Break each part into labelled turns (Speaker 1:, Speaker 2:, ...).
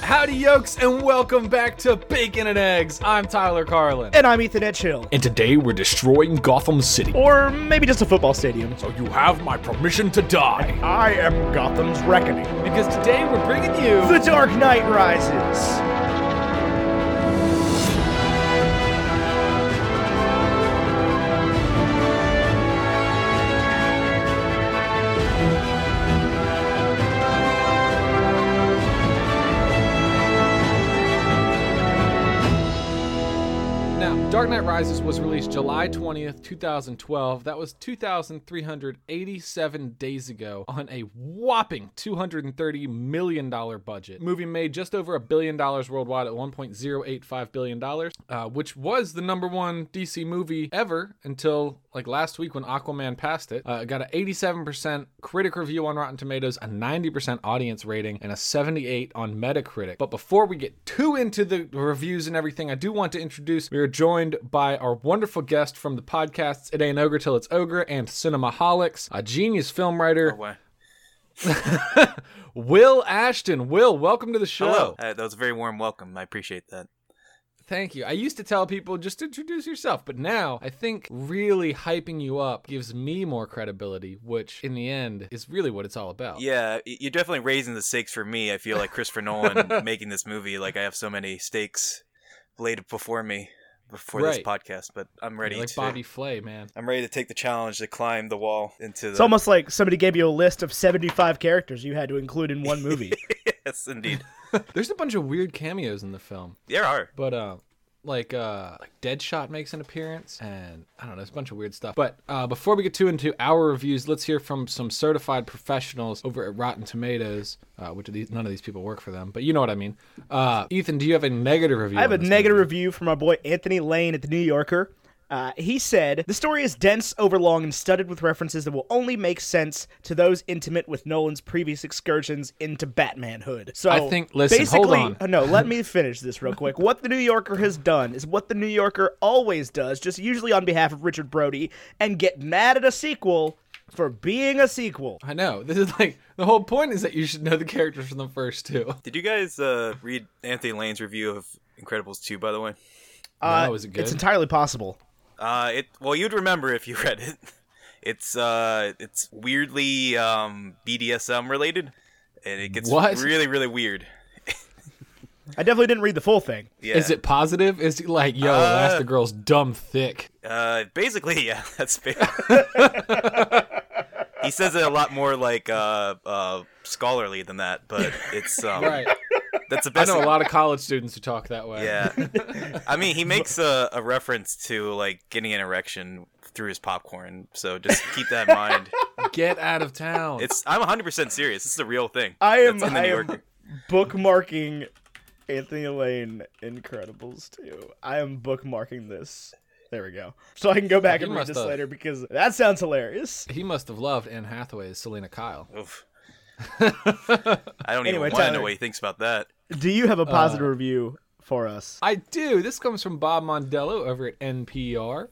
Speaker 1: Howdy, yokes, and welcome back to Bacon and Eggs. I'm Tyler Carlin.
Speaker 2: And I'm Ethan Edgehill.
Speaker 3: And today we're destroying Gotham City.
Speaker 2: Or maybe just a football stadium.
Speaker 3: So you have my permission to die.
Speaker 2: I am Gotham's Reckoning.
Speaker 1: Because today we're bringing you
Speaker 2: The Dark Knight Rises.
Speaker 1: Now, Dark Knight Rises was released July 20th, 2012. That was 2,387 days ago on a whopping $230 million budget. Movie made just over a billion dollars worldwide at $1.085 billion, uh, which was the number one DC movie ever until like last week when Aquaman passed it. Uh, it got an 87% critic review on Rotten Tomatoes, a 90% audience rating, and a 78 on Metacritic. But before we get too into the reviews and everything, I do want to introduce we are joined by our wonderful guest from the podcasts It Ain't Ogre Till It's Ogre and Cinemaholics, a genius film writer,
Speaker 4: Why?
Speaker 1: Will Ashton. Will, welcome to the show.
Speaker 4: Hello. Uh, that was a very warm welcome. I appreciate that.
Speaker 1: Thank you. I used to tell people just introduce yourself, but now I think really hyping you up gives me more credibility, which in the end is really what it's all about.
Speaker 4: Yeah, y- you're definitely raising the stakes for me. I feel like Christopher Nolan making this movie, like I have so many stakes laid before me before
Speaker 1: Right.
Speaker 4: this podcast, but I'm ready
Speaker 1: You're like
Speaker 4: to
Speaker 1: Bobby Flay, man.
Speaker 4: I'm ready to take the challenge to climb the wall into the
Speaker 2: It's almost like somebody gave you a list of 75 characters you had to include in one movie.
Speaker 4: Yes, indeed.
Speaker 1: There's a bunch of weird cameos in the film,
Speaker 4: There are.
Speaker 1: but uh, like uh, like Deadshot makes an appearance, and I don't know, it's a bunch of weird stuff. But uh, before we get too into our reviews, let's hear from some certified professionals over at Rotten Tomatoes, uh, which are these, none of these people work for them, but you know what I mean. Uh, Ethan, do you have a negative review?
Speaker 2: I have
Speaker 1: on
Speaker 2: a
Speaker 1: this
Speaker 2: negative
Speaker 1: movie?
Speaker 2: review from our boy Anthony Lane at The New Yorker. Uh, he said, The story is dense, overlong, and studded with references that will only make sense to those intimate with Nolan's previous excursions into Batmanhood. So
Speaker 1: I think- listen, hold
Speaker 2: basically-
Speaker 1: on.
Speaker 2: Uh, No, let me finish this real quick. What The New Yorker has done is what The New Yorker always does, just usually on behalf of Richard Brody, and get mad at a sequel for being a sequel.
Speaker 1: I know. This is like the whole point is that you should know the characters from the first two.
Speaker 4: Did you guys uh, read Anthony Lane's review of Incredibles 2, by the way?
Speaker 2: Uh,
Speaker 1: No, is it good?
Speaker 2: It's entirely possible.
Speaker 4: Uh, it well, you'd remember if you read it. It's uh, it's weirdly um, BDSM related, and it gets
Speaker 1: What?
Speaker 4: really, really weird.
Speaker 2: I definitely didn't read the full thing.
Speaker 4: Yeah.
Speaker 1: Is it positive? Is it like, yo,
Speaker 4: Uh,
Speaker 1: Elastigirl's dumb thick?
Speaker 4: Uh, basically, yeah, that's fair. he says it a lot more like uh, uh, scholarly than that, but it's um,
Speaker 1: Right.
Speaker 4: that's the
Speaker 1: I
Speaker 4: best.
Speaker 1: know a lot of college students who talk that way.
Speaker 4: Yeah, I mean, he makes a, a reference to like getting an erection through his popcorn, so just keep that in mind.
Speaker 1: Get out of town.
Speaker 4: It's I'm 100 percent serious. This is a real thing.
Speaker 2: I am-
Speaker 4: It's in the
Speaker 2: I
Speaker 4: New
Speaker 2: am-
Speaker 4: Yorker.
Speaker 2: bookmarking Anthony Lane Incredibles 2. I am bookmarking this. There we go. So I can go back
Speaker 1: You
Speaker 2: and read
Speaker 1: must
Speaker 2: this
Speaker 1: have.
Speaker 2: later because that sounds hilarious.
Speaker 1: he must have loved Anne Hathaway as Selena Kyle.
Speaker 4: Oof. I don't
Speaker 2: Anyway,
Speaker 4: even want to
Speaker 2: Tyler.
Speaker 4: know what he thinks about that.
Speaker 2: Do you
Speaker 1: Uh,
Speaker 2: have a positive review for us?
Speaker 1: I do. This comes from Bob Mondello over at NPR.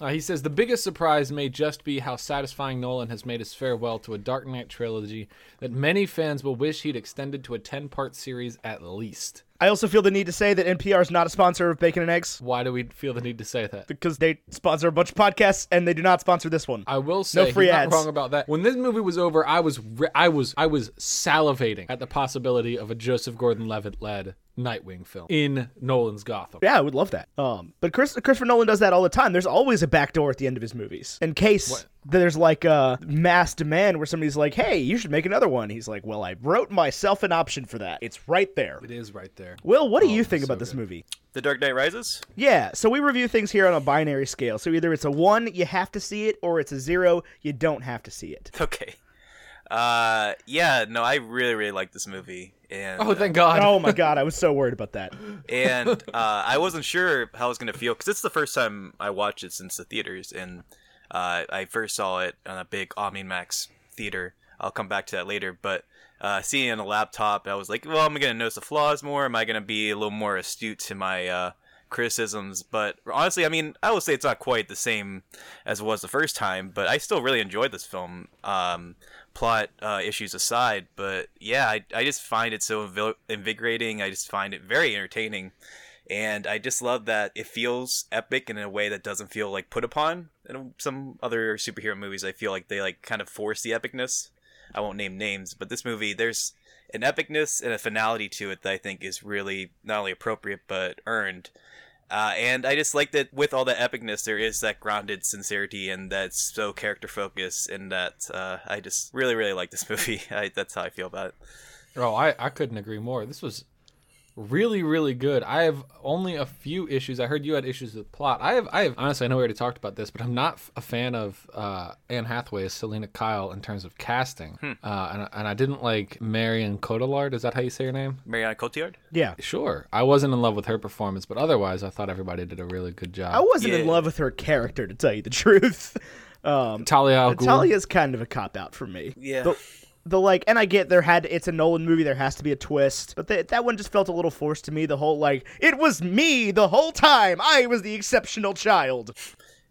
Speaker 1: Uh, he says the biggest surprise may just be how satisfying Nolan has made his farewell to a Dark Knight trilogy that many fans will wish he'd extended to a 10 part series at least.
Speaker 2: I also feel the need to say that NPR is not a sponsor of Bacon and Eggs
Speaker 1: Why do we feel the need to say that?
Speaker 2: because they sponsor a bunch of podcasts and they do not sponsor this one.
Speaker 1: I will say
Speaker 2: free
Speaker 1: he's
Speaker 2: ads.
Speaker 1: not wrong about that. When this movie was over, I was re- I was I was salivating at the possibility of a Joseph Gordon-Levitt led Nightwing film in Nolan's Gotham.
Speaker 2: yeah, I would love that. Um, but Chris, Christopher Nolan does that all the time. There's always a back door at the end of his movies in case there's like a mass demand where somebody's like, "Hey, you should make another one." He's like, "Well, I wrote myself an option for that. It's right there."
Speaker 1: It is right there.
Speaker 2: Will, what do you think
Speaker 1: so
Speaker 2: about this
Speaker 1: good.
Speaker 2: movie?
Speaker 4: The Dark Knight Rises.
Speaker 2: Yeah, so we review things here on a binary scale. So either it's a one, you have to see it, or it's a zero, you don't have to see it.
Speaker 4: Okay. Uh, yeah, no, I really, really like this movie, and
Speaker 1: Oh, thank God.
Speaker 2: Oh my god, I was so worried about that.
Speaker 4: and uh, I wasn't sure how I was gonna feel because it's the first time I watched it since the theaters, and uh, I first saw it on a big Omnimax theater. I'll come back to that later, but uh, seeing it on a laptop, I was like, well, am I gonna notice the flaws more? Am I gonna be a little more astute to my uh, criticisms? But honestly, I mean, I would say it's not quite the same as it was the first time, but I still really enjoyed this film. Um, plot uh, issues aside. But yeah, I, I just find it so invil- invigorating. I just find it very entertaining. And I just love that it feels epic in a way that doesn't feel like put upon. In some other superhero movies, I feel like they like kind of force the epicness. I won't name names, but this movie, there's an epicness and a finality to it that I think is really not only appropriate but earned. Uh, and I just like that with all that epicness, there is that grounded sincerity and that's so character focused. And that uh, I just really, really like this movie. I, that's how I feel about it.
Speaker 1: Oh, I, I couldn't agree more. This was really, really good. I have only a few issues. I heard you had issues with plot. I have, I have honestly, I know we already talked about this, but I'm not f- a fan of uh, Anne Hathaway as Selena Kyle in terms of casting. Uh, and, and I didn't like Marion Cotillard. Is that how you say her name?
Speaker 4: Mariana Cotillard?
Speaker 2: Yeah.
Speaker 1: Sure. I wasn't in love with her performance, but otherwise, I thought everybody did a really good job.
Speaker 2: I wasn't in
Speaker 4: Yeah.
Speaker 2: love with her character, to tell you the truth. Um,
Speaker 1: Talia al Ghul.
Speaker 2: Natalia's kind of a cop out for me.
Speaker 4: Yeah.
Speaker 2: The, the like, and I get there had it's a Nolan movie, there has to be a twist, but that that one just felt a little forced to me. The whole like, it was me the whole time. I was the exceptional child.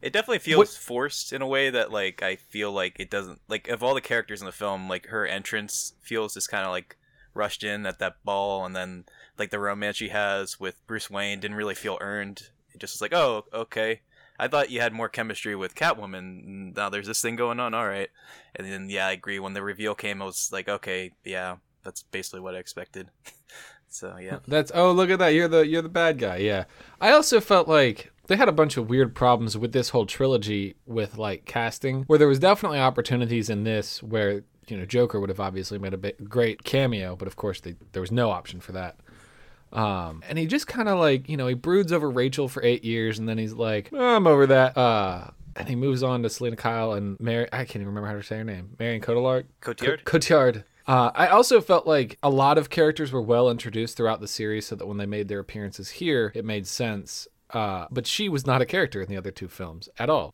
Speaker 4: It definitely feels forced in a way that like I feel like it doesn't like of all the characters in the film, like her entrance feels just kind of like rushed in at that ball, and then like the romance she has with Bruce Wayne didn't really feel earned. It just was like, oh, okay. I thought you had more chemistry with Catwoman. Now there's this thing going on. All right, and then yeah, I agree. When the reveal came, I was like, okay, yeah, that's basically what I expected. so yeah,
Speaker 1: That's oh look at that you're the you're the bad guy yeah. I also felt like they had a bunch of weird problems with this whole trilogy with like casting where there was definitely opportunities in this where you know Joker would have obviously made a bit great cameo but of course they, there was no option for that. Um, and he just kind of like you know he broods over Rachel for eight years and then he's like "Oh, I'm over that uh, and he moves on to Selena Kyle and Mary I can't even remember how to say her name Marion Cotillard
Speaker 4: Cotillard.
Speaker 1: Co- Cotillard. Uh, I also felt like a lot of characters were well introduced throughout the series, so that when they made their appearances here, it made sense. Uh, but she was not a character in the other two films at all.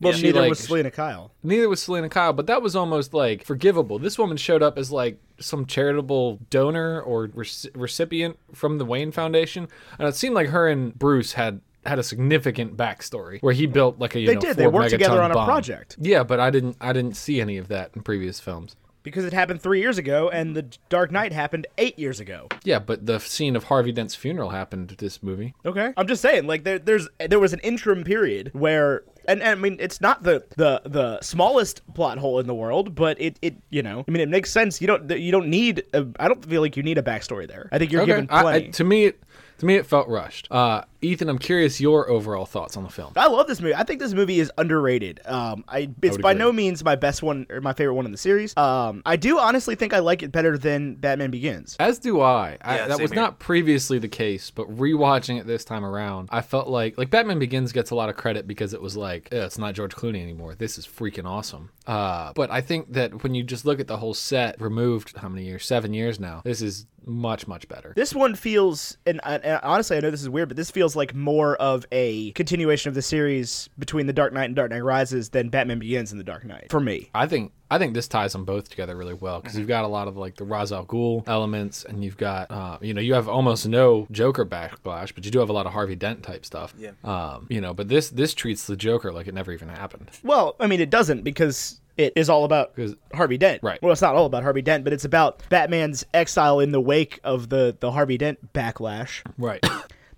Speaker 2: Well,
Speaker 1: She,
Speaker 2: neither
Speaker 1: like-
Speaker 2: was Selena Kyle.
Speaker 1: Neither was Selena Kyle, but that was almost like forgivable. This woman showed up as like some charitable donor or rec- recipient from the Wayne Foundation, and it seemed like her and Bruce had had a significant backstory where he built like a you
Speaker 2: They
Speaker 1: know,
Speaker 2: did. They
Speaker 1: four
Speaker 2: worked together
Speaker 1: megaton
Speaker 2: on a
Speaker 1: bomb.
Speaker 2: project.
Speaker 1: Yeah, but I didn't I didn't see any of that in previous films.
Speaker 2: Because it happened three years ago, and The Dark Knight happened eight years ago.
Speaker 1: Yeah, but the scene of Harvey Dent's funeral happened at this movie.
Speaker 2: Okay. I'm just saying, like there, there's there was an interim period where, and, and I mean, it's not the, the the smallest plot hole in the world, but it it you know, I mean, it makes sense. You don't you don't need. I I don't feel like you need a backstory there. I think you're given
Speaker 1: I- I-
Speaker 2: plenty.
Speaker 1: to me, it, to me, it felt rushed. Uh, Ethan, I'm curious your overall thoughts on the film.
Speaker 2: I love this movie. I think this movie is underrated. Um, I it's by
Speaker 1: agree.
Speaker 2: no means my best one or my favorite one in the series. Um, I do honestly think I like it better than Batman Begins.
Speaker 1: As do I. I
Speaker 4: Yeah,
Speaker 1: that
Speaker 4: same
Speaker 1: was
Speaker 4: here.
Speaker 1: not previously the case, but rewatching it this time around, I felt like like Batman Begins gets a lot of credit because it was like "Eh, it's not George Clooney anymore. This is freaking awesome. Uh, but I think that when you just look at the whole set, removed how many years? Seven years now. This is much much better.
Speaker 2: This one feels, and, and honestly, I know this is weird, but this feels like more of a continuation of the series between The Dark Knight and Dark Knight Rises than Batman Begins and The Dark Knight for me.
Speaker 1: I think I think this ties them both together really well
Speaker 4: Mm-hmm.
Speaker 1: because you've got a lot of like the Ra's al Ghul elements, and you've got uh, you know you have almost no Joker backlash, but you do have a lot of Harvey Dent type stuff.
Speaker 4: Yeah.
Speaker 1: Um, you know, but this this treats the Joker like it never even happened.
Speaker 2: Well, I mean, it doesn't because it is all about
Speaker 1: 'Cause-
Speaker 2: Harvey Dent.
Speaker 1: Right.
Speaker 2: Well, it's not all about Harvey Dent, but it's about Batman's exile in the wake of the the Harvey Dent backlash.
Speaker 1: Right.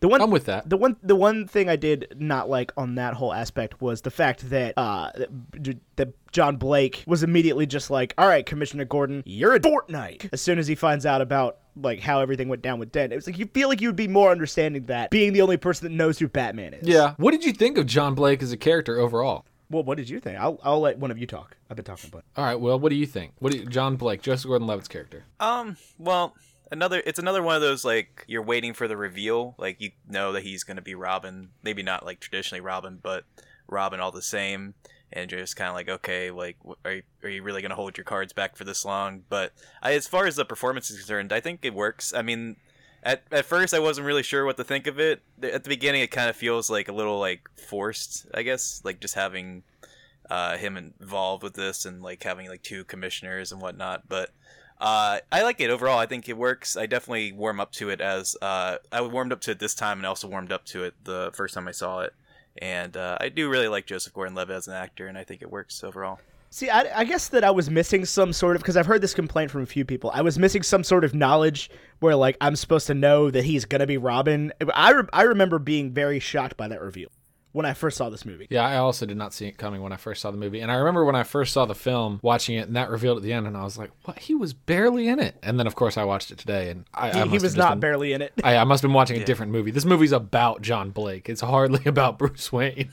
Speaker 2: The one
Speaker 1: I'm with that.
Speaker 2: The one the one thing I did not like on that whole aspect was the fact that uh that- that John Blake was immediately just like, "All right, Commissioner Gordon, you're a Fortnite." As soon as he finds out about like how everything went down with Dent, it was like you feel like you would be more understanding of that being the only person that knows who Batman is.
Speaker 1: yeah. What did you think of John Blake as a character overall?
Speaker 2: Well, what did you think? I'll I'll let one of you talk. I've been talking, but
Speaker 1: All right. Well, what do you think? What do you, John Blake, Joseph Gordon-Levitt's character?
Speaker 4: Um, well, another it's another one of those like you're waiting for the reveal, like you know that he's going to be Robin, maybe not like traditionally Robin, but Robin all the same. And you're just kind of like, okay, like, w- are you, are you really gonna hold your cards back for this long? But I, as far as the performance is concerned, I think it works. I mean, at at first I wasn't really sure what to think of it. Th- At the beginning, it kind of feels like a little like forced, I guess, like just having uh, him involved with this and like having like two commissioners and whatnot. But uh, I like it overall. I think it works. I definitely warm up to it as uh, I warmed up to it this time, and I also warmed up to it the first time I saw it. And uh, I do really like Joseph Gordon-Levitt as an actor, and I think it works overall.
Speaker 2: See, I, I guess that I was missing some sort of because I've heard this complaint from a few people. I was missing some sort of knowledge where like I'm supposed to know that he's gonna be Robin. I re- I remember being very shocked by that reveal when I first saw this movie.
Speaker 1: Yeah, I also did not see it coming when I first saw the movie. And I remember when I first saw the film, watching it, and that revealed at the end, and I was like, what? He was barely in it. And then, of course, I watched it today, and I, I
Speaker 2: He,
Speaker 1: must
Speaker 2: he
Speaker 1: have
Speaker 2: was
Speaker 1: just
Speaker 2: not
Speaker 1: been-
Speaker 2: barely in it.
Speaker 1: I, I must have been watching a different movie. This movie's about John Blake. It's hardly about Bruce Wayne.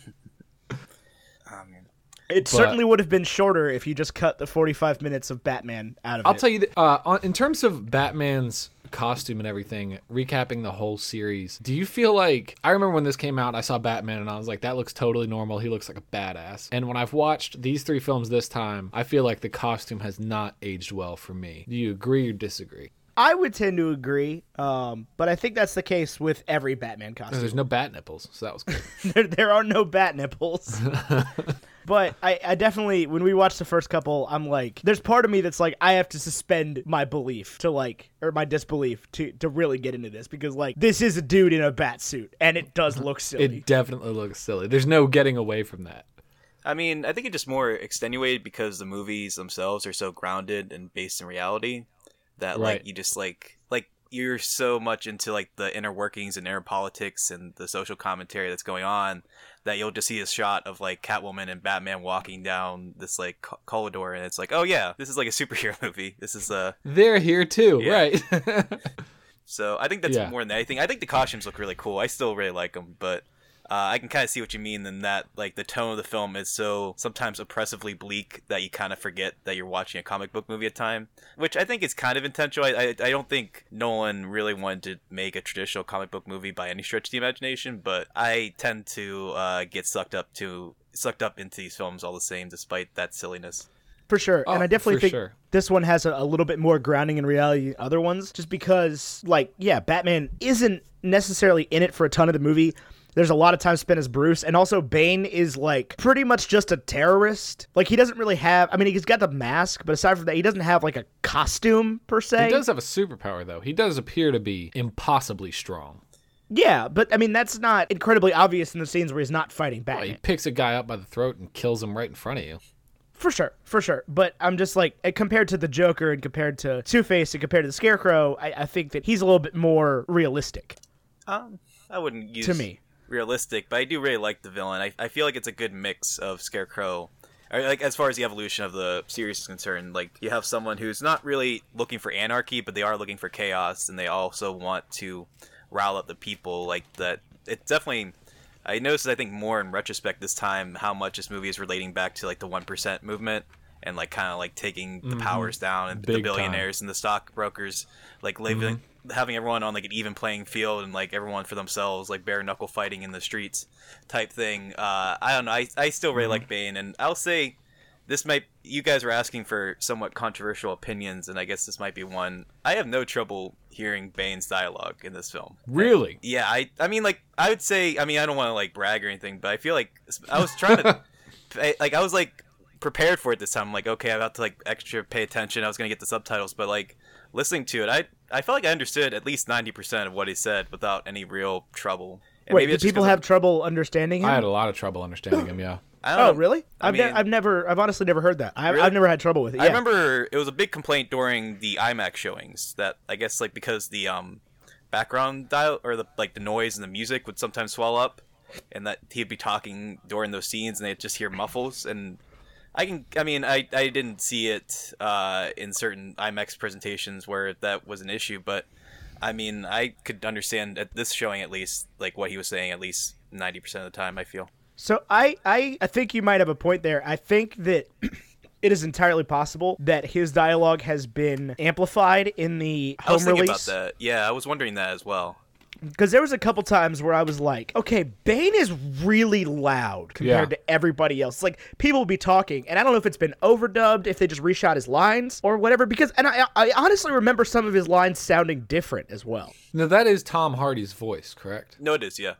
Speaker 2: It certainly would have been shorter if you just cut the 45 minutes of Batman out of
Speaker 1: I'll
Speaker 2: it.
Speaker 1: tell you, that, uh, on, in terms of Batman's costume and everything, recapping the whole series, do you feel like I remember when this came out, I saw Batman and I was like, that looks totally normal. He looks like a badass. And when I've watched these three films this time, I feel like the costume has not aged well for me. Do you agree or disagree?
Speaker 2: I would tend to agree, um, but I think that's the case with every Batman costume.
Speaker 1: There's no bat nipples, so that was good.
Speaker 2: there, there are no bat nipples. but I, I definitely, when we watched the first couple, I'm like, there's part of me that's like, I have to suspend my belief to like, or my disbelief to to really get into this because like, this is a dude in a bat suit, and it does look silly.
Speaker 1: it definitely looks silly. There's no getting away from that.
Speaker 4: I mean, I think it just more extenuated because the movies themselves are so grounded and based in reality that
Speaker 1: Right.
Speaker 4: like you just like like you're so much into like the inner workings and inner politics and the social commentary that's going on that you'll just see a shot of like Catwoman and Batman walking down this like co- corridor and it's like, "Oh yeah, this is like a superhero movie. This is uh
Speaker 1: They're here too,
Speaker 4: Yeah.
Speaker 1: right?
Speaker 4: So I think that's
Speaker 1: Yeah.
Speaker 4: more than anything. I think the costumes look really cool. I still really like them, but uh, I can kind of see what you mean. In that, like, the tone of the film is so sometimes oppressively bleak that you kind of forget that you're watching a comic book movie at time, which I think is kind of intentional. I, I, I don't think Nolan really wanted to make a traditional comic book movie by any stretch of the imagination, but I tend to uh, get sucked up to sucked up into these films all the same, despite that silliness.
Speaker 2: for sure.
Speaker 1: Oh,
Speaker 2: and I definitely
Speaker 1: for
Speaker 2: think
Speaker 1: sure.
Speaker 2: this one has a, a little bit more grounding in reality than other ones, just because, like, yeah, Batman isn't necessarily in it for a ton of the movie. There's a lot of time spent as Bruce, and also Bane is like pretty much just a terrorist. Like he doesn't really have. I mean, he's got the mask, but aside from that, he doesn't have like a costume per se.
Speaker 1: he does have a superpower though. He does appear to be impossibly strong.
Speaker 2: Yeah, but I mean, that's not incredibly obvious in the scenes where he's not fighting Batman.
Speaker 1: He picks a guy up by the throat and kills him right in front of you.
Speaker 2: For sure, for sure. But I'm just like eh, compared to the Joker and compared to Two Face and compared to the Scarecrow, I, I think that he's a little bit more realistic.
Speaker 4: Um, I wouldn't use
Speaker 2: To me.
Speaker 4: realistic, but I do really like the villain. I, I feel like it's a good mix of Scarecrow. or, Like as far as the evolution of the series is concerned, like you have someone who's not really looking for anarchy, but they are looking for chaos, and they also want to rile up the people. Like that, it definitely. I noticed, I think, more in retrospect this time how much this movie is relating back to like the one percent movement and like kind of like taking the
Speaker 2: Mm-hmm.
Speaker 4: powers down and
Speaker 1: Big Mm-hmm.
Speaker 4: the
Speaker 1: time.
Speaker 4: billionaires and the stockbrokers, like living, having everyone on like an even playing field and like everyone for themselves, like bare knuckle fighting in the streets type thing. Uh, I don't know. I, I still
Speaker 1: Mm-hmm.
Speaker 4: really like Bane, and I'll say this might you guys were asking for somewhat controversial opinions, and I guess this might be one. I have no trouble hearing Bane's dialogue in this film.
Speaker 1: Really?
Speaker 4: Yeah, I I mean like I would say I mean I don't want to like brag or anything, but I feel like I was trying to I- like I was like prepared for it this time. I'm like okay, I'm about to like extra pay attention. I was gonna get the subtitles, but like listening to it, I I felt like I understood at least ninety percent of what he said without any real trouble. And
Speaker 2: Wait, do
Speaker 4: it's just
Speaker 2: people
Speaker 4: 'cause
Speaker 2: have trouble understanding him?
Speaker 1: I had a lot of trouble understanding him. Yeah.
Speaker 4: I don't
Speaker 2: oh,
Speaker 4: know.
Speaker 2: really?
Speaker 4: I
Speaker 2: I've, ne-
Speaker 4: mean-
Speaker 2: I've never, I've honestly never heard that. I, I've never had trouble with it. Yeah.
Speaker 4: I remember it was a big complaint during the IMAX showings that I guess like because the um background dial or the like the noise and the music would sometimes swell up, and that he'd be talking during those scenes and they'd just hear muffles and. I can. I mean, I, I didn't see it uh, in certain IMAX presentations where that was an issue, but I mean, I could understand at this showing at least, like what he was saying, at least ninety percent of the time. I feel.
Speaker 2: So I, I, I think you might have a point there. I think that it is entirely possible that his dialogue has been amplified in the home
Speaker 4: I was thinking
Speaker 2: release.
Speaker 4: about that. Yeah, I was wondering that as well.
Speaker 2: because there was a couple times where I was like, okay, Bane is really loud compared
Speaker 1: Yeah.
Speaker 2: to everybody else. Like people will be talking, and I don't know if it's been overdubbed, if they just reshot his lines or whatever. Because and I, I honestly remember some of his lines sounding different as well.
Speaker 1: Now that is Tom Hardy's voice, correct?
Speaker 4: No, it is. Yeah.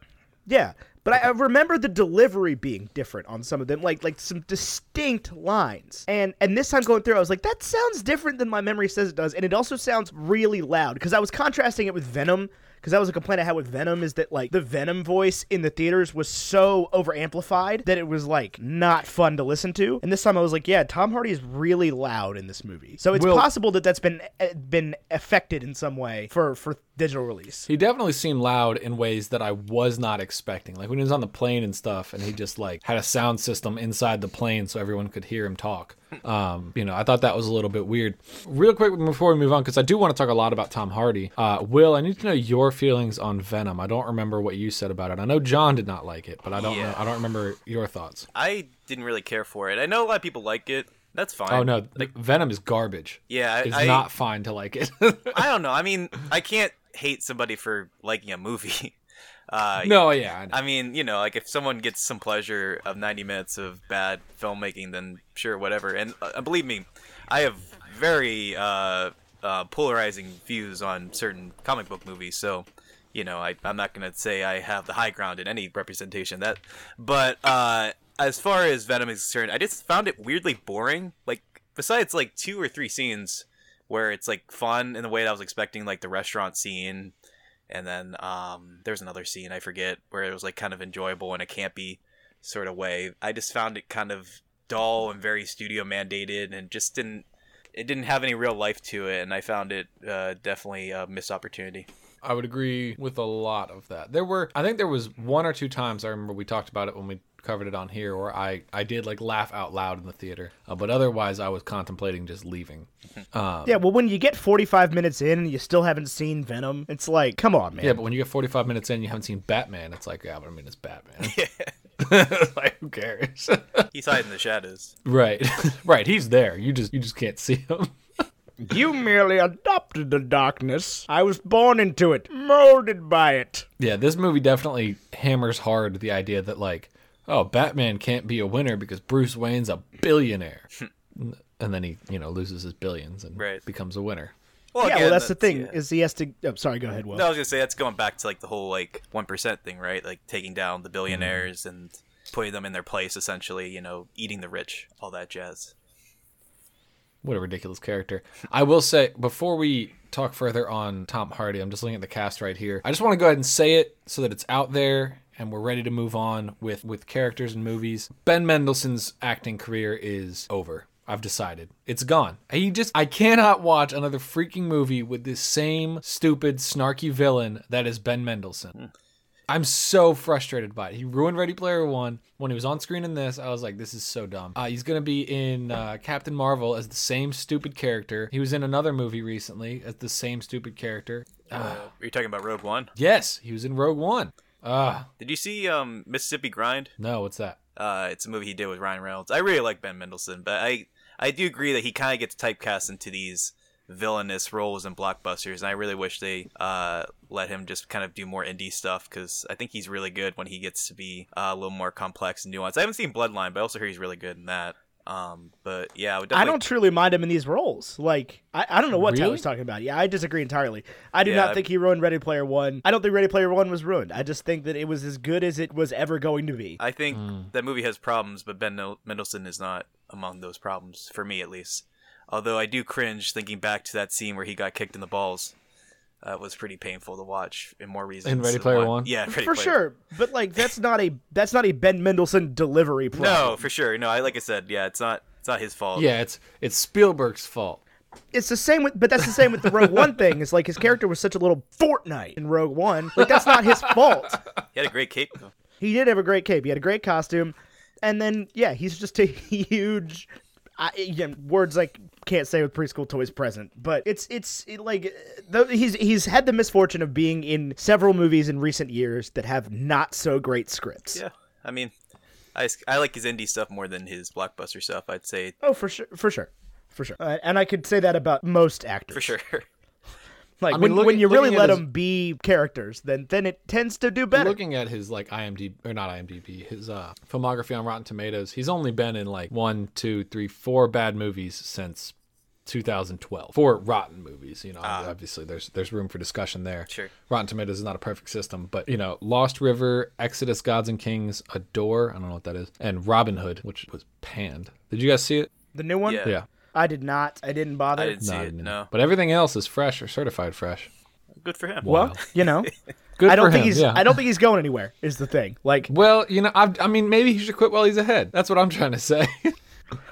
Speaker 2: Yeah, but I, I remember the delivery being different on some of them, like like some distinct lines. And and this time going through, I was like, that sounds different than my memory says it does, and it also sounds really loud because I was contrasting it with Venom. because that was a complaint I had with Venom is that like the Venom voice in the theaters was so overamplified that it was like not fun to listen to. And this time I was like, yeah, Tom Hardy is really loud in this movie, so it's
Speaker 1: Will-
Speaker 2: possible that that's been eh, been affected in some way for for digital release.
Speaker 1: He definitely seemed loud in ways that I was not expecting. Like when he was on the plane and stuff, and he just like had a sound system inside the plane so everyone could hear him talk. Um, you know, I thought that was a little bit weird. Real quick before we move on, because I do want to talk a lot about Tom Hardy. Uh, Will, I need to know your feelings on Venom. I don't remember what you said about it. I know John did not like it, but I don't
Speaker 4: Yeah.
Speaker 1: know. I don't remember your thoughts.
Speaker 4: I didn't really care for it. I know a lot of people like it. That's fine.
Speaker 1: Oh no, like Venom is garbage.
Speaker 4: Yeah, I-
Speaker 1: it's
Speaker 4: I-
Speaker 1: not fine to like it.
Speaker 4: I don't know. I mean, I can't hate somebody for liking a movie. Uh,
Speaker 1: no, yeah, I know.
Speaker 4: I mean, you know, like if someone gets some pleasure of 90 minutes of bad filmmaking, then sure, whatever. And uh, believe me, I have very uh, uh, polarizing views on certain comic book movies, so you know, I, I'm not gonna say I have the high ground in any representation of that. But uh, as far as Venom is concerned, I just found it weirdly boring. Like besides like two or three scenes where it's like fun in the way that I was expecting, like the restaurant scene and then um, there was another scene I forget where it was like kind of enjoyable in a campy sort of way. I just found it kind of dull and very studio mandated, and just didn't it didn't have any real life to it, and I found it uh, definitely a missed opportunity.
Speaker 1: I would agree with a lot of that. There were, I think there was one or two times I remember we talked about it when we covered it on here, or I, I did like laugh out loud in the theater. Uh, but otherwise, I was contemplating just leaving.
Speaker 2: yeah, well, when you get 45 minutes in and you still haven't seen Venom, it's like, come on, man.
Speaker 1: Yeah, but when you get 45 minutes in, and you haven't seen Batman. It's like, yeah, but I mean, it's Batman. like, who cares?
Speaker 4: He's hiding in the shadows.
Speaker 1: right, right. He's there. You just, you just can't see him.
Speaker 2: You merely adopted the darkness. I was born into it, molded by it.
Speaker 1: Yeah, this movie definitely hammers hard the idea that like, oh, Batman can't be a winner because Bruce Wayne's a billionaire, and then he you know loses his billions and
Speaker 4: Right.
Speaker 1: becomes a winner.
Speaker 4: Well,
Speaker 2: yeah,
Speaker 4: again,
Speaker 2: well, that's the thing
Speaker 4: yeah.
Speaker 2: is he has to. Oh, sorry, go ahead, Will.
Speaker 4: No, I was gonna say that's going back to like the whole like one percent thing, right? Like taking down the billionaires and putting them in their place, essentially. You know, eating the rich, all that jazz.
Speaker 1: What a ridiculous character. I will say, before we talk further on Tom Hardy, I'm just looking at the cast right here. I just want to go ahead and say it so that it's out there and we're ready to move on with, with characters and movies. Ben Mendelsohn's acting career is over. I've decided. It's gone. He just I cannot watch another freaking movie with this same stupid snarky villain that is Ben Mendelsohn. I'm so frustrated by it. He ruined Ready Player One. When he was on screen in this, I was like, this is so dumb. Uh, he's going to be in uh, Captain Marvel as the same stupid character. He was in another movie recently as the same stupid character.
Speaker 4: Uh, Are you talking about Rogue One?
Speaker 1: Yes, he was in Rogue One. Ah,
Speaker 4: Did you see um, Mississippi Grind?
Speaker 1: no, what's that?
Speaker 4: Uh, it's a movie he did with Ryan Reynolds. I really like Ben Mendelsohn, but I I do agree that he kind of gets typecast into these villainous roles in blockbusters, and I really wish they uh, let him just kind of do more indie stuff because I think he's really good when he gets to be uh, a little more complex and nuanced. I haven't seen Bloodline, but I also hear he's really good in that. Um, but yeah, I would
Speaker 2: I
Speaker 4: definitely.
Speaker 2: don't truly mind him in these roles. Like, I, I don't know what
Speaker 1: Really?
Speaker 2: Tyler's talking about. Yeah, I disagree entirely. I do
Speaker 4: Yeah,
Speaker 2: not
Speaker 4: I-
Speaker 2: think he ruined Ready Player One. I don't think Ready Player One was ruined. I just think that it was as good as it was ever going to be.
Speaker 4: I think
Speaker 1: Hmm.
Speaker 4: that movie has problems, but Ben Mendel- Mendelsohn is not among those problems for me, at least. Although I do cringe thinking back to that scene where he got kicked in the balls. Uh, it was pretty painful to watch in more reasons.
Speaker 1: Ready
Speaker 4: than
Speaker 1: Player One?
Speaker 4: yeah, Ready
Speaker 2: For
Speaker 4: Player.
Speaker 2: sure, but like that's not a that's not a Ben Mendelsohn delivery problem.
Speaker 4: No, for sure. No, I like I said, yeah, it's not it's not his fault.
Speaker 1: Yeah, it's it's Spielberg's fault.
Speaker 2: it's the same with but that's the same with the Rogue One thing. It's like his character was such a little Fortnite in Rogue One. Like that's not his fault.
Speaker 4: he had a great cape. though.
Speaker 2: He did have a great cape. He had a great costume, and then yeah, he's just a huge. I, again, words I can't say with preschool toys present, but it's it's it, like though he's he's had the misfortune of being in several movies in recent years that have not so great scripts.
Speaker 4: Yeah, I mean, I, s- I like his indie stuff more than his blockbuster stuff. I'd say
Speaker 2: Oh, for sure, for sure, for sure. Uh, and I could say that about most actors.
Speaker 4: for sure.
Speaker 2: Like
Speaker 1: I mean,
Speaker 2: when,
Speaker 1: look-
Speaker 2: when you really
Speaker 1: looking at
Speaker 2: let
Speaker 1: his-
Speaker 2: them be characters, then then it tends to do better.
Speaker 1: Looking at his like IMDb or not IMDb, his uh, filmography on Rotten Tomatoes, he's only been in like one, two, three, four bad movies since 2012. Four rotten movies, you know.
Speaker 2: Ah.
Speaker 1: obviously, there's there's room for discussion there.
Speaker 4: Sure.
Speaker 1: Rotten Tomatoes is not a perfect system, but you know, Lost River, Exodus, Gods and Kings, Adore, I don't know what that is, and Robin Hood, which was panned. Did you guys see it?
Speaker 2: the new one,
Speaker 4: Yeah,
Speaker 1: Yeah.
Speaker 2: I did not. I didn't bother.
Speaker 4: I didn't see
Speaker 1: I
Speaker 4: it.
Speaker 1: didn't.
Speaker 4: No,
Speaker 1: But everything else is fresh or certified fresh.
Speaker 4: good for him.
Speaker 2: Well, you know,
Speaker 1: Good
Speaker 2: I don't
Speaker 1: for
Speaker 2: think
Speaker 1: him,
Speaker 2: he's.
Speaker 1: yeah.
Speaker 2: I don't think he's going anywhere. Is the thing. Like,
Speaker 1: Well, you know, I, I mean, maybe he should quit while he's ahead. That's what I'm trying to say.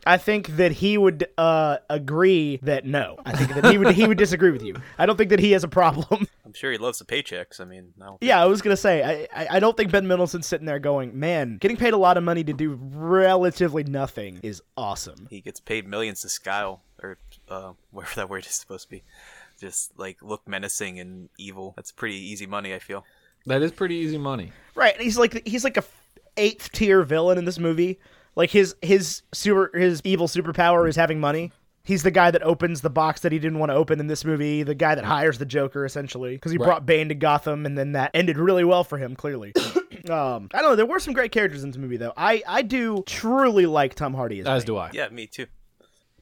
Speaker 2: I think that he would uh, agree that no. I think that he would. he would disagree with you. I don't think that he has a problem.
Speaker 4: I'm sure he loves the paychecks. I mean, no.
Speaker 2: yeah, I was gonna say. I, I I don't think Ben Mendelsohn's sitting there going, man, getting paid a lot of money to do relatively nothing is awesome.
Speaker 4: he gets paid millions to scowl or uh, whatever that word is supposed to be just like look menacing and evil that's pretty easy money i feel
Speaker 1: that is pretty easy money.
Speaker 2: Right. and He's like he's like a eighth tier villain in this movie. Like his his super his evil superpower is having money. He's the guy that opens the box that he didn't want to open in this movie. The guy that hires the Joker essentially because he brought Bane to Gotham, and then that ended really well for him. Clearly, um, I don't know. There were some great characters in this movie though. I I do truly like Tom Hardy as
Speaker 1: As do I.
Speaker 4: yeah me too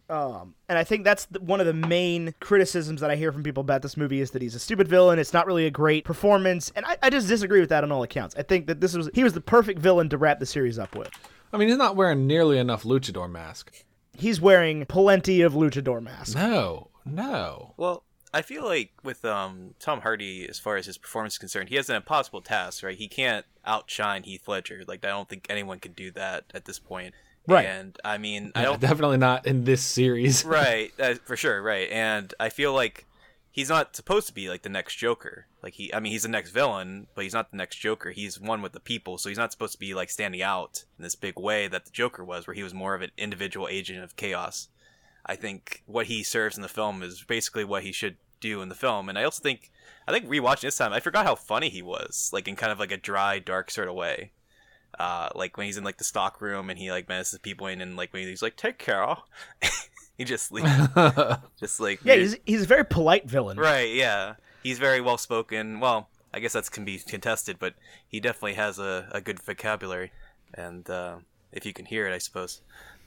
Speaker 2: and I think that's the, one of the main criticisms that I hear from people about this movie is that he's a stupid villain. It's not really a great performance, and I, I just disagree with that on all accounts. I think that this was he was the perfect villain to wrap the series up with.
Speaker 1: I mean, he's not wearing nearly enough luchador mask.
Speaker 2: He's wearing plenty of luchador masks.
Speaker 1: No, no.
Speaker 4: well i feel like with um, tom hardy as far as his performance is concerned he has an impossible task right he can't outshine heath ledger like i don't think anyone can do that at this point
Speaker 2: Right.
Speaker 4: and i mean i
Speaker 1: Yeah,
Speaker 4: don't
Speaker 1: definitely not in this series.
Speaker 4: right uh, for sure right and i feel like he's not supposed to be like the next joker like he i mean he's the next villain but he's not the next joker he's one with the people so he's not supposed to be like standing out in this big way that the joker was where he was more of an individual agent of chaos i think what he serves in the film is basically what he should do in the film and i also think i think rewatching this time i forgot how funny he was like in kind of like a dry dark sort of way uh, like when he's in like the stock room and he like menaces people in and like when he's like take care he just leaves just like
Speaker 2: Yeah,
Speaker 4: weird-
Speaker 2: he's, he's a very polite villain.
Speaker 4: right yeah he's very well spoken well i guess that's can be contested but he definitely has a, a good vocabulary and uh, if you can hear it i suppose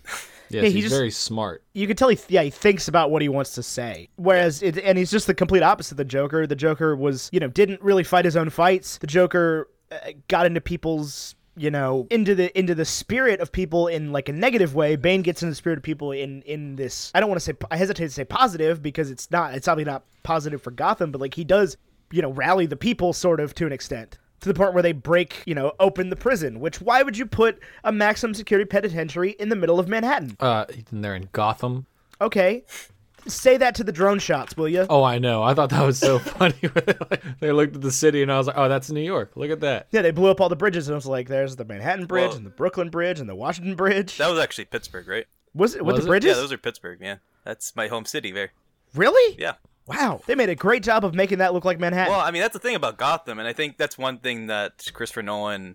Speaker 1: Yes,
Speaker 2: Yeah, he
Speaker 1: he's
Speaker 2: just-
Speaker 1: very smart.
Speaker 2: You can tell he th- yeah he thinks about what he wants to say. Whereas it, and he's just the complete opposite of the Joker. The Joker was you know didn't really fight his own fights. The Joker uh, got into people's you know into the into the spirit of people in like a negative way. Bane gets into the spirit of people in in this. I don't want to say I hesitate to say positive because it's not it's probably not positive for Gotham, but like he does you know rally the people sort of to an extent. To the point where they break, you know, open the prison. Which why would you put a maximum security penitentiary in the middle of Manhattan?
Speaker 1: Uh, and they're in Gotham.
Speaker 2: Okay. Say that to the drone shots, will you?
Speaker 1: Oh, I know. I thought that was so funny. they looked at the city and I was like, oh, that's New York. Look at that.
Speaker 2: Yeah, they blew up all the bridges, and I was like, "There's the Manhattan Bridge,
Speaker 4: Well-
Speaker 2: and the Brooklyn Bridge, and the Washington Bridge."
Speaker 4: that was actually pittsburgh right
Speaker 2: was it with
Speaker 1: Was
Speaker 2: the
Speaker 1: it?
Speaker 2: bridges?
Speaker 4: yeah those are pittsburgh yeah that's my home city there
Speaker 2: really?
Speaker 4: yeah
Speaker 2: Wow, they made a great job of making that look like Manhattan.
Speaker 4: Well, I mean, that's the thing about Gotham, and I think that's one thing that Christopher Nolan.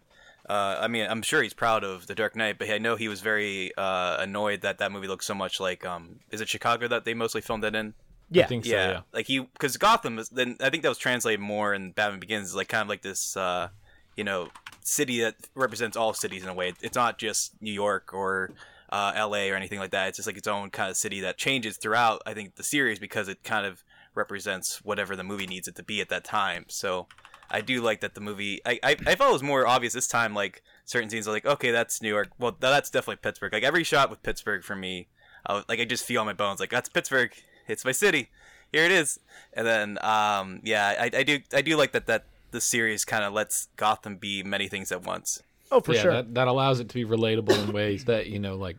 Speaker 4: Uh, I mean, I'm sure he's proud of The Dark Knight, but I know he was very uh, annoyed that that movie looked so much like. Um, is it Chicago that they mostly filmed it in?
Speaker 2: yeah,
Speaker 1: I think so,
Speaker 4: yeah,
Speaker 1: yeah.
Speaker 4: like he because Gotham is then I think that was translated more in Batman Begins is like kind of like this uh, you know city that represents all cities in a way. It's not just New York or uh, L.A. or anything like that. It's just like its own kind of city that changes throughout. I think the series because it kind of represents whatever the movie needs it to be at that time. So I do like that the movie. I I, I felt it was more obvious this time. Like certain scenes are like okay that's New York. Well that's definitely Pittsburgh. Like every shot with Pittsburgh for me. I was, like I just feel on my bones like that's Pittsburgh. It's my city here it is. And then, um, yeah, I, I do, I do like that that the series kind of lets Gotham be many things at once.
Speaker 2: oh for
Speaker 1: yeah,
Speaker 2: sure.
Speaker 1: that, that allows it to be relatable in ways that you know, like,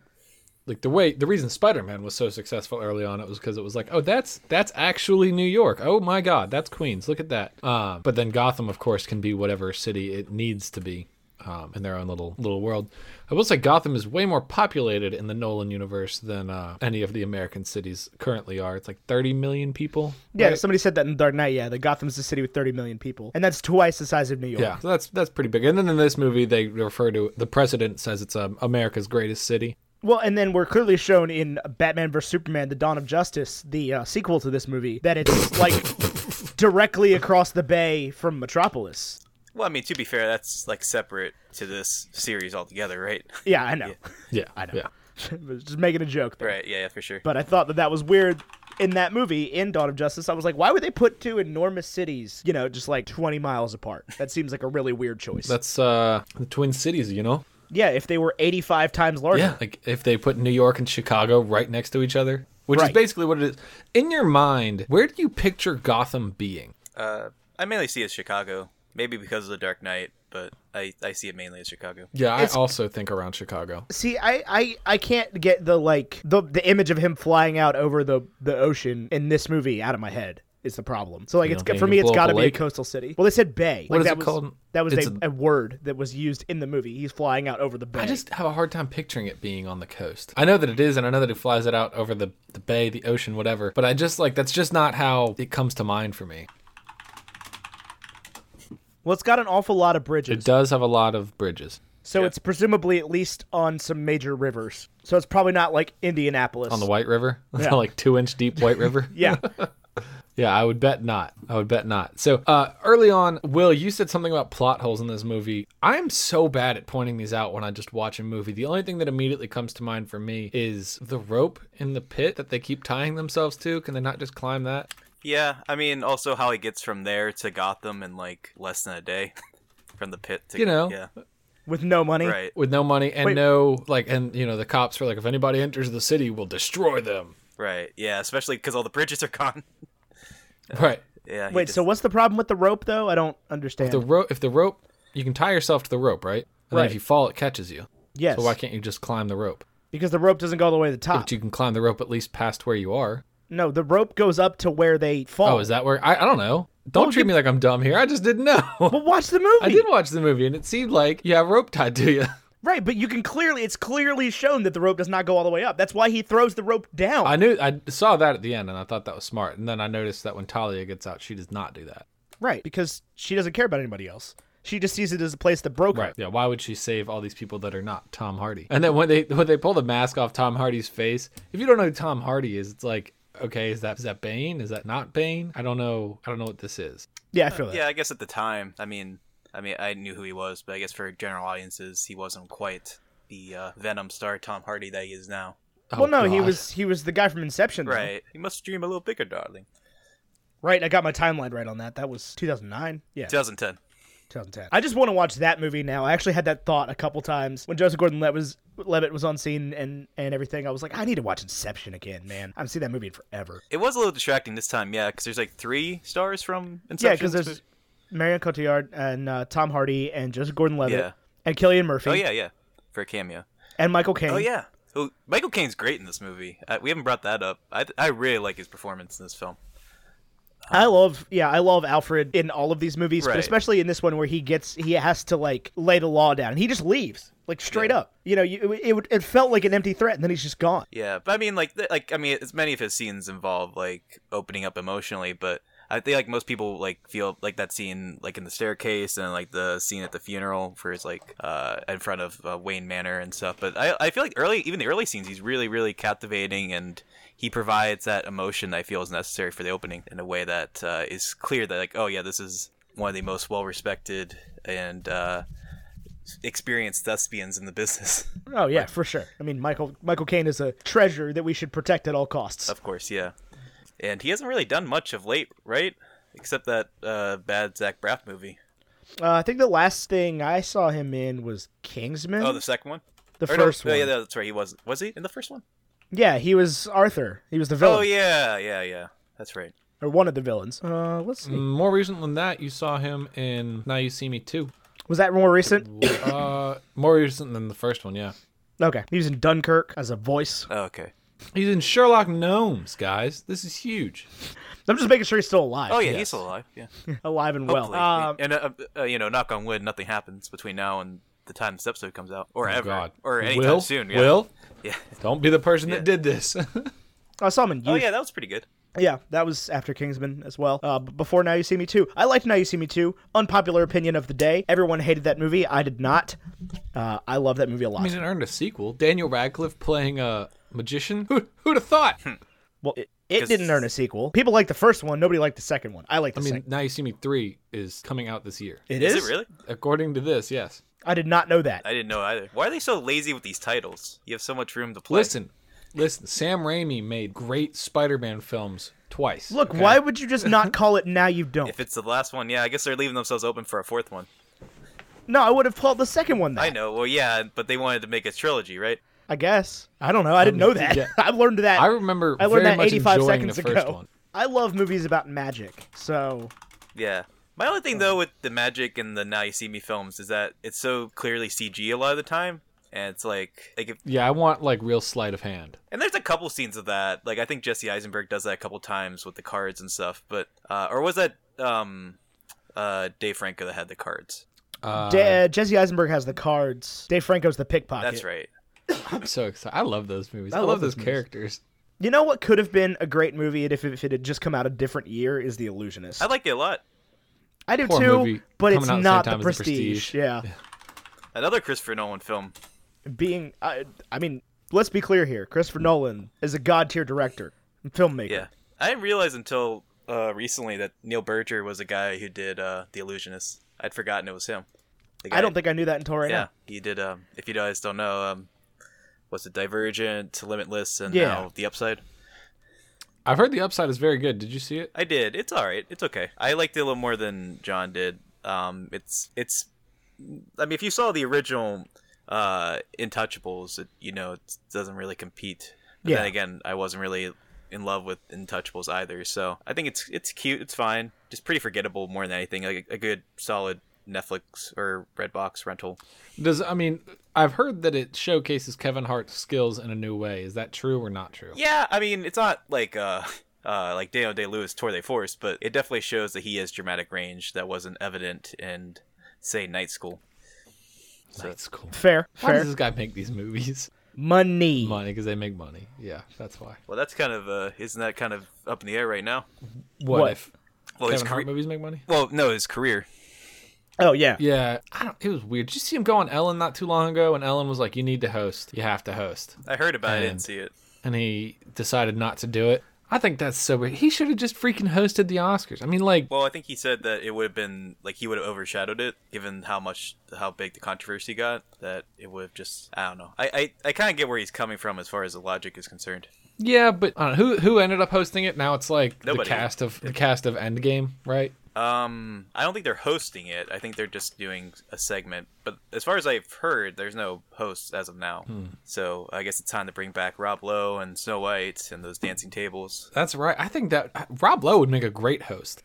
Speaker 1: like the way the reason Spider-Man was so successful early on it was because it was like, oh, that's that's actually New York. Oh my God, that's Queens. Look at that. Um, but then Gotham, of course, can be whatever city it needs to be. Um, in their own little little world, I will say Gotham is way more populated in the Nolan universe than uh, any of the American cities currently are. It's like 30 million people.
Speaker 2: yeah,
Speaker 1: right?
Speaker 2: somebody said that in Dark Knight. Yeah, that Gotham's a city with 30 million people, and that's twice the size of New York.
Speaker 1: Yeah, so that's that's pretty big. And then in this movie, they refer to the president says it's um, America's greatest city.
Speaker 2: Well, and then we're clearly shown in Batman vs Superman: The Dawn of Justice, the uh, sequel to this movie, that it's like directly across the bay from Metropolis.
Speaker 4: Well, I mean, to be fair, that's like separate to this series altogether, right?
Speaker 2: Yeah, I know.
Speaker 1: Yeah, I know.
Speaker 2: Just making a joke. There.
Speaker 4: right. Yeah, yeah, for sure.
Speaker 2: But I thought that that was weird in that movie, in Dawn of Justice. I was like, why would they put two enormous cities, you know, just like 20 miles apart? That seems like a really weird choice.
Speaker 1: That's uh, the Twin Cities, you know.
Speaker 2: yeah, if they were 85 times larger.
Speaker 1: Yeah, like if they put New York and Chicago right next to each other, which
Speaker 2: Right.
Speaker 1: is basically what it is. In your mind, where do you picture Gotham being?
Speaker 4: Uh, I mainly see it as Chicago, maybe because of the Dark Knight, but I, I see it mainly as Chicago.
Speaker 1: Yeah, I
Speaker 2: It's-
Speaker 1: also think around Chicago.
Speaker 2: See, I, I, I can't get the like the the image of him flying out over the the ocean in this movie out of my head. Is the problem. So like
Speaker 1: You
Speaker 2: it's
Speaker 1: don't think
Speaker 2: for
Speaker 1: you
Speaker 2: me
Speaker 1: can
Speaker 2: it's
Speaker 1: blow up
Speaker 2: got to
Speaker 1: a
Speaker 2: be a
Speaker 1: lake?
Speaker 2: coastal city. Well, they said bay.
Speaker 1: What
Speaker 2: like,
Speaker 1: is
Speaker 2: that
Speaker 1: it
Speaker 2: was,
Speaker 1: called?
Speaker 2: That was
Speaker 1: It's
Speaker 2: a, a word that was used in the movie. He's flying out over the bay.
Speaker 1: I just have a hard time picturing it being on the coast. I know that it is, and I know that it flies it out over the, the bay, the ocean, whatever, but I just like that's just not how it comes to mind for me.
Speaker 2: well, it's got an awful lot of
Speaker 1: It
Speaker 2: bridges,
Speaker 1: does have a lot of bridges
Speaker 2: so it's presumably at least on some major rivers. So it's probably not like Indianapolis.
Speaker 1: on the White River,
Speaker 2: Yeah.
Speaker 1: like two inch deep White River.
Speaker 2: yeah,
Speaker 1: Yeah, I would bet not. I would bet not. So uh, early on, Will, you said something about plot holes in this movie. I'm so bad at pointing these out when I just watch a movie. The only thing that immediately comes to mind for me is the rope in the pit that they keep tying themselves to. Can they not just climb that?
Speaker 4: Yeah, I mean, also how he gets from there to Gotham in like less than a day, from the pit to
Speaker 1: You know.
Speaker 4: yeah,
Speaker 2: with no money.
Speaker 4: right.
Speaker 1: with no money and
Speaker 2: Wait.
Speaker 1: no like and you know the cops were like if anybody enters the city we'll destroy them
Speaker 4: Right. Yeah, especially because all the bridges are gone.
Speaker 1: right
Speaker 4: Yeah. he
Speaker 2: Wait,
Speaker 4: just-
Speaker 2: so what's the problem with the rope though? I don't understand.
Speaker 1: the rope if the rope you can tie yourself to the rope right and then
Speaker 2: Right.
Speaker 1: if you fall it catches you
Speaker 2: yes,
Speaker 1: so why can't you just climb the rope
Speaker 2: because the rope doesn't go all the way to the top.
Speaker 1: but you can climb the rope at least past where you are
Speaker 2: No, the rope goes up to where they fall.
Speaker 1: oh is that where i, I don't know don't treat me like i'm dumb here i just didn't know
Speaker 2: Well, watch the movie.
Speaker 1: i did watch the movie and it seemed like you have rope tied to you
Speaker 2: Right, but you can clearly, it's clearly shown that the rope does not go all the way up. That's why he throws the rope down.
Speaker 1: i knew i saw that at the end and i thought that was smart and then i noticed that when talia gets out she does not do that
Speaker 2: right, because she doesn't care about anybody else. She just sees it as a place that broke
Speaker 1: Right. Yeah. Why would she save all these people that are not Tom Hardy? And then when they when they pull the mask off Tom Hardy's face, if you don't know who Tom Hardy is, it's like, okay, is that is that Bane? Is that not Bane? I don't know. I don't know what this is.
Speaker 2: her. Yeah, I feel that.
Speaker 4: Yeah, I guess at the time, I mean, I mean, I knew who he was, but I guess for general audiences, he wasn't quite the uh, Venom star Tom Hardy that he is now.
Speaker 1: Oh,
Speaker 2: well, no, he
Speaker 1: God.
Speaker 2: was he was the guy from Inception. though.
Speaker 4: Right. You must dream a little bigger, darling.
Speaker 2: Right, I got my timeline right on that. That was 2009. Yeah,
Speaker 4: 2010.
Speaker 2: 2010. I just want to watch that movie now. I actually had that thought a couple times when Joseph Gordon-Levitt was Levitt was on scene and and everything. I was like, I need to watch Inception again, man. I haven't seen that movie in forever.
Speaker 4: It was a little distracting this time, yeah, because there's like three stars from
Speaker 2: Yeah,
Speaker 4: Inception.
Speaker 2: because there's Marion Cotillard and uh, Tom Hardy and Joseph Gordon-Levitt
Speaker 4: Yeah.
Speaker 2: and Killian Murphy
Speaker 4: Oh yeah, yeah, for a cameo.
Speaker 2: and Michael Caine.
Speaker 4: Oh yeah. Oh, Michael Caine's great in this movie. I, we haven't brought that up. I I really like his performance in this film.
Speaker 2: I love yeah, I love Alfred in all of these movies, but
Speaker 4: Right.
Speaker 2: especially in this one where he gets he has to like lay the law down and he just leaves like straight
Speaker 4: Yeah.
Speaker 2: up. You know, you, it would- it felt like an empty threat and then he's just gone.
Speaker 4: Yeah, but I mean, like, th- like I mean, it's many of his scenes involve like opening up emotionally, but I think like most people like feel like that scene like in the staircase and like the scene at the funeral for his like uh in front of uh, Wayne Manor and stuff. But I I feel like early even the early scenes he's really really captivating and he provides that emotion that I feel is necessary for the opening in a way that uh, is clear that like oh yeah this is one of the most well respected and uh experienced thespians in the business.
Speaker 2: Oh yeah, for sure. I mean, Michael Michael Caine is a treasure that we should protect at all costs.
Speaker 4: Of course, yeah. And he hasn't really done much of late, right? Except that uh, bad Zach Braff movie.
Speaker 2: Uh, I think the last thing I saw him in was Kingsman.
Speaker 4: Oh, the second one.
Speaker 2: the
Speaker 4: Or no,
Speaker 2: first
Speaker 4: no,
Speaker 2: one.
Speaker 4: Yeah,
Speaker 2: Yeah,
Speaker 4: no, that's right. He was. Was he in the first one?
Speaker 2: he was Arthur. He was the villain
Speaker 4: Oh yeah, yeah, yeah. That's right.
Speaker 2: or one of the villains. Uh, let's see.
Speaker 1: more recent than that. You saw him in Now You See Me Too.
Speaker 2: Was that more recent?
Speaker 1: uh, more recent than the first one. Yeah.
Speaker 2: Okay, he was in Dunkirk as a voice.
Speaker 4: Oh, okay.
Speaker 1: He's in Sherlock Gnomes, guys. This is huge.
Speaker 2: I'm just making sure he's still alive.
Speaker 4: Oh yeah, he's still alive. Yeah.
Speaker 2: alive and well.
Speaker 4: Hopefully.
Speaker 2: Um,
Speaker 4: and uh, uh, you know, knock on wood, nothing happens between now and the time this episode comes out,
Speaker 2: Oh,
Speaker 4: or ever,
Speaker 1: God.
Speaker 4: or anytime
Speaker 1: Will?
Speaker 4: soon. Yeah.
Speaker 1: Will.
Speaker 4: Yeah.
Speaker 1: Don't be the person that did this.
Speaker 2: I saw him in Youth.
Speaker 4: Oh yeah, that was pretty good.
Speaker 2: Yeah, that was after Kingsman as well. Uh, but before Now You See Me Too, I liked Now You See Me Too. Unpopular opinion of the day: everyone hated that movie. I did not. Uh, I love that movie a lot.
Speaker 1: I mean, it earned a sequel. Daniel Radcliffe playing a magician. Who, who'd have thought?
Speaker 4: Hmm.
Speaker 2: well, it, it
Speaker 4: 'cause-
Speaker 2: didn't earn a sequel. People liked the first one. Nobody liked the second one. I liked the
Speaker 1: I mean,
Speaker 2: second.
Speaker 1: Now You See Me 3 is coming out this year.
Speaker 2: It
Speaker 4: Is,
Speaker 2: is,
Speaker 4: it really?
Speaker 1: According to this, yes.
Speaker 2: I did not know that.
Speaker 4: I didn't know either. Why are they so lazy with these titles? You have so much room to play.
Speaker 1: Listen, listen, Sam Raimi made great Spider Man films twice.
Speaker 2: Look,
Speaker 1: okay?
Speaker 2: why would you just not call it Now You Don't?
Speaker 4: If it's the last one, yeah, I guess they're leaving themselves open for a fourth one.
Speaker 2: no, I would have called the second one that.
Speaker 4: I know. Well, yeah, but they wanted to make a trilogy, right?
Speaker 2: I guess. I don't know. I didn't know that.
Speaker 1: yeah.
Speaker 2: I learned that.
Speaker 1: I remember
Speaker 2: I learned
Speaker 1: very
Speaker 2: that
Speaker 1: much
Speaker 2: 85
Speaker 1: enjoying
Speaker 2: seconds
Speaker 1: the first
Speaker 2: ago.
Speaker 1: one.
Speaker 2: I love movies about magic, so
Speaker 4: Yeah. My only thing though with the magic and the Now You See Me films is that it's so clearly CG a lot of the time, and it's like like if,
Speaker 1: Yeah, I want like real sleight of hand.
Speaker 4: and there's a couple scenes of that. Like I think Jesse Eisenberg does that a couple times with the cards and stuff, but uh, or was that um uh Dave Franco that had the cards?
Speaker 1: Uh,
Speaker 2: Da- Jesse Eisenberg has the cards. Dave Franco's the pickpocket.
Speaker 4: That's right.
Speaker 1: I'm so excited. I love those movies. I,
Speaker 2: love
Speaker 1: love, those
Speaker 2: those movies.
Speaker 1: characters.
Speaker 2: You know what could have been a great movie if, if it had just come out a different year is The Illusionist.
Speaker 4: I like it a lot.
Speaker 2: I do
Speaker 1: Poor
Speaker 2: too,
Speaker 1: movie
Speaker 2: but
Speaker 1: coming
Speaker 2: it's
Speaker 1: out at the
Speaker 2: not
Speaker 1: same time
Speaker 2: the
Speaker 1: as The
Speaker 2: prestige.
Speaker 1: Prestige.
Speaker 2: Yeah.
Speaker 4: Another Christopher Nolan film.
Speaker 2: Being, I, I mean, let's be clear here. Christopher Nolan is a god tier director and filmmaker.
Speaker 4: Yeah, I didn't realize until uh, recently that Neil Berger was a guy who did uh, The Illusionist. I'd forgotten it was him. The
Speaker 2: I don't think I knew that until right
Speaker 4: Yeah,
Speaker 2: now.
Speaker 4: he did. Um, if you guys don't know, um, was it Divergent, Limitless, and
Speaker 2: Yeah.
Speaker 4: now The Upside?
Speaker 1: I've heard the upside is very good. Did you see it?
Speaker 4: I did. It's all right. It's okay. I liked it a little more than John did. Um, it's it's. I mean, if you saw the original uh, Intouchables, it, you know it doesn't really compete. But
Speaker 2: Yeah.
Speaker 4: then again, I wasn't really in love with Intouchables either. So I think it's it's cute. It's fine. Just pretty forgettable more than anything. Like a, a good solid Netflix or Redbox rental.
Speaker 1: Does I mean I've heard that it showcases Kevin Hart's skills in a new way. Is that true or not true?
Speaker 4: Yeah, I mean, it's not like uh, uh, like Daniel Day Lewis Tour de Force, but it definitely shows that he has dramatic range that wasn't evident in, say, Night School.
Speaker 1: That's cool.
Speaker 2: Fair,
Speaker 1: Why
Speaker 2: fair.
Speaker 1: does this guy make these movies?
Speaker 2: Money.
Speaker 1: Money because they make money. Yeah, that's why.
Speaker 4: Well, that's kind of uh, isn't that kind of up in the air right now?
Speaker 1: What,
Speaker 2: What?
Speaker 1: if
Speaker 4: Well, his
Speaker 1: Kevin Hart
Speaker 4: career.
Speaker 1: movies make money?
Speaker 4: Well, no, his career.
Speaker 2: Oh yeah.
Speaker 1: Yeah, I don't. It was weird. Did you see him go on Ellen not too long ago? And Ellen was like, "You need to host. You have to host."
Speaker 4: I heard about it. I
Speaker 1: And-
Speaker 4: didn't see it.
Speaker 1: and he decided not to do it. I think that's so weird. He should have just freaking hosted the Oscars. I mean, like,
Speaker 4: Well, I think he said that it would have been like he would have overshadowed it, given how much how big the controversy got. That it would have just I don't know. I I, I kind of get where he's coming from as far as the logic is concerned.
Speaker 1: yeah, but I don't know, who who ended up hosting it? Now it's like
Speaker 4: Nobody.
Speaker 1: the cast of the cast of Endgame, right?
Speaker 4: Um, I don't think they're hosting it. I think they're just doing a segment. But as far as I've heard, there's no hosts as of now. So I guess it's time to bring back Rob Lowe and Snow White and those dancing tables.
Speaker 1: That's right. I think that Rob Lowe would make a great host.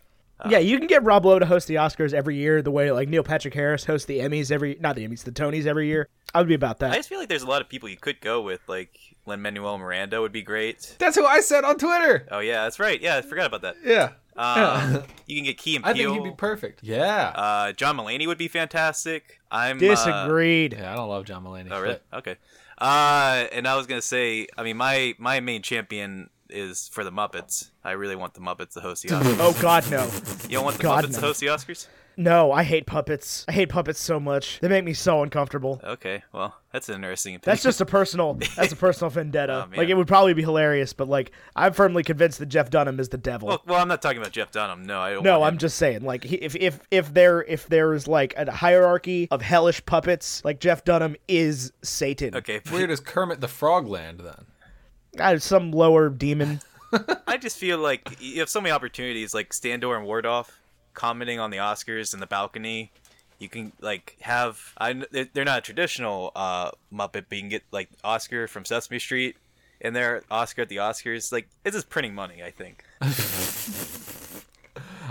Speaker 2: yeah, you can get Rob Lowe to host the Oscars every year, the way like Neil Patrick Harris hosts the Emmys every not the Emmys, the Tonys every year. I would be about that.
Speaker 4: I just feel like there's a lot of people you could go with. Like Lin Manuel Miranda would be great.
Speaker 1: That's who I said on Twitter.
Speaker 4: Oh yeah, that's right. Yeah, I forgot about that.
Speaker 1: Yeah,
Speaker 4: Uh, you can get Key and
Speaker 1: I think
Speaker 4: Peele.
Speaker 1: he'd be perfect. Yeah.
Speaker 4: uh, John Mulaney would be fantastic. I'm uh,
Speaker 2: Disagreed.
Speaker 1: yeah, I don't love John Mulaney.
Speaker 4: Oh,
Speaker 1: but
Speaker 4: really? Okay. Uh, and I was gonna say, I mean, my my main champion is for the Muppets. I really want the Muppets to host the Oscars.
Speaker 2: Oh God, no,
Speaker 4: you don't want the
Speaker 2: God,
Speaker 4: Muppets
Speaker 2: no.
Speaker 4: to host the Oscars?
Speaker 2: no! I hate puppets. I hate puppets so much. They make me so uncomfortable.
Speaker 4: Okay. Well, that's an interesting opinion.
Speaker 2: That's just a personal. That's a personal vendetta.
Speaker 4: Oh, man.
Speaker 2: like it would probably be hilarious, but like I'm firmly convinced that Jeff Dunham is the devil.
Speaker 4: well, well, I'm not talking about Jeff Dunham. No, I don't.
Speaker 2: no,
Speaker 4: want
Speaker 2: I'm
Speaker 4: him.
Speaker 2: just saying. Like he- if if if there if there is like a hierarchy of hellish puppets, like Jeff Dunham is Satan.
Speaker 4: okay. but
Speaker 1: Weird as Kermit the Frogland then.
Speaker 2: Uh, some lower demon.
Speaker 4: I just feel like you have so many opportunities, like Standor and Wardoff commenting on the Oscars in the balcony. You can like have I kn- they're they're not a traditional uh, Muppet, but you can get like Oscar from Sesame Street, and they're Oscar at the Oscars. Like it's just printing money. I think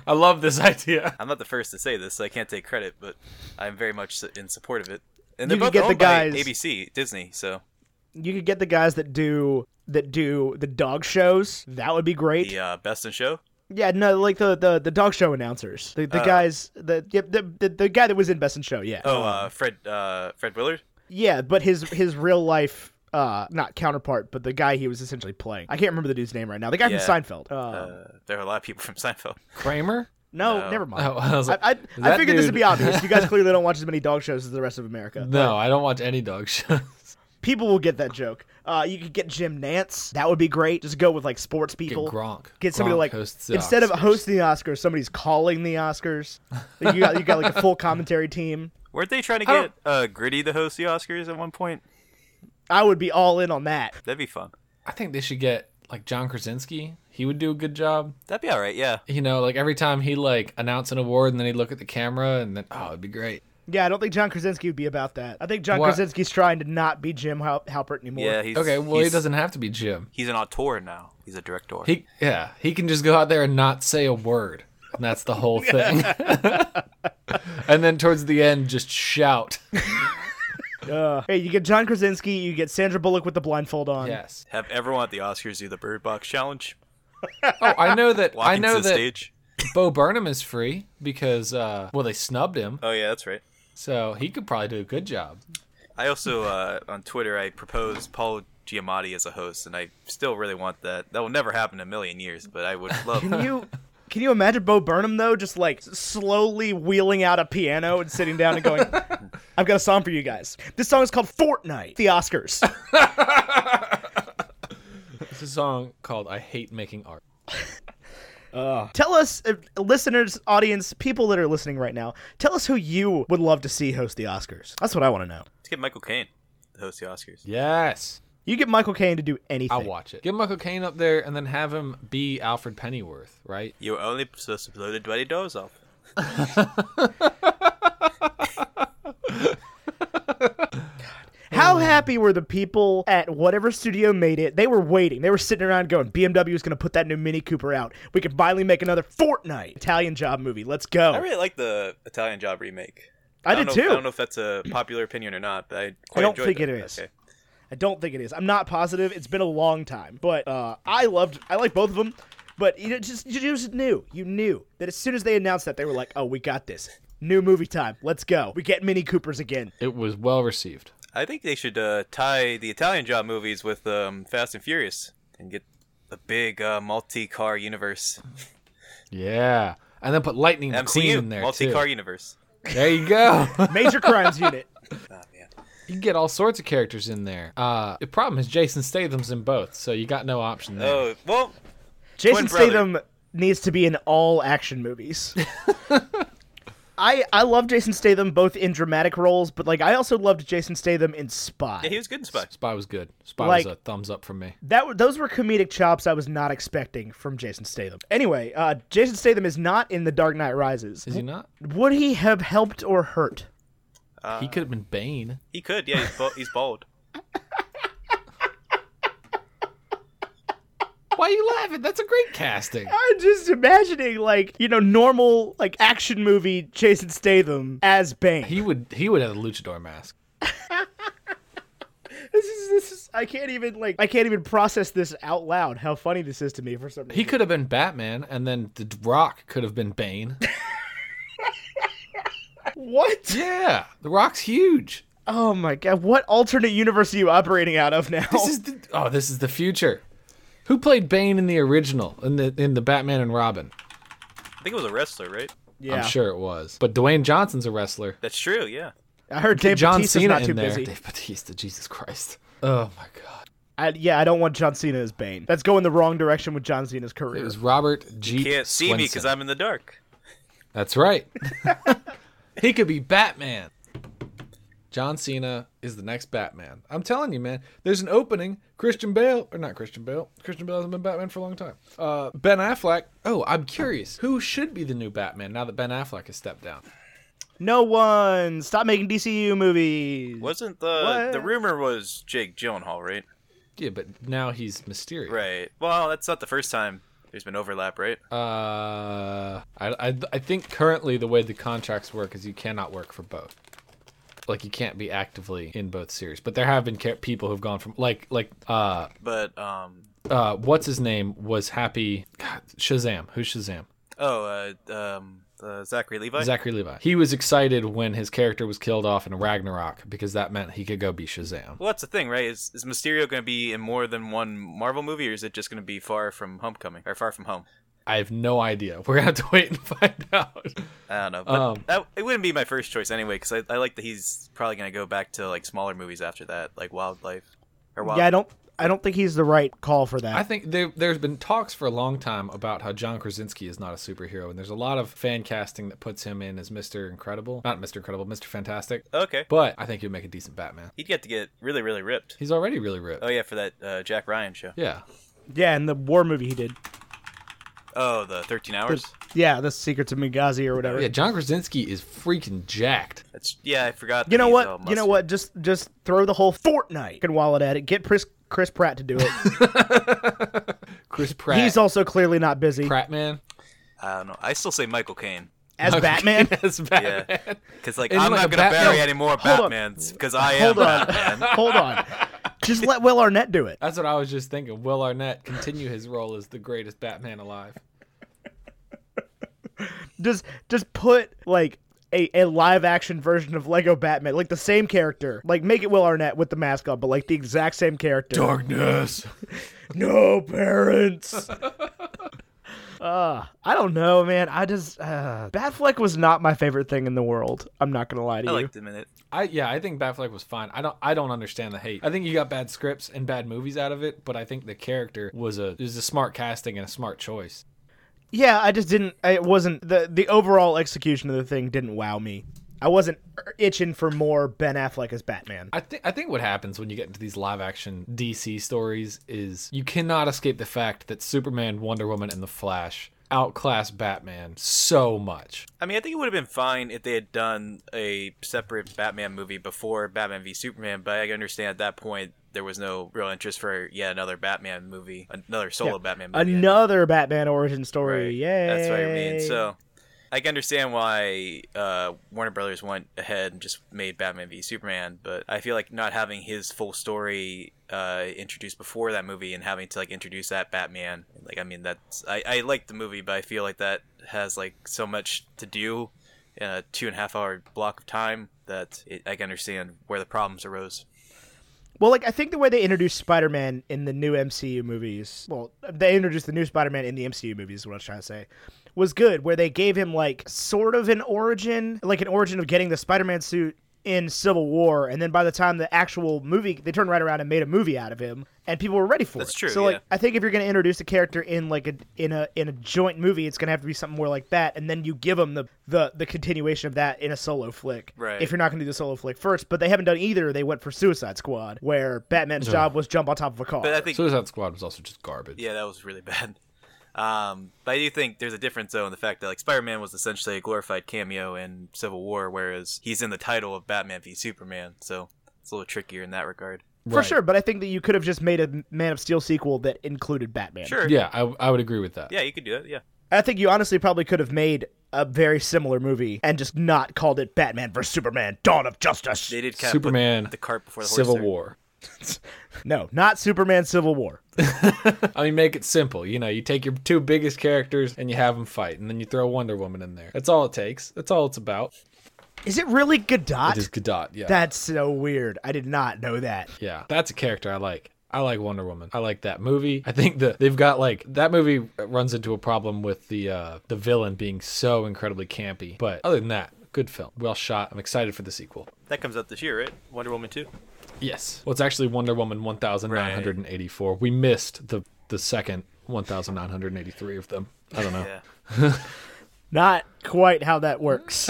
Speaker 1: I love this idea.
Speaker 4: I'm not the first to say this, so I can't take credit, but I'm very much in support of it. And
Speaker 2: You
Speaker 4: they're
Speaker 2: can
Speaker 4: both
Speaker 2: get the
Speaker 4: owned by
Speaker 2: guys-
Speaker 4: ABC, Disney. So
Speaker 2: You could get the guys that do that do the dog shows. That would be great.
Speaker 4: the uh, Best in Show.
Speaker 2: Yeah, no, like the the, the dog show announcers, the, the
Speaker 4: Oh.
Speaker 2: guys, the, yep, the the the guy that was in Best in Show, yeah,
Speaker 4: Oh, uh, Fred uh, Fred Willard.
Speaker 2: yeah, but his his real life, uh, not counterpart, but the guy he was essentially playing. I can't remember the dude's name right now. The guy
Speaker 4: Yeah.
Speaker 2: from Seinfeld. Uh,
Speaker 4: Uh, there are a lot of people from Seinfeld.
Speaker 1: Kramer?
Speaker 2: no,
Speaker 4: no.
Speaker 2: never mind.
Speaker 1: Oh, I was like,
Speaker 2: I, I, I
Speaker 1: that
Speaker 2: figured this would
Speaker 1: dude-
Speaker 2: be obvious. You guys clearly don't watch as many dog shows as the rest of America.
Speaker 1: No, I don't watch any dog shows.
Speaker 2: People will get that joke. Uh, you could get Jim Nance. That would be great. Just go with like sports
Speaker 1: Get
Speaker 2: people.
Speaker 1: Gronk.
Speaker 2: get somebody
Speaker 1: Gronk
Speaker 2: like
Speaker 1: hosts the
Speaker 2: instead
Speaker 1: Oscars.
Speaker 2: of hosting the Oscars, somebody's calling the Oscars. Like, you got you got like a full commentary team.
Speaker 4: Weren't they trying to
Speaker 1: I
Speaker 4: get uh, Gritty to host the Oscars at one point?
Speaker 2: I would be all in on that.
Speaker 4: That'd be fun.
Speaker 1: I think they should get like John Krasinski. He would do a good job.
Speaker 4: That'd be all right. Yeah.
Speaker 1: You know, like every time he like announce an award and then he'd look at the camera and then oh, it'd be great.
Speaker 2: Yeah, I don't think John Krasinski would be about that. I think John
Speaker 1: What?
Speaker 2: Krasinski's trying to not be Jim Hal- Halpert anymore.
Speaker 4: Yeah. He's,
Speaker 1: Okay, well he
Speaker 4: he's,
Speaker 1: doesn't have to be Jim.
Speaker 4: He's an auteur now. He's a director.
Speaker 1: He yeah, he can just go out there and not say a word. and that's the whole thing. and then towards the end, just shout.
Speaker 2: Uh, hey, you get John Krasinski, you get Sandra Bullock with the blindfold on.
Speaker 1: Yes.
Speaker 4: Have everyone at the Oscars do the Bird Box challenge.
Speaker 1: Oh, I know that.
Speaker 4: Walking
Speaker 1: I know
Speaker 4: to the
Speaker 1: that
Speaker 4: stage.
Speaker 1: Bo Burnham is free because uh, well, they snubbed him,
Speaker 4: Oh yeah, that's right.
Speaker 1: so he could probably do a good job.
Speaker 4: I also uh, on Twitter I proposed Paul Giamatti as a host, and I still really want that. That will never happen in a million years, but I would love.
Speaker 2: Can you can you imagine Bo Burnham though, just like s- slowly wheeling out a piano and sitting down and going, "I've got a song for you guys. This song is called Fortnite. The Oscars.
Speaker 1: It's a song called "I Hate Making Art."
Speaker 2: tell us, uh, listeners, audience, people that are listening right now, tell us who you would love to see host the Oscars. That's what I want to know.
Speaker 4: Let's get Michael Caine to host the Oscars.
Speaker 1: Yes,
Speaker 2: You get Michael Caine to do anything.
Speaker 1: I'll watch it. Get Michael Caine up there, and then have him be Alfred Pennyworth, right?
Speaker 4: You're only supposed to blow the twenty dollars off.
Speaker 2: How
Speaker 4: Mm.
Speaker 2: happy were the people at whatever studio made it? They were waiting. They were sitting around going, BMW is going to put that new Mini Cooper out. We can finally make another Fortnite Italian job movie. Let's go.
Speaker 4: I really like the Italian Job remake.
Speaker 2: I did
Speaker 4: don't know,
Speaker 2: too.
Speaker 4: I don't know if that's a popular opinion or not, but I quite
Speaker 2: don't
Speaker 4: enjoyed
Speaker 2: think
Speaker 4: it.
Speaker 2: it is.
Speaker 4: Okay.
Speaker 2: I don't think it is. I'm not positive. It's been a long time, but uh, I loved. I like both of them. But you know, just you just knew. You knew that as soon as they announced that, they were like, "Oh, we got this. New movie time. Let's go. We get Mini Coopers again."
Speaker 1: It was well received.
Speaker 4: I think they should uh, tie the Italian Job movies with um, Fast and Furious and get a big uh, multi-car universe
Speaker 1: Yeah, and then put Lightning McQueen in
Speaker 4: MCU
Speaker 1: there
Speaker 4: multi-car
Speaker 1: too.
Speaker 4: universe.
Speaker 1: There you go.
Speaker 2: Major Crimes Unit.
Speaker 4: Oh, man.
Speaker 1: you can get all sorts of characters in there. Uh, the problem is Jason Statham's in both, so you got no option there.
Speaker 4: Oh well,
Speaker 2: Jason
Speaker 4: Twin brother.
Speaker 2: Statham needs to be in all action movies. I I love Jason Statham both in dramatic roles, but like I also loved Jason Statham in Spy.
Speaker 4: yeah, he was good in Spy.
Speaker 1: Spy was good. Spy
Speaker 2: Like-
Speaker 1: was a thumbs up from me.
Speaker 2: That w- those were comedic chops I was not expecting from Jason Statham. Anyway, uh, Jason Statham is not in The Dark Knight Rises.
Speaker 1: Is he not?
Speaker 2: Would he have helped or hurt?
Speaker 1: he could have been Bane.
Speaker 4: He could, yeah. He's, bald. he's bald.
Speaker 1: Why are you laughing? That's a great casting.
Speaker 2: I'm just imagining like you know normal like action movie Jason Statham as Bane.
Speaker 1: He would he would have the luchador mask.
Speaker 2: this is this is I can't even like I can't even process this out loud. How funny this is to me for some reason.
Speaker 1: He could have been Batman, and then the Rock could have been Bane.
Speaker 2: what?
Speaker 1: yeah, the Rock's huge.
Speaker 2: Oh my god! What alternate universe are you operating out of now?
Speaker 1: This is the, oh, this is the future. Who played Bane in the original in the in the Batman and Robin?
Speaker 4: I think it was a wrestler, right?
Speaker 2: yeah,
Speaker 1: I'm sure it was. But Dwayne Johnson's a wrestler.
Speaker 4: That's true. Yeah.
Speaker 2: I heard Dave
Speaker 1: John
Speaker 2: Bautista's
Speaker 1: Cena
Speaker 2: not
Speaker 1: in
Speaker 2: too
Speaker 1: there.
Speaker 2: busy.
Speaker 1: Dave Batista, Jesus Christ. Oh my God.
Speaker 2: I, yeah, I don't want John Cena as Bane. That's going the wrong direction with John Cena's
Speaker 1: It
Speaker 2: career.
Speaker 1: was Robert G.
Speaker 4: Can't see me because
Speaker 1: Swenson.
Speaker 4: I'm in the dark.
Speaker 1: That's right. he could be Batman. John Cena is the next Batman. I'm telling you, man. There's an opening. Christian Bale, or not Christian Bale. Christian Bale hasn't been Batman for a long time. Uh, ben Affleck. Oh, I'm curious. Who should be the new Batman now that Ben Affleck has stepped down?
Speaker 2: no one stop making DCU movies.
Speaker 4: Wasn't the
Speaker 2: What?
Speaker 4: the rumor was Jake Gyllenhaal, right?
Speaker 1: Yeah, but now he's mysterious.
Speaker 4: Right. Well, that's not the first time there's been overlap, right?
Speaker 1: Uh, I, I, I think currently the way the contracts work is you cannot work for both. Like you can't be actively in both series, but there have been ca- people who've gone from like like uh
Speaker 4: But um,
Speaker 1: uh, what's his name was happy God, Shazam. Who's Shazam?
Speaker 4: oh, uh, um, uh, Zachary Levi.
Speaker 1: Zachary Levi. He was excited when his character was killed off in Ragnarok because that meant he could go be Shazam.
Speaker 4: Well, that's the thing, right? Is, is Mysterio going to be in more than one Marvel movie, or is it just going to be Far From Homecoming or Far From Home?
Speaker 1: I have no idea. We're gonna have to wait and find out.
Speaker 4: I don't know. But
Speaker 1: Um.
Speaker 4: that, it wouldn't be my first choice anyway, because I, I like that he's probably going to go back to like smaller movies after that, like Wildlife or Wild.
Speaker 2: Yeah, I don't. I don't think he's the right call for that.
Speaker 1: I think there, there's been talks for a long time about how John Krasinski is not a superhero, and there's a lot of fan casting that puts him in as Mr. Incredible, not Mr. Incredible, Mr. Fantastic.
Speaker 4: Okay.
Speaker 1: But I think he'd make a decent Batman.
Speaker 4: He'd get to get really, really ripped.
Speaker 1: He's already really ripped.
Speaker 4: Oh yeah, for that uh, Jack Ryan show.
Speaker 1: Yeah.
Speaker 2: yeah, in the war movie he did.
Speaker 4: Oh, the Thirteen Hours.
Speaker 2: Yeah, the Secrets of Benghazi or whatever.
Speaker 1: Yeah, John Krasinski is freaking jacked.
Speaker 4: That's yeah, I forgot. that
Speaker 2: You know
Speaker 4: he's
Speaker 2: what?
Speaker 4: all
Speaker 2: You know
Speaker 4: muscular.
Speaker 2: what? Just just throw the whole Fortnite and wallet at it. Get Chris Chris Pratt to do it.
Speaker 1: Chris Pratt.
Speaker 2: he's also clearly not busy.
Speaker 1: Pratt man.
Speaker 4: I don't know. I still say Michael Caine.
Speaker 2: as Batman.
Speaker 1: as Batman.
Speaker 4: Because like
Speaker 1: And,
Speaker 4: I'm
Speaker 1: like,
Speaker 4: not
Speaker 1: a
Speaker 4: gonna
Speaker 1: Bat-
Speaker 4: bury
Speaker 1: no,
Speaker 4: any more
Speaker 2: hold on.
Speaker 4: Batmans because I am
Speaker 2: Hold on,
Speaker 4: Batman.
Speaker 2: hold on. Just let Will Arnett do it.
Speaker 1: That's what I was just thinking. Will Arnett continue his role as the greatest Batman alive?
Speaker 2: Just just put like a, a live action version of Lego Batman, like the same character. Like make it Will Arnett with the mask on, but like the exact same character.
Speaker 1: Darkness.
Speaker 2: No parents. Uh, I don't know, man. I just uh, Batfleck was not my favorite thing in the world. I'm not gonna lie to
Speaker 4: I
Speaker 2: you.
Speaker 4: liked him in it.
Speaker 1: I yeah, I think Batfleck was fine. I don't I don't understand the hate. I think you got bad scripts and bad movies out of it, but I think the character was a is a smart casting and a smart choice.
Speaker 2: Yeah, I just didn't. It wasn't the the overall execution of the thing didn't wow me. I wasn't itching for more Ben Affleck as Batman.
Speaker 1: I think I think what happens when you get into these live action DC stories is you cannot escape the fact that Superman, Wonder Woman, and the Flash outclass Batman so much.
Speaker 4: I mean, I think it would have been fine if they had done a separate Batman movie before Batman v Superman, but I understand at that point there was no real interest for yet another Batman movie, another solo Batman movie.
Speaker 2: Another Batman origin story.
Speaker 4: Right.
Speaker 2: Yay!
Speaker 4: That's what I mean. So I can understand why uh, Warner Brothers went ahead and just made Batman v Superman, but I feel like not having his full story uh, introduced before that movie and having to like introduce that Batman, like I mean that's I, I like the movie, but I feel like that has like so much to do in a two and a half hour block of time that it, I can understand where the problems arose.
Speaker 2: well, like I think the way they introduced Spider-Man in the new MCU movies, well, they introduced the new Spider-Man in the MCU movies. Is what I was trying to say was good, where they gave him like sort of an origin, like an origin of getting the Spider-Man suit in Civil War, and then by the time the actual movie, they turned right around and made a movie out of him, and people were ready for it.
Speaker 4: That's true,
Speaker 2: So
Speaker 4: yeah.
Speaker 2: like I think if you're going to introduce a character in like a in a in a joint movie, it's going to have to be something more like that, and then you give them the the the continuation of that in a solo flick.
Speaker 4: Right.
Speaker 2: If you're not going to do the solo flick first, but they haven't done either. They went for Suicide Squad, where Batman's job was jump on top of a car.
Speaker 4: But I think
Speaker 1: Suicide Squad was also just garbage.
Speaker 4: Yeah, that was really bad. Um, but I do think there's a difference though in the fact that like Spider-Man was essentially a glorified cameo in Civil War, whereas he's in the title of Batman v Superman, so it's a little trickier in that regard.
Speaker 2: for
Speaker 1: Right.
Speaker 2: sure. But I think that you could have just made a Man of Steel sequel that included Batman.
Speaker 4: Sure.
Speaker 1: Yeah, I, I would agree with that.
Speaker 4: Yeah, you could do that. Yeah.
Speaker 2: I think you honestly probably could have made a very similar movie and just not called it Batman vs Superman: Dawn of Justice.
Speaker 4: They did kind
Speaker 1: Superman,
Speaker 4: of put the cart before the
Speaker 1: Civil
Speaker 4: horse. there.
Speaker 1: War.
Speaker 2: No, not Superman: Civil War.
Speaker 1: I mean, make it simple. You know, you take your two biggest characters and you have them fight, and then you throw Wonder Woman in there. That's all it takes. That's all it's about.
Speaker 2: Is it really Godot?
Speaker 1: It is Godot. Yeah.
Speaker 2: That's so weird. I did not know that.
Speaker 1: Yeah, that's a character I like. I like Wonder Woman. I like that movie. I think that they've got like that movie runs into a problem with the uh the villain being so incredibly campy. But other than that, good film. Well shot. I'm excited for the sequel.
Speaker 4: That comes out this year, right? Wonder Woman two.
Speaker 1: Yes. Well, it's actually Wonder Woman 1984. We missed the the second 1983 of them. I don't know.
Speaker 4: Yeah.
Speaker 2: Not quite how that works.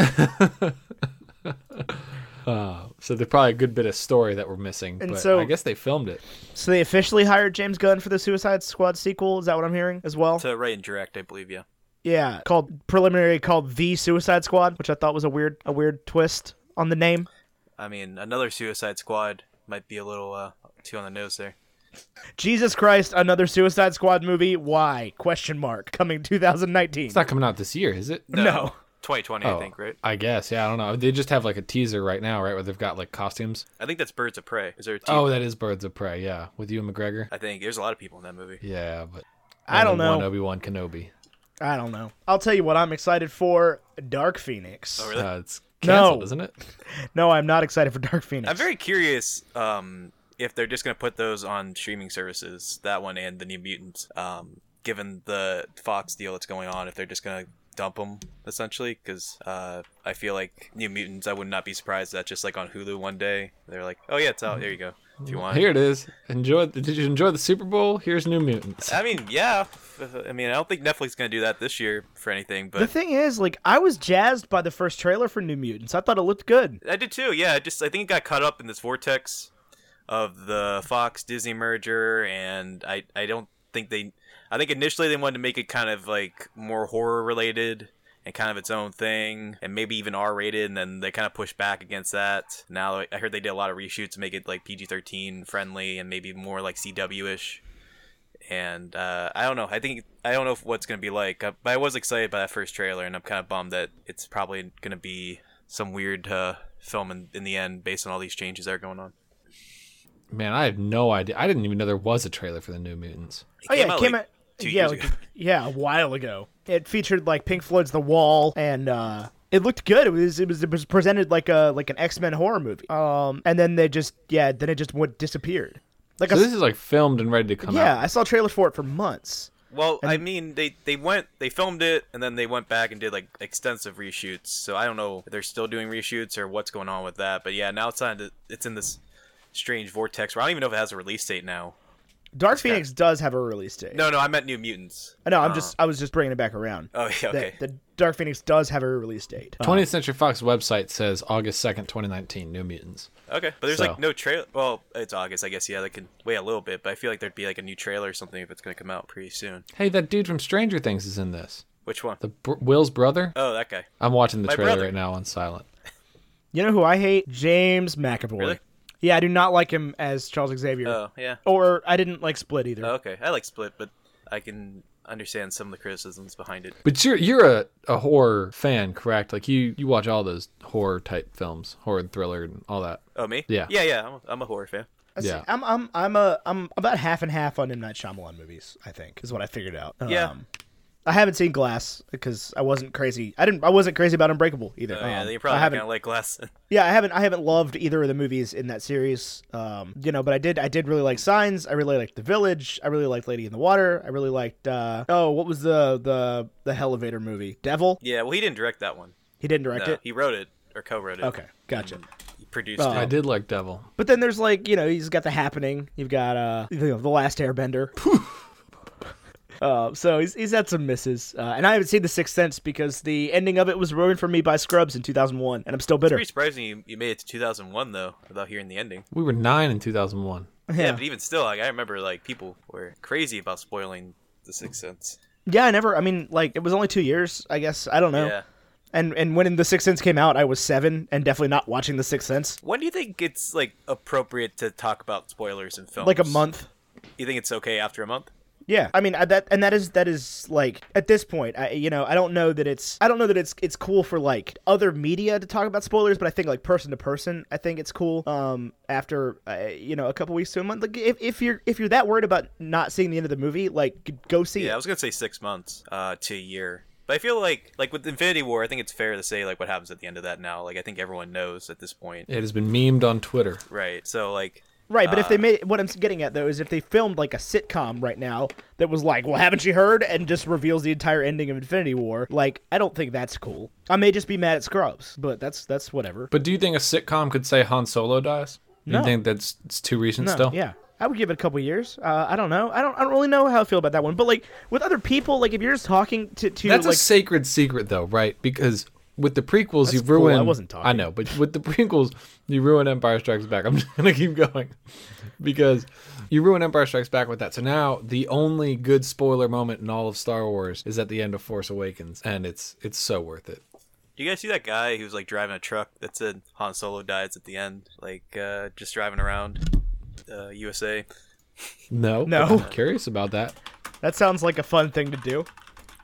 Speaker 1: So there's probably a good bit of story that we're missing, but
Speaker 2: so-
Speaker 1: I guess they filmed it.
Speaker 2: so they officially hired James Gunn for the Suicide Squad sequel. Is that what I'm hearing as well?
Speaker 4: To write and direct, I believe. Yeah.
Speaker 2: yeah, called preliminary called The Suicide Squad, which I thought was a weird a weird twist on the name.
Speaker 4: I mean, another Suicide Squad might be a little uh, too on the nose there.
Speaker 2: Jesus Christ, another Suicide Squad movie? Why? Question mark. Coming 2019.
Speaker 1: It's not coming out this year, is it?
Speaker 2: No.
Speaker 4: 2020, I
Speaker 1: Oh,
Speaker 4: think, right?
Speaker 1: I guess. Yeah, I don't know. They just have like a teaser right now, right, where they've got like costumes.
Speaker 4: I think that's Birds of Prey. Is there a team?
Speaker 1: Oh, that is Birds of Prey. Yeah, with you and McGregor.
Speaker 4: I think there's a lot of people in that movie.
Speaker 1: Yeah, but
Speaker 2: I don't
Speaker 1: only One
Speaker 2: know.
Speaker 1: Obi Wan Kenobi.
Speaker 2: I don't know. I'll tell you what I'm excited for Dark Phoenix.
Speaker 4: Oh, really?
Speaker 1: Uh, it's canceled,
Speaker 2: No.
Speaker 1: isn't it?
Speaker 2: No, I'm not excited for Dark Phoenix.
Speaker 4: I'm very curious um, if they're just going to put those on streaming services, that one and the New Mutants, um, given the Fox deal that's going on, if they're just going to dump them, essentially, because uh, I feel like New Mutants, I would not be surprised that just like on Hulu one day, they're like, oh yeah, it's out. There you go. If you want.
Speaker 1: Here it is. Enjoy. Did you enjoy the Super Bowl? Here's New
Speaker 2: Uh,
Speaker 1: Mutants.
Speaker 4: I mean, yeah. I mean, I don't think Netflix is going to do that this year for anything,
Speaker 2: The
Speaker 4: but.
Speaker 2: thing is, like, I was jazzed by the first trailer for New Mutants. I thought it looked good.
Speaker 4: I did too, yeah. I just I think it got caught up in this vortex of the Fox Disney merger, and I I don't think they I think initially they wanted to make it kind of like more horror related and kind of its own thing, and maybe even R rated, and then they kind of pushed back against that. Now I heard they did a lot of reshoots to make it like PG thirteen friendly and maybe more like CW ish. and uh, I don't know. I think I don't know if what's gonna be like, uh, but I was excited by that first trailer, and I'm kind of bummed that it's probably gonna be some weird uh, film in, in the end based on all these changes that are going on.
Speaker 1: Man, I have no idea. I didn't even know there was a trailer for the New Mutants.
Speaker 2: oh yeah,
Speaker 4: came
Speaker 2: it
Speaker 4: out,
Speaker 2: came
Speaker 4: like,
Speaker 2: out.
Speaker 4: two
Speaker 2: yeah,
Speaker 4: years
Speaker 2: like-
Speaker 4: ago.
Speaker 2: yeah, a while ago. It featured like Pink Floyd's The Wall, and uh, it looked good. It was it was it was presented like a like an X Men horror movie. Um, and then they just yeah, then it just went disappeared. Like I
Speaker 1: So
Speaker 2: s-
Speaker 1: this is like filmed and ready to come
Speaker 2: yeah,
Speaker 1: out.
Speaker 2: I saw a trailer for it for months.
Speaker 4: Well, I mean, they they went they filmed it and then they went back and did like extensive reshoots. So I don't know if they're still doing reshoots or what's going on with that. But yeah, now it's on to- it's in this strange vortex where I don't even know if it has a release date now.
Speaker 2: Dark Phoenix does have a release date.
Speaker 4: No, no, I meant New Mutants.
Speaker 2: no, I'm just I was just bringing it back around.
Speaker 4: Oh yeah, okay.
Speaker 2: That the Dark Phoenix does have a release date. Uh,
Speaker 1: 20th Century Fox website says August 2nd, 2019, New Mutants.
Speaker 4: Okay, but there's
Speaker 1: So-
Speaker 4: like no trailer. Well, it's August, I guess. Yeah, they can wait a little bit, but I feel like there'd be like a new trailer or something if it's gonna come out pretty soon.
Speaker 1: Hey, that dude from Stranger Things is in this.
Speaker 4: Which one?
Speaker 1: The br- Will's
Speaker 2: Uh,
Speaker 1: brother?
Speaker 4: Oh, that guy.
Speaker 1: I'm watching the
Speaker 4: my
Speaker 1: trailer
Speaker 4: brother.
Speaker 1: right now on silent.
Speaker 2: You know who I hate? James McAvoy.
Speaker 4: Really?
Speaker 2: Yeah, I do not like him as Charles Xavier.
Speaker 4: Oh yeah.
Speaker 2: or I didn't like Split either.
Speaker 4: Oh, okay, I like Split, but I can understand some of the criticisms behind it.
Speaker 1: But you're you're a, a horror fan, correct? Like you you watch all those horror type films, horror and thriller and all that.
Speaker 4: Oh me?
Speaker 1: Yeah.
Speaker 4: Yeah, yeah. I'm a, I'm a horror fan.
Speaker 2: I see.
Speaker 1: Yeah.
Speaker 2: I'm I'm I'm a I'm about half and half on M Night Shyamalan movies. I think is what I figured out. Um,
Speaker 4: Yeah.
Speaker 2: I haven't seen Glass because I wasn't crazy. I didn't. I wasn't crazy about Unbreakable either.
Speaker 4: Oh, yeah,
Speaker 2: Um,
Speaker 4: you
Speaker 2: I
Speaker 4: probably
Speaker 2: haven't.
Speaker 4: gonna like Glass.
Speaker 2: Yeah, I haven't. I haven't loved either of the movies in that series. Um, you know, but I did. I did really like Signs. I really liked The Village. I really liked Lady in the Water. I really liked. Uh, oh, what was the the the elevator movie? Devil.
Speaker 4: yeah, well, he didn't direct that one.
Speaker 2: He didn't direct
Speaker 4: No,
Speaker 2: it.
Speaker 4: he wrote it or co-wrote it.
Speaker 2: Okay, gotcha.
Speaker 4: He produced
Speaker 2: Oh.
Speaker 1: I
Speaker 4: it.
Speaker 1: did like Devil.
Speaker 2: But then there's like you know he's got the happening. You've got uh you know, the last Airbender. Uh, so he's, he's had some misses, uh, and I haven't seen The Sixth Sense because the ending of it was ruined for me by Scrubs in 2001, and I'm still bitter.
Speaker 4: Pretty surprising you, you made it to 2001 though, without hearing the ending.
Speaker 1: We were nine in 2001.
Speaker 4: Yeah, but even still, like I remember, like people were crazy about spoiling The Sixth Sense.
Speaker 2: Yeah, I never. I mean, like it was only two years, I guess. I don't know.
Speaker 4: Yeah.
Speaker 2: And and when The Sixth Sense came out, I was seven and definitely not watching The Sixth Sense.
Speaker 4: When do you think it's like appropriate to talk about spoilers in films?
Speaker 2: Like a month.
Speaker 4: You think it's okay after a month?
Speaker 2: Yeah, I mean I, that, and that is that is like at this point, I you know I don't know that it's I don't know that it's it's cool for like other media to talk about spoilers, but I think like person to person, I think it's cool. Um, after uh, you know a couple weeks to a month, like if, if you're if you're that worried about not seeing the end of the movie, like g- go see
Speaker 4: Yeah, I
Speaker 2: it.
Speaker 4: was gonna say six months uh, to a year. But I feel like like with Infinity War, I think it's fair to say like what happens at the end of that now. Like I think everyone knows at this point,
Speaker 1: It has been memed on Twitter.
Speaker 4: right? So like,
Speaker 2: Right, but if they made what I'm getting at though is if they filmed like a sitcom right now that was like, well, haven't you heard? And just reveals the entire ending of Infinity War. Like, I don't think that's cool. I may just be mad at Scrubs, but that's that's whatever.
Speaker 1: But do you think a sitcom could say Han Solo dies? You
Speaker 2: No.
Speaker 1: think that's it's too recent
Speaker 2: No,
Speaker 1: still?
Speaker 2: Yeah. I would give it a couple years. Uh, I don't know. I don't. I don't really know how I feel about that one. But like with other people, like if you're just talking to to
Speaker 1: That's
Speaker 2: like
Speaker 1: a sacred secret, though, right? Because with the prequels, you
Speaker 2: That's cool. I
Speaker 1: ruin.
Speaker 2: wasn't talking.
Speaker 1: I know, but with the prequels, you ruin Empire Strikes Back. I'm just gonna keep going because you ruin Empire Strikes Back with that. So now the only good spoiler moment in all of Star Wars is at the end of Force Awakens, and it's it's so worth it.
Speaker 4: do you guys see that guy who's like driving a truck that said Han Solo dies at the end? Like uh, just driving around uh, USA.
Speaker 1: No,
Speaker 2: No.
Speaker 1: but I'm curious about that.
Speaker 2: that sounds like a fun thing to do.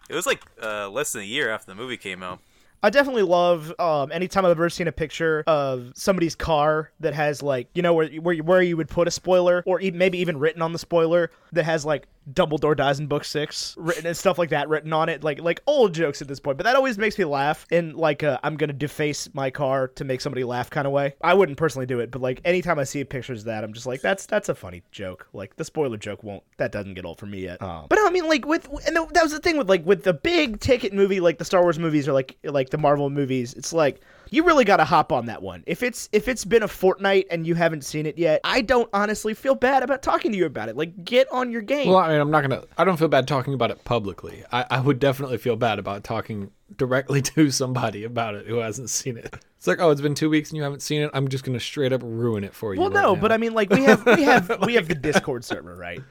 Speaker 4: It was like uh, less than a year after the movie came out.
Speaker 2: I definitely love um, anytime I've ever seen a picture of somebody's car that has like you know where where you, where you would put a spoiler or e- maybe even written on the spoiler that has like Dumbledore dies in book six written and stuff like that written on it like like old jokes at this point but that always makes me laugh in like i I'm gonna deface my car to make somebody laugh kind of way I wouldn't personally do it but like anytime I see pictures of that I'm just like that's that's a funny joke like the spoiler joke won't that doesn't get old for me yet um, but I mean like with and that was the thing with like with the big ticket movie like the Star Wars movies or like like the Marvel movies it's like you really got to hop on that one. If it's if it's been a fortnight and you haven't seen it yet, I don't honestly feel bad about talking to you about it. Like get on your game.
Speaker 1: Well, I mean, I'm not gonna. I don't feel bad talking about it publicly. I, I would definitely feel bad about talking directly to somebody about it who hasn't seen it. It's like, oh, it's been two weeks and you haven't seen it. I'm just gonna straight up ruin it for you.
Speaker 2: Well,
Speaker 1: right
Speaker 2: no,
Speaker 1: now.
Speaker 2: but I mean, like we have we have we have the Discord server, right?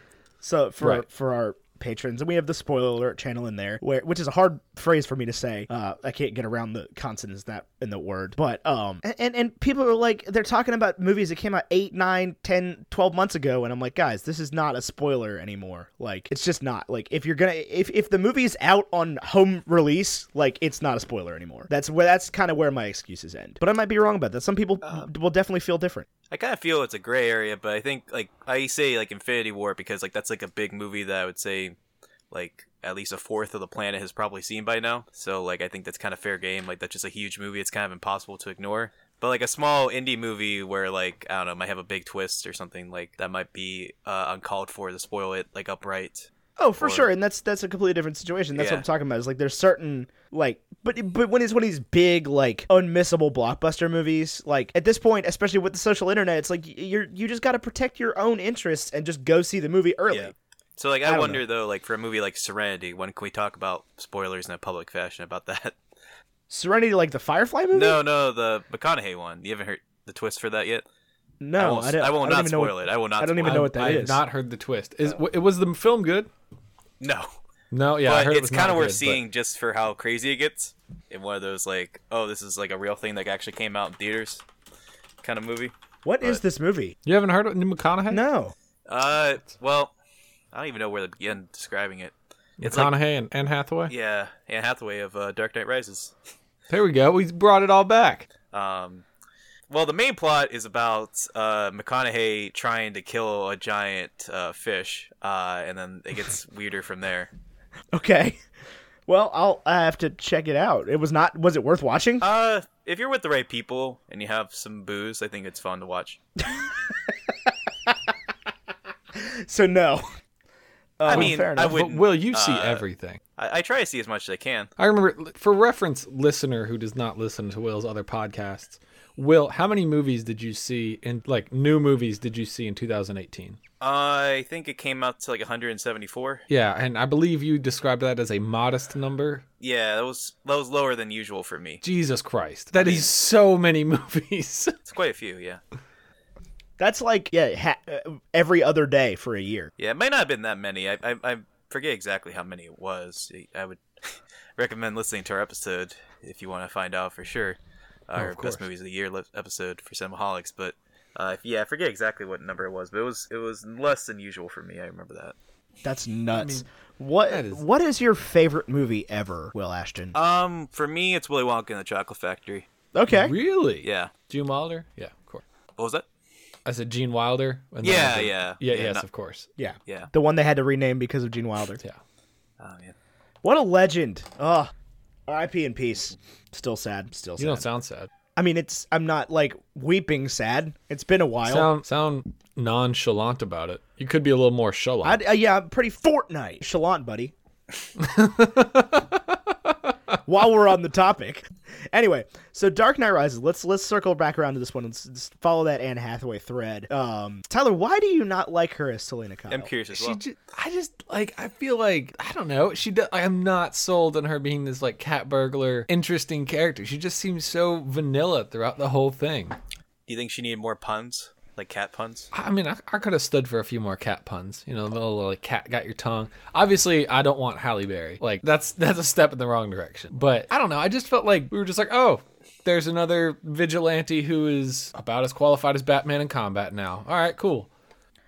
Speaker 2: So for
Speaker 1: Right.
Speaker 2: for our patrons, and we have the spoiler alert channel in there, where which is a hard phrase for me to say. Uh, I can't get around the consonants that in the word, but um, and- and and people are like they're talking about movies that came out eight, nine, ten, twelve months ago, and I'm like, guys, this is not a spoiler anymore. Like it's just not. Like if you're gonna if if the movie's out on home release, like it's not a spoiler anymore. That's where that's kind of where my excuses end. But I might be wrong about that. Some people
Speaker 1: Uh,
Speaker 2: will definitely feel different.
Speaker 4: I kind of feel it's a gray area, but I think like I say like Infinity War because like that's like a big movie that I would say like at least a fourth of the planet has probably seen by now. So like I think that's kind of fair game. Like that's just a huge movie. It's kind of impossible to ignore. But like a small indie movie where like I don't know might have a big twist or something like that might be uh, uncalled for to spoil it like upright.
Speaker 2: Oh, for
Speaker 4: Or-
Speaker 2: sure, and that's that's a completely different situation. That's what
Speaker 4: Yeah.
Speaker 2: I'm talking about. Is like there's certain like, but but when it's one of these big like unmissable blockbuster movies, like at this point, especially with the social internet, it's like y- you're you just got to protect your own interests and just go see the movie early.
Speaker 4: Yeah. So like
Speaker 2: I
Speaker 4: I,
Speaker 2: don't
Speaker 4: wonder though like for a movie like Serenity, when can we talk about spoilers in a public fashion about that?
Speaker 2: Serenity, like the Firefly movie.
Speaker 4: no, no, the McConaughey one. You haven't heard the twist for that yet?
Speaker 2: no,
Speaker 4: I won't,
Speaker 2: don't,
Speaker 4: I will
Speaker 2: don't
Speaker 4: not
Speaker 2: even know
Speaker 4: spoil
Speaker 2: what-
Speaker 4: it. I will not.
Speaker 2: I don't even
Speaker 4: spoil
Speaker 2: know
Speaker 1: I-
Speaker 2: what that
Speaker 1: I
Speaker 2: is. Oh.
Speaker 1: have not heard the twist. Is it was the film good?
Speaker 4: it. No,
Speaker 1: No, yeah, I
Speaker 4: but
Speaker 1: heard it
Speaker 4: it's
Speaker 1: was not
Speaker 4: kind of worth
Speaker 1: good, but-
Speaker 4: seeing just for how crazy it gets. In one of those like, oh, this is like a real thing that actually came out in theaters, kind of movie.
Speaker 2: What is this movie?
Speaker 1: You haven't heard of New McConaughey?
Speaker 2: No,
Speaker 4: Uh, well, I don't even know where to begin describing it. It's
Speaker 1: McConaughey
Speaker 4: like
Speaker 1: and Anne Hathaway.
Speaker 4: yeah, Anne Hathaway of uh, Dark Knight Rises.
Speaker 1: There we go. We brought it all back.
Speaker 4: Um, well, the main plot is about uh, McConaughey trying to kill a giant uh, fish, uh, and then it gets weirder from there.
Speaker 2: okay. Well, I'll I have to check it out. It was not. Was it worth watching?
Speaker 4: Uh, if you're with the right people and you have some booze, I think it's fun to watch.
Speaker 2: so no.
Speaker 4: I
Speaker 2: well,
Speaker 4: mean,
Speaker 2: fair
Speaker 4: I
Speaker 2: enough.
Speaker 1: Oh, But
Speaker 4: would.
Speaker 1: will you see
Speaker 4: uh,
Speaker 1: everything?
Speaker 4: I, I try to see as much as I can.
Speaker 1: I remember, for reference, listener who does not listen to Will's other podcasts, Will, how many movies did you see in like new movies did you see in 2018?
Speaker 4: I think it came out to like 174.
Speaker 1: Yeah, and I believe you described that as a modest number.
Speaker 4: Yeah, that was that was lower than usual for me.
Speaker 1: Jesus Christ, that is so many movies.
Speaker 4: It's quite a few. Yeah,
Speaker 2: That's like yeah, ha- uh, every other day for a year.
Speaker 4: yeah. It might not have been that many. I I, I forget exactly how many it was. I would recommend listening to our episode if you want to find out for sure. Our
Speaker 1: Oh, course.
Speaker 4: best movies of the year li- episode for Cinemaholics, but. Uh, if- yeah, I forget exactly what number it was, but it was it was less than usual for me. I remember that.
Speaker 2: That's nuts. what
Speaker 1: that is- Uh,
Speaker 2: what is your favorite movie ever, Will Ashton?
Speaker 4: Um, for me, it's Willy Wonka and the Chocolate Factory.
Speaker 2: okay.
Speaker 1: really?
Speaker 4: Yeah.
Speaker 1: Gene Wilder? Yeah, of course.
Speaker 4: What was that?
Speaker 1: I said Gene Wilder. And
Speaker 4: Yeah,
Speaker 1: then-
Speaker 4: yeah.
Speaker 1: yeah,
Speaker 4: Yeah,
Speaker 1: Yes,
Speaker 4: not-
Speaker 1: of course.
Speaker 2: yeah.
Speaker 4: Yeah.
Speaker 2: The one they had to rename because of Gene Wilder.
Speaker 1: Yeah.
Speaker 4: Oh man.
Speaker 2: What a legend. Ugh. R.I.P. in peace. Still sad. Still
Speaker 1: You
Speaker 2: sad.
Speaker 1: don't sound sad.
Speaker 2: I mean, it's I'm not like weeping sad. It's been a while.
Speaker 1: Sound sound nonchalant about it. You could be a little more chalant.
Speaker 2: I'd, uh, yeah, I'm pretty Fortnite chalant, buddy. While we're on the topic, anyway, so Dark Knight Rises. Let's let's circle back around to this one. Let's, let's follow that Anne Hathaway thread. Um, Tyler, why do you not like her as Selena Kyle?
Speaker 4: I'm curious as
Speaker 1: She
Speaker 4: well.
Speaker 1: just, I just like I feel like I don't know. She do, I am not sold on her being this like cat burglar interesting character. She just seems so vanilla throughout the whole thing.
Speaker 4: Do you think she needed more puns, like cat puns?
Speaker 1: I I mean, I, I could have stood for a few more cat puns. You know, the little like cat got your tongue. Obviously, I don't want Halle Berry. Like that's that's a step in the wrong direction. But I don't know. I just felt like we were just like, oh, there's another vigilante who is about as qualified as Batman in combat now. All right, cool.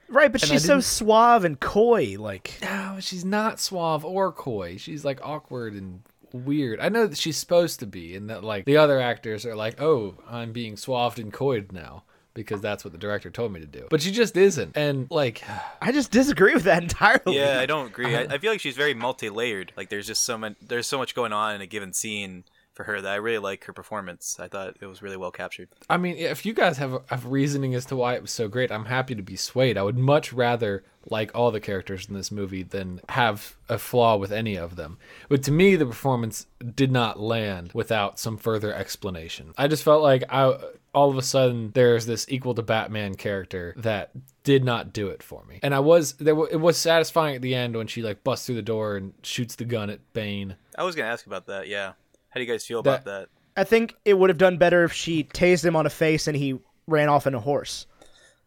Speaker 2: Right, but she's so suave and coy. Like,
Speaker 1: No, Oh, she's not suave or coy. She's like awkward and weird. I know that she's supposed to be, and that like the other actors are like, oh, I'm being suaved and coyed now because that's what the director told me to do. But she just isn't. And like,
Speaker 2: I just disagree with that entirely.
Speaker 4: Yeah, I don't agree. I, I feel like she's very multi-layered. Like there's just so many, there's so much going on in a given scene for her that I really like her performance. I thought it was really well captured.
Speaker 1: I mean, if you guys have, have reasoning as to why it was so great, I'm happy to be swayed. I would much rather like all the characters in this movie than have a flaw with any of them. But to me, the performance did not land without some further explanation. I just felt like I all of a sudden there's this equal to Batman character that did not do it for me. And I was there wa- it was satisfying at the end when she like busts through the door and shoots the gun at Bane.
Speaker 4: I was gonna ask about that. Yeah, how do you guys feel about that?
Speaker 2: I think it would have done better if she tased him on a face and he ran off on a horse.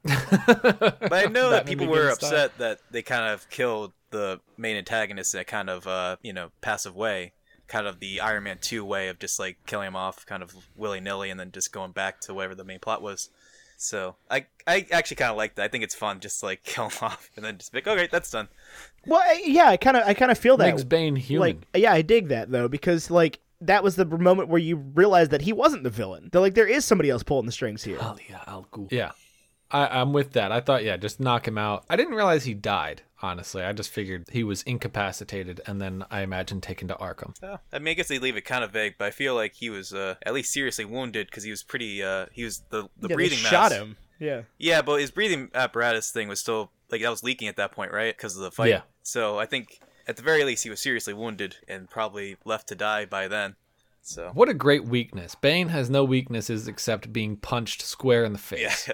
Speaker 4: But I know
Speaker 1: Batman
Speaker 4: that people were
Speaker 1: Begins style.
Speaker 4: upset that they kind of killed the main antagonist in a kind of uh, you know passive way, kind of the Iron Man two way of just like killing him off kind of willy nilly and then just going back to whatever the main plot was. So I I actually kind of like that. I think it's fun just to, like kill him off and then just be like okay that's done.
Speaker 2: Well, I- yeah, I kind of I kind of feel that
Speaker 1: Makes Bane human.
Speaker 2: like yeah, I dig that though because like that was the moment where you realized that he wasn't the villain. That like there is somebody else pulling the strings here.
Speaker 1: yeah. I, I'm with that. I thought, yeah, just knock him out. I didn't realize he died, honestly. I just figured he was incapacitated and then I imagine taken to Arkham.
Speaker 4: Uh, I mean, I guess they leave it kind of vague, but I feel like he was uh, at least seriously wounded because he was pretty. Uh, he was the the
Speaker 2: yeah,
Speaker 4: breathing
Speaker 2: they
Speaker 4: mask.
Speaker 2: shot him. Yeah.
Speaker 4: Yeah, but his breathing apparatus thing was still like that was leaking at that point, right? Because of the fight.
Speaker 1: Yeah.
Speaker 4: So I think at the very least he was seriously wounded and probably left to die by then. So
Speaker 1: What a great weakness. Bane has no weaknesses except being punched square in the face.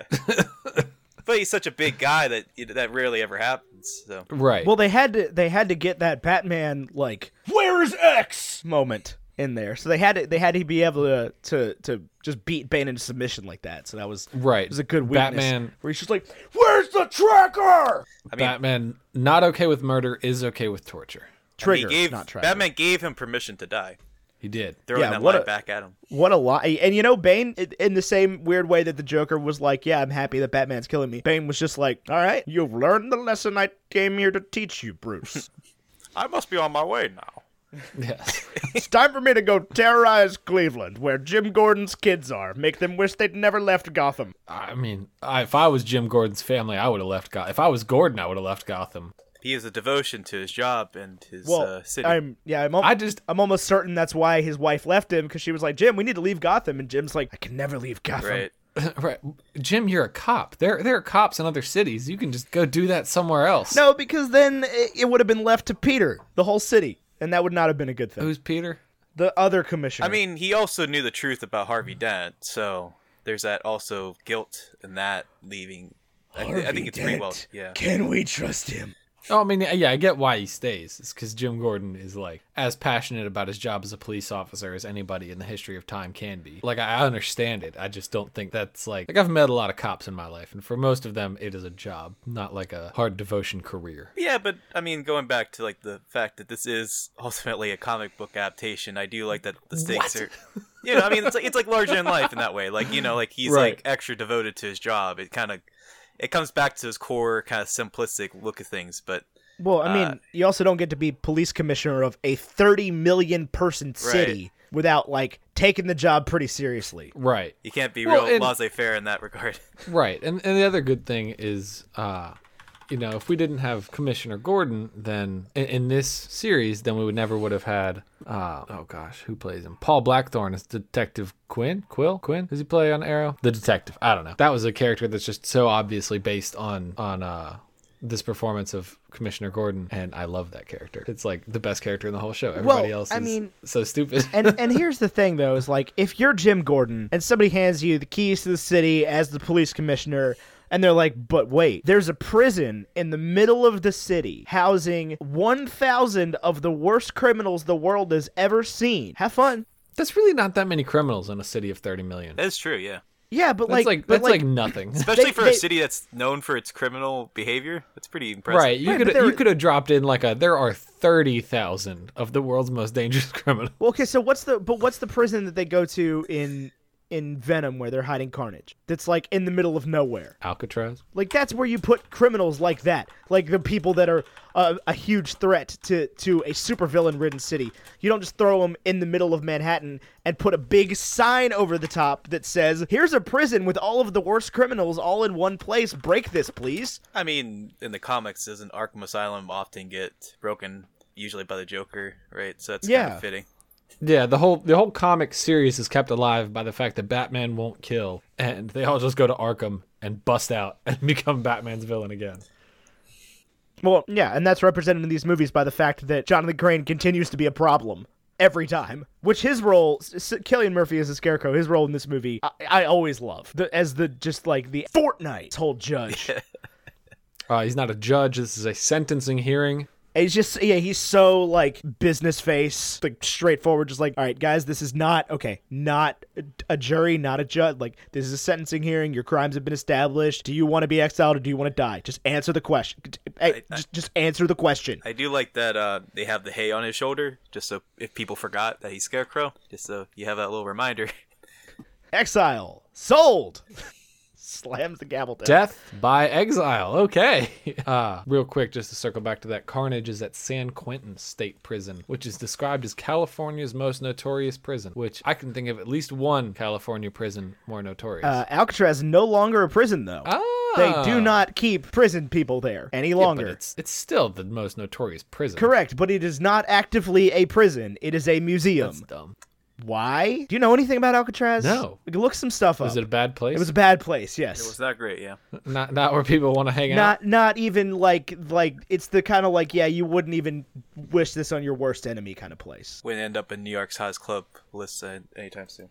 Speaker 4: but he's such a big guy that that rarely ever happens. So
Speaker 1: Right.
Speaker 2: Well, they had to they had to get that Batman like
Speaker 3: Where is X?
Speaker 2: moment in there, so they had to, they had to be able to to to just beat Bane into submission like that. So that was
Speaker 1: Right.
Speaker 2: It was a good weakness
Speaker 1: Batman-
Speaker 2: where he's just like
Speaker 3: Where's the tracker?
Speaker 4: I mean-
Speaker 1: Batman, not okay with murder, is okay with torture.
Speaker 4: he
Speaker 2: trigger,
Speaker 4: gave
Speaker 2: not trigger.
Speaker 4: Batman gave him permission to die,
Speaker 1: He did.
Speaker 4: throwing
Speaker 2: Yeah,
Speaker 4: that
Speaker 2: what
Speaker 4: line
Speaker 2: a-
Speaker 4: back at him.
Speaker 2: What a lie! And you know, Bane, i- in the same weird way that the Joker was like, "Yeah, I'm happy that Batman's killing me." Bane was just like, "All right, you've learned the lesson I came here to teach you, Bruce.
Speaker 4: I must be on my way now.
Speaker 1: Yes.
Speaker 2: it's time for me to go terrorize Cleveland, where Jim Gordon's kids are, make them wish they'd never left Gotham."
Speaker 1: I mean, I, if I was Jim Gordon's family, I would have left Gotham. If I was Gordon, I would have left Gotham.
Speaker 4: He has a devotion to his job and his
Speaker 2: Well,
Speaker 4: uh, city.
Speaker 2: I'm yeah, I'm al-
Speaker 1: I just-
Speaker 2: I'm almost certain that's why his wife left him because she was like, "Jim, we need to leave Gotham," and Jim's like, "I can never leave Gotham."
Speaker 4: right.
Speaker 1: Right. Jim, you're a cop. There, there are cops in other cities. You can just go do that somewhere else.
Speaker 2: No, because then it, it would have been left to Peter, the whole city, and that would not have been a good thing.
Speaker 1: Who's Peter?
Speaker 2: The other commissioner.
Speaker 4: I mean, he also knew the truth about Harvey Dent, so there's that also guilt in that leaving. I, thi- I think it's pretty well. Yeah.
Speaker 2: Can we trust him?
Speaker 1: Oh, I mean, yeah, I get why he stays. It's because Jim Gordon is like as passionate about his job as a police officer as anybody in the history of time can be. Like, I I understand it. I just don't think that's like like I've met a lot of cops in my life, and for most of them, it is a job, not like a hard devotion career.
Speaker 4: Yeah, but I mean, going back to like the fact that this is ultimately a comic book adaptation, I do like that the stakes are. You know, I mean, it's like it's like larger in life in that way. Like you know, like he's
Speaker 1: Right.
Speaker 4: like extra devoted to his job. It kind of, it comes back to his core kind of simplistic look of things. But
Speaker 2: Well, I mean,
Speaker 4: Uh,
Speaker 2: you also don't get to be police commissioner of a 30 million person city without like taking the job pretty seriously.
Speaker 1: Right.
Speaker 4: you can't be
Speaker 1: Well,
Speaker 4: real
Speaker 1: and-
Speaker 4: laissez-faire in that regard.
Speaker 1: Right. And and the other good thing is uh you know, if we didn't have Commissioner Gordon, then in, in this series, then we would never would have had. Uh, oh gosh, who plays him? Paul Blackthorne is Detective Quinn. Quill Quinn does he play on Arrow? The detective. I don't know. That was a character that's just so obviously based on on uh, this performance of Commissioner Gordon, and I love that character. It's like the best character in the whole show. Everybody else is
Speaker 2: I mean-
Speaker 1: so stupid.
Speaker 2: And and here's the thing though is like if you're Jim Gordon and somebody hands you the keys to the city as the police commissioner and they're like, but wait, there's a prison in the middle of the city housing 1,000 of the worst criminals the world has ever seen. Have fun.
Speaker 1: that's really not that many criminals in a city of thirty million.
Speaker 4: That's true. Yeah.
Speaker 2: Yeah, but
Speaker 1: That's like,
Speaker 2: like, but
Speaker 1: that's like, nothing.
Speaker 4: Especially for
Speaker 2: they-
Speaker 4: a city that's known for its criminal behavior, that's pretty impressive.
Speaker 1: Right, you
Speaker 2: Right,
Speaker 1: could
Speaker 2: but there-
Speaker 1: you could have dropped in like a there are thirty thousand of the world's most dangerous criminals.
Speaker 2: Well, okay, so what's the but what's the prison that they go to in in Venom where they're hiding Carnage? That's like in the middle of nowhere.
Speaker 1: Alcatraz.
Speaker 2: Like that's where you put criminals like that, like the people that are uh, a, a huge threat to to a supervillain ridden city. You don't just throw them in the middle of Manhattan and put a big sign over the top that says, "Here's a prison with all of the worst criminals all in one place. Break this, please."
Speaker 4: I mean, in the comics, doesn't Arkham Asylum often get broken usually by the Joker, right? So that's kind
Speaker 2: Yeah.
Speaker 4: of fitting.
Speaker 1: Yeah, the whole the whole comic series is kept alive by the fact that Batman won't kill, and they all just go to Arkham and bust out and become Batman's villain again.
Speaker 2: Well, yeah, and that's represented in these movies by the fact that Jonathan Crane continues to be a problem every time. Which his role, S- S- Killian Murphy as the Scarecrow, his role in this movie, I, I always love the, as the just like the Fortnite whole judge,
Speaker 1: Uh, he's not a judge. This is a sentencing hearing.
Speaker 2: And he's just yeah, he's so like business face, like straightforward, just like, all right, guys, this is not okay, not a jury, not a judge. Like this is a sentencing hearing. Your crimes have been established. Do you want to be exiled or do you want to die? Just answer the question. Hey,
Speaker 4: I-
Speaker 2: just, just answer the question.
Speaker 4: I do like that uh, they have the hay on his shoulder, just so if people forgot that he's Scarecrow, just so you have that little reminder.
Speaker 2: Exile sold. Slams the gavel down.
Speaker 1: Death by exile. Okay. Uh, real quick, just to circle back to that, Carnage is at San Quentin State Prison, which is described as California's most notorious prison, which I can think of at least one California prison more notorious.
Speaker 2: Uh, Alcatraz is no longer a prison though.
Speaker 1: ah,
Speaker 2: They do not keep prison people there any
Speaker 1: Yeah, but
Speaker 2: longer.
Speaker 1: it's, it's still the most notorious prison.
Speaker 2: Correct, but it is not actively a prison. It is a museum.
Speaker 1: That's dumb.
Speaker 2: Why? Do you know anything about Alcatraz?
Speaker 1: No.
Speaker 2: Look some stuff up.
Speaker 1: Was it a bad place?
Speaker 2: It was a bad place. Yes.
Speaker 4: It was not great, yeah.
Speaker 1: not not where people want to hang out.
Speaker 2: not not even like like it's the kind of like yeah you wouldn't even wish this on your worst enemy kind of place.
Speaker 4: Wouldn't end up in New York's hottest club list uh, anytime soon.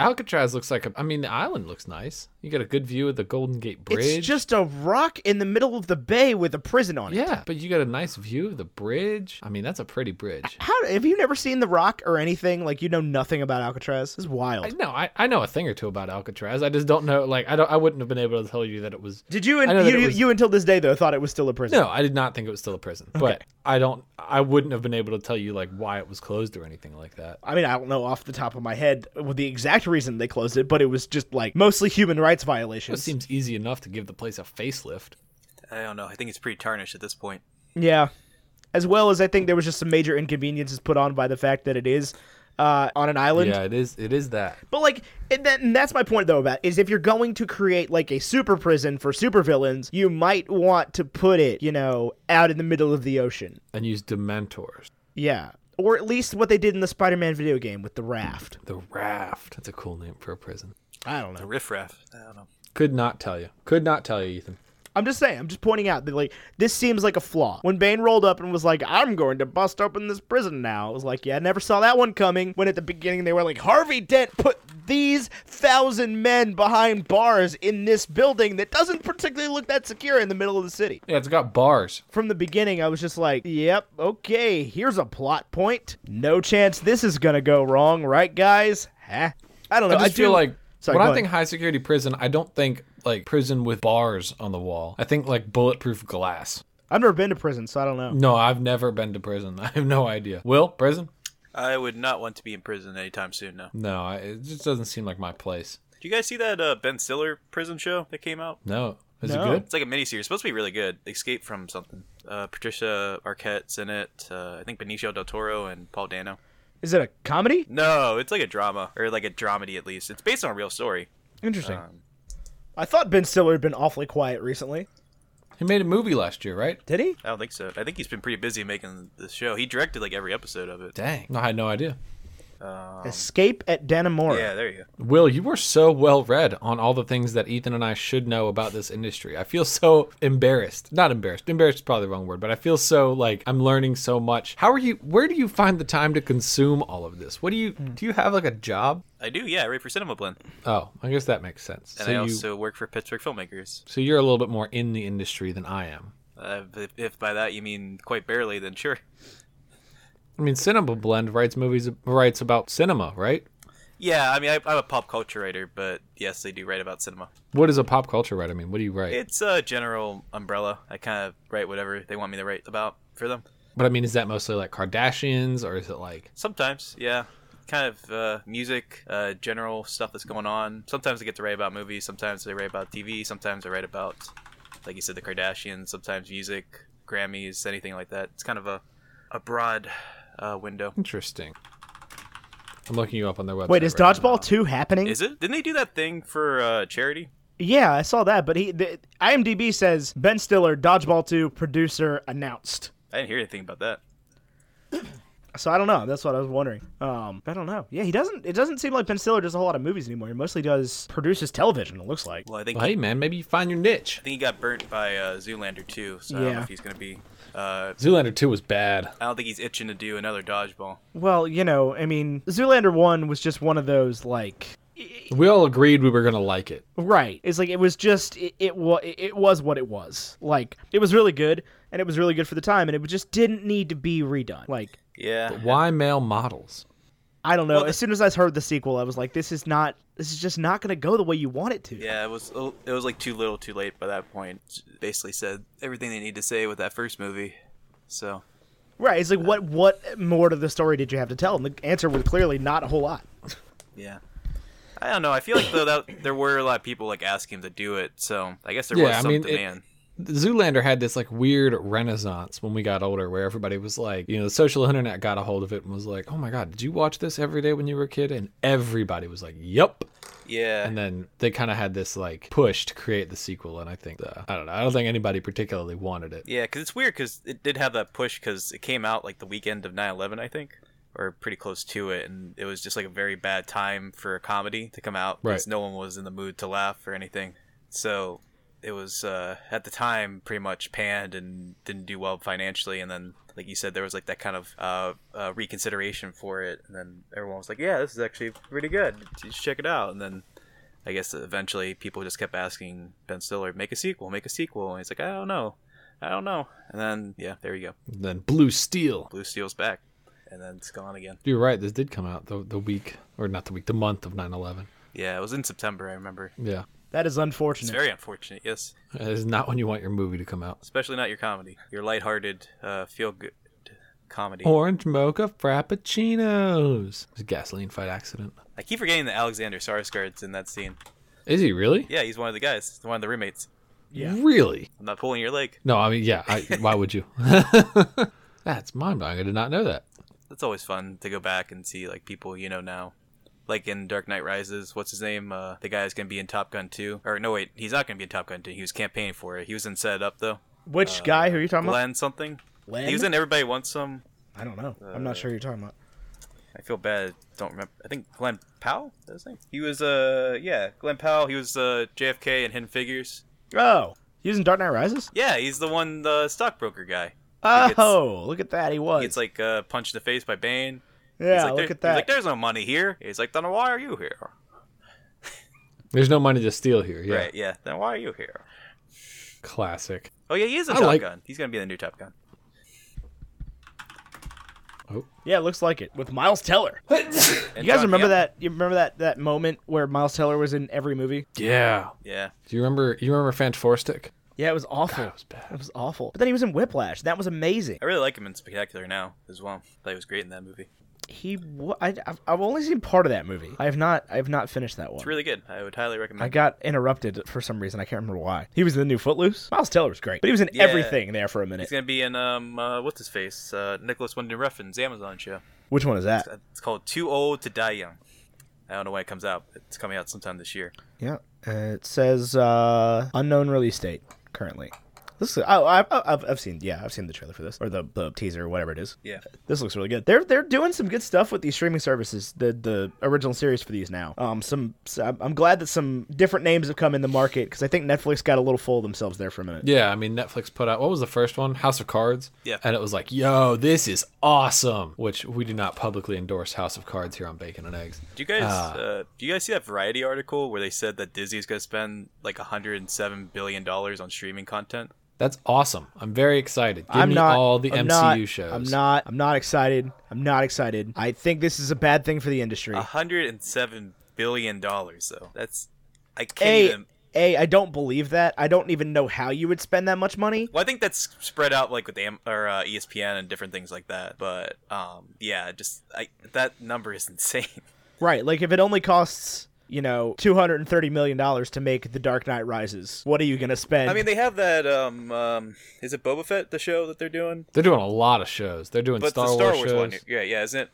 Speaker 1: Alcatraz looks like a. I mean, the island looks nice. You get a good view of the Golden Gate Bridge.
Speaker 2: It's just a rock in the middle of the bay with a prison on it.
Speaker 1: yeah, but you got a nice view of the bridge. I mean, that's a pretty bridge.
Speaker 2: How have you never seen the rock or anything? Like you know nothing about Alcatraz. It's wild.
Speaker 1: I, no, I, I know a thing or two about Alcatraz. I just don't know. Like I don't. I wouldn't have been able to tell you that it was.
Speaker 2: Did you
Speaker 1: I know
Speaker 2: and
Speaker 1: that
Speaker 2: you,
Speaker 1: it was-
Speaker 2: you until this day though thought it was still a prison?
Speaker 1: No, I did not think it was still a prison. But I don't. I wouldn't have been able to tell you like why it was closed or anything like that.
Speaker 2: I mean, I don't know off the top of my head what the exact reason they closed it, but it was just like mostly human rights
Speaker 1: It
Speaker 2: violations.
Speaker 1: seems easy enough to give the place a facelift.
Speaker 4: I don't know. I think it's pretty tarnished at this point.
Speaker 2: Yeah. As well as I think there was just some major inconveniences put on by the fact that it is uh, on an island.
Speaker 1: Yeah, it is. It is that.
Speaker 2: But like, and, that, and that's my point though about is if you're going to create like a super prison for supervillains, you might want to put it, you know, out in the middle of the ocean.
Speaker 1: And use Dementors.
Speaker 2: Yeah. Or at least what they did in the Spider-Man video game with the raft.
Speaker 1: The raft. That's a cool name for a prison.
Speaker 2: I don't
Speaker 4: The
Speaker 2: know.
Speaker 4: riffraff. I don't know.
Speaker 1: Could not tell you. Could not tell you, Ethan.
Speaker 2: I'm just saying. I'm just pointing out that like this seems like a flaw. When Bane rolled up and was like, "I'm going to bust open this prison now," I was like, "Yeah, I never saw that one coming." When at the beginning they were like, "Harvey Dent put these thousand men behind bars in this building that doesn't particularly look that secure in the middle of the city."
Speaker 1: Yeah, it's got bars.
Speaker 2: From the beginning, I was just like, "Yep, okay, here's a plot point. No chance this is gonna go wrong, right, guys?" Huh? I don't know.
Speaker 1: I just
Speaker 2: do-
Speaker 1: feel like
Speaker 2: Sorry,
Speaker 1: when
Speaker 2: go
Speaker 1: I
Speaker 2: ahead.
Speaker 1: think high security prison, I don't think like prison with bars on the wall. I think like bulletproof glass.
Speaker 2: I've never been to prison, so I don't know.
Speaker 1: No, I've never been to prison. I have no idea. Will prison?
Speaker 4: I would not want to be in prison anytime soon, no.
Speaker 1: No, I, it just doesn't seem like my place.
Speaker 4: Do you guys see that uh, Ben Stiller prison show that came out?
Speaker 1: No, is
Speaker 2: No.
Speaker 1: it good?
Speaker 4: It's like a miniseries. It's supposed to be really good. Escape from something. Uh, Patricia Arquette's in it. Uh, I think Benicio del Toro and Paul Dano.
Speaker 2: Is it a comedy?
Speaker 4: No, it's like a drama or like a dramedy at least. It's based on a real story.
Speaker 2: Interesting.
Speaker 4: Um,
Speaker 2: I thought Ben Stiller had been awfully quiet recently.
Speaker 1: He made a movie last year, right?
Speaker 2: Did he?
Speaker 4: I don't think so. I think he's been pretty busy making the show. He directed like every episode of it.
Speaker 1: Dang, no, I had no idea.
Speaker 2: Escape at Dannemora.
Speaker 4: Um, Yeah, there you go.
Speaker 1: Will, you were so well read on all the things that Ethan and I should know about this industry. I feel so embarrassed. Not embarrassed. Embarrassed is probably the wrong word, but I feel so like I'm learning so much. How are you where do you find the time to consume all of this? What do you do you have like a job?
Speaker 4: I do, yeah. I write for Cinema Blend,
Speaker 1: Oh, I guess that makes sense.
Speaker 4: and
Speaker 1: so
Speaker 4: I
Speaker 1: you
Speaker 4: also work for Pittsburgh Filmmakers.
Speaker 1: so you're a little bit more in the industry than I am.
Speaker 4: Uh, if, if by that you mean quite barely, then sure.
Speaker 1: I mean, Cinema Blend writes movies writes about cinema, right?
Speaker 4: Yeah, I mean, I, I'm a pop culture writer, but yes, they do write about cinema.
Speaker 1: What is a pop culture writer? I mean, what do you write?
Speaker 4: It's a general umbrella. I kind of write whatever they want me to write about for them.
Speaker 1: but I mean, is that mostly like Kardashians or is it like
Speaker 4: Sometimes, yeah. Kind of uh, music, uh, general stuff that's going on. Sometimes I get to write about movies. Sometimes I write about TV. Sometimes I write about, like you said, the Kardashians. Sometimes music, Grammys, anything like that. It's kind of a, a broad uh, window.
Speaker 1: Mm-hmm. interesting? I'm looking you up on their website.
Speaker 2: Wait, is
Speaker 1: right now.
Speaker 2: Dodgeball 2 happening?
Speaker 4: Is it? Didn't they do that thing for uh, charity?
Speaker 2: yeah, I saw that, but he the, IMDb says Ben Stiller Dodgeball 2 producer announced.
Speaker 4: I didn't hear anything about that.
Speaker 2: So I don't know. That's what I was wondering. Um, I don't know. Yeah, he doesn't. It doesn't seem like Ben Stiller does a whole lot of movies anymore. He mostly does produces television. It looks like.
Speaker 4: Well, I think
Speaker 1: Well, hey man, maybe you find your niche.
Speaker 4: I think he got burnt by uh, Zoolander too. So I don't know
Speaker 2: Yeah.
Speaker 4: if he's gonna be. Uh,
Speaker 1: Zoolander 2 was bad.
Speaker 4: I don't think he's itching to do another dodgeball.
Speaker 2: Well, you know, I mean, Zoolander one was just one of those like. i-
Speaker 1: We all agreed we were gonna like it.
Speaker 2: Right. It's like it was just it, it was it was what it was. Like it was really good and it was really good for the time and it just didn't need to be redone. Like
Speaker 4: Yeah.
Speaker 1: Why male models?
Speaker 2: I don't know.
Speaker 4: the-
Speaker 2: as soon as I heard the sequel, I was like this is not this is just not going to go the way you want it to.
Speaker 4: Yeah, it was it was like too little, too late by that point. Basically said everything they need to say with that first movie. So
Speaker 2: Right. It's like what what more to the story did you have to tell? And the answer was clearly not a whole lot.
Speaker 4: yeah, I don't know. I feel like though that there were a lot of people like asking him to do it. So I guess there
Speaker 1: Yeah,
Speaker 4: was
Speaker 1: I
Speaker 4: some
Speaker 1: mean, it-
Speaker 4: demand.
Speaker 1: Zoolander had this like weird renaissance when we got older where everybody was like, you know, the social internet got a hold of it and was like, oh my God, did you watch this every day when you were a kid? And everybody was like, yep.
Speaker 4: yeah,
Speaker 1: And then they kind of had this like push to create the sequel. And I think, uh, I don't know, I don't think anybody particularly wanted it.
Speaker 4: yeah, because it's weird because it did have that push because it came out like the weekend of 9-11, I think, or pretty close to it, and it was just like a very bad time for a comedy to come out because
Speaker 1: Right.
Speaker 4: no one was in the mood to laugh or anything. So it was uh, at the time pretty much panned and didn't do well financially, and then. Like you said, there was like that kind of uh, uh, reconsideration for it, and then everyone was like, "Yeah, this is actually pretty good. You should check it out." And then I guess eventually people just kept asking Ben Stiller, "Make a sequel, make a sequel," and he's like, "I don't know, I don't know." And then yeah, there you go.
Speaker 1: And then Blue Steel.
Speaker 4: Blue Steel's back, and then it's gone again.
Speaker 1: You're right. This did come out the, the week, or not the week, the month of 9 11.
Speaker 4: Yeah, it was in September, I remember.
Speaker 1: Yeah.
Speaker 2: That is
Speaker 4: It's
Speaker 2: unfortunate.
Speaker 4: very unfortunate, yes,
Speaker 1: That is not when you want your movie to come out.
Speaker 4: especially not your comedy, your lighthearted, uh, feel good comedy.
Speaker 1: Orange mocha frappuccinos. It's a gasoline fight accident.
Speaker 4: I keep forgetting that Alexander Sarsgaard's in that scene.
Speaker 1: Is he really?
Speaker 4: Yeah, he's one of the guys, one of the roommates.
Speaker 1: Really?
Speaker 4: I'm not pulling your leg.
Speaker 1: No, I mean, yeah. I, why would you? That's mind blowing. I did not know that.
Speaker 4: That's always fun to go back and see like people you know now. Like in Dark Knight Rises, what's his name? Uh, the guy's gonna be in Top Gun 2. Or no, wait, he's not gonna be in Top Gun 2. He was campaigning for it. He was in Set It Up though. uh,
Speaker 2: Which guy who are you talking about?
Speaker 4: Glenn something.
Speaker 2: Len?
Speaker 4: He was in Everybody Wants Some.
Speaker 2: I don't know. I'm
Speaker 4: Uh,
Speaker 2: not sure who you're talking about.
Speaker 4: I feel bad. Don't remember. I think Glenn Powell. Is that his name? He was uh yeah Glenn Powell. He was uh JFK and Hidden Figures.
Speaker 2: Oh, he was in Dark Knight Rises.
Speaker 4: Yeah, he's the one the stockbroker guy. gets-
Speaker 2: Oh, look at that. He was.
Speaker 4: He gets like uh, punched in the face by Bane.
Speaker 2: yeah,
Speaker 4: he's like,
Speaker 2: look
Speaker 4: "There-
Speaker 2: at that.
Speaker 4: He's like, there's no money here. He's like, then why are you here?
Speaker 1: There's no money to steal here. Yeah.
Speaker 4: Right. Yeah. Then why are you here?
Speaker 1: Classic.
Speaker 4: Oh yeah, he is a
Speaker 1: I
Speaker 4: Top
Speaker 1: like-
Speaker 4: Gun. He's gonna be the new Top Gun.
Speaker 2: Yeah, it looks like it with Miles Teller.
Speaker 4: And uh,
Speaker 2: you guys
Speaker 4: John
Speaker 2: remember
Speaker 4: Hamm.
Speaker 2: that? You remember that that moment where Miles Teller was in every movie?
Speaker 1: Yeah.
Speaker 4: Yeah.
Speaker 1: Do you remember? You remember Fantastic?
Speaker 2: Yeah, it was awful.
Speaker 1: That was bad.
Speaker 2: It was awful. But then he was in Whiplash. That was amazing.
Speaker 4: I really like him in Spectacular now as well. I thought he was great in that movie.
Speaker 2: He, wa- I, I've- I've only seen part of that movie. I have not, I have not finished that one.
Speaker 4: It's really good. I would highly recommend.
Speaker 2: I got interrupted for some reason. I can't remember why. He was in the new Footloose. Miles Teller was great, but he was in
Speaker 4: Yeah.
Speaker 2: everything there for a minute.
Speaker 4: He's gonna be in um uh, what's his face uh, Nicholas Winding Refn's Amazon show.
Speaker 2: Which one is that?
Speaker 4: It's called Too Old to Die Young. I don't know when it comes out. But it's coming out sometime this year.
Speaker 2: Yeah, uh, it says uh, unknown release date currently. This is, oh, I've, I've, I've seen yeah I've seen the trailer for this or the, the teaser or whatever it is.
Speaker 4: Yeah.
Speaker 2: This looks really good. They're they're doing some good stuff with these streaming services. The the original series for these now. Um, some so I'm- I'm glad that some different names have come in the market because I think Netflix got a little full of themselves there for a minute.
Speaker 1: Yeah, I mean Netflix put out what was the first one? House of Cards.
Speaker 4: Yeah.
Speaker 1: And it was like, yo, this is awesome. Which we do not publicly endorse House of Cards here on Bacon and Eggs.
Speaker 4: Do you guys
Speaker 1: Ah.
Speaker 4: uh, do you guys see that Variety article where they said that Disney's gonna spend like 107 billion dollars on streaming content?
Speaker 1: That's awesome. I'm very excited. Give
Speaker 2: I'm
Speaker 1: me
Speaker 2: not
Speaker 1: all the
Speaker 2: I'm
Speaker 1: MCU
Speaker 2: not-
Speaker 1: shows.
Speaker 2: I'm not. I'm not excited. I'm not excited. I think this is a bad thing for the industry.
Speaker 4: Ah, 107 billion dollars though. That's I can't
Speaker 2: a,
Speaker 4: even.
Speaker 2: a, I don't believe that. I don't even know how you would spend that much money.
Speaker 4: Well, I think that's spread out like with AM- or uh, ESPN and different things like that. But um, yeah, just I, that number is insane.
Speaker 2: Right. Like if it only costs, you know, two hundred and thirty million dollars to make The Dark Knight Rises, what are you gonna spend?
Speaker 4: I mean, they have that. Um, um, is it Boba Fett the show that they're doing?
Speaker 1: They're doing a lot of shows. They're doing
Speaker 4: But
Speaker 1: Star,
Speaker 4: the Star Wars,
Speaker 1: Wars,
Speaker 4: one,
Speaker 1: shows.
Speaker 4: yeah, yeah, isn't it?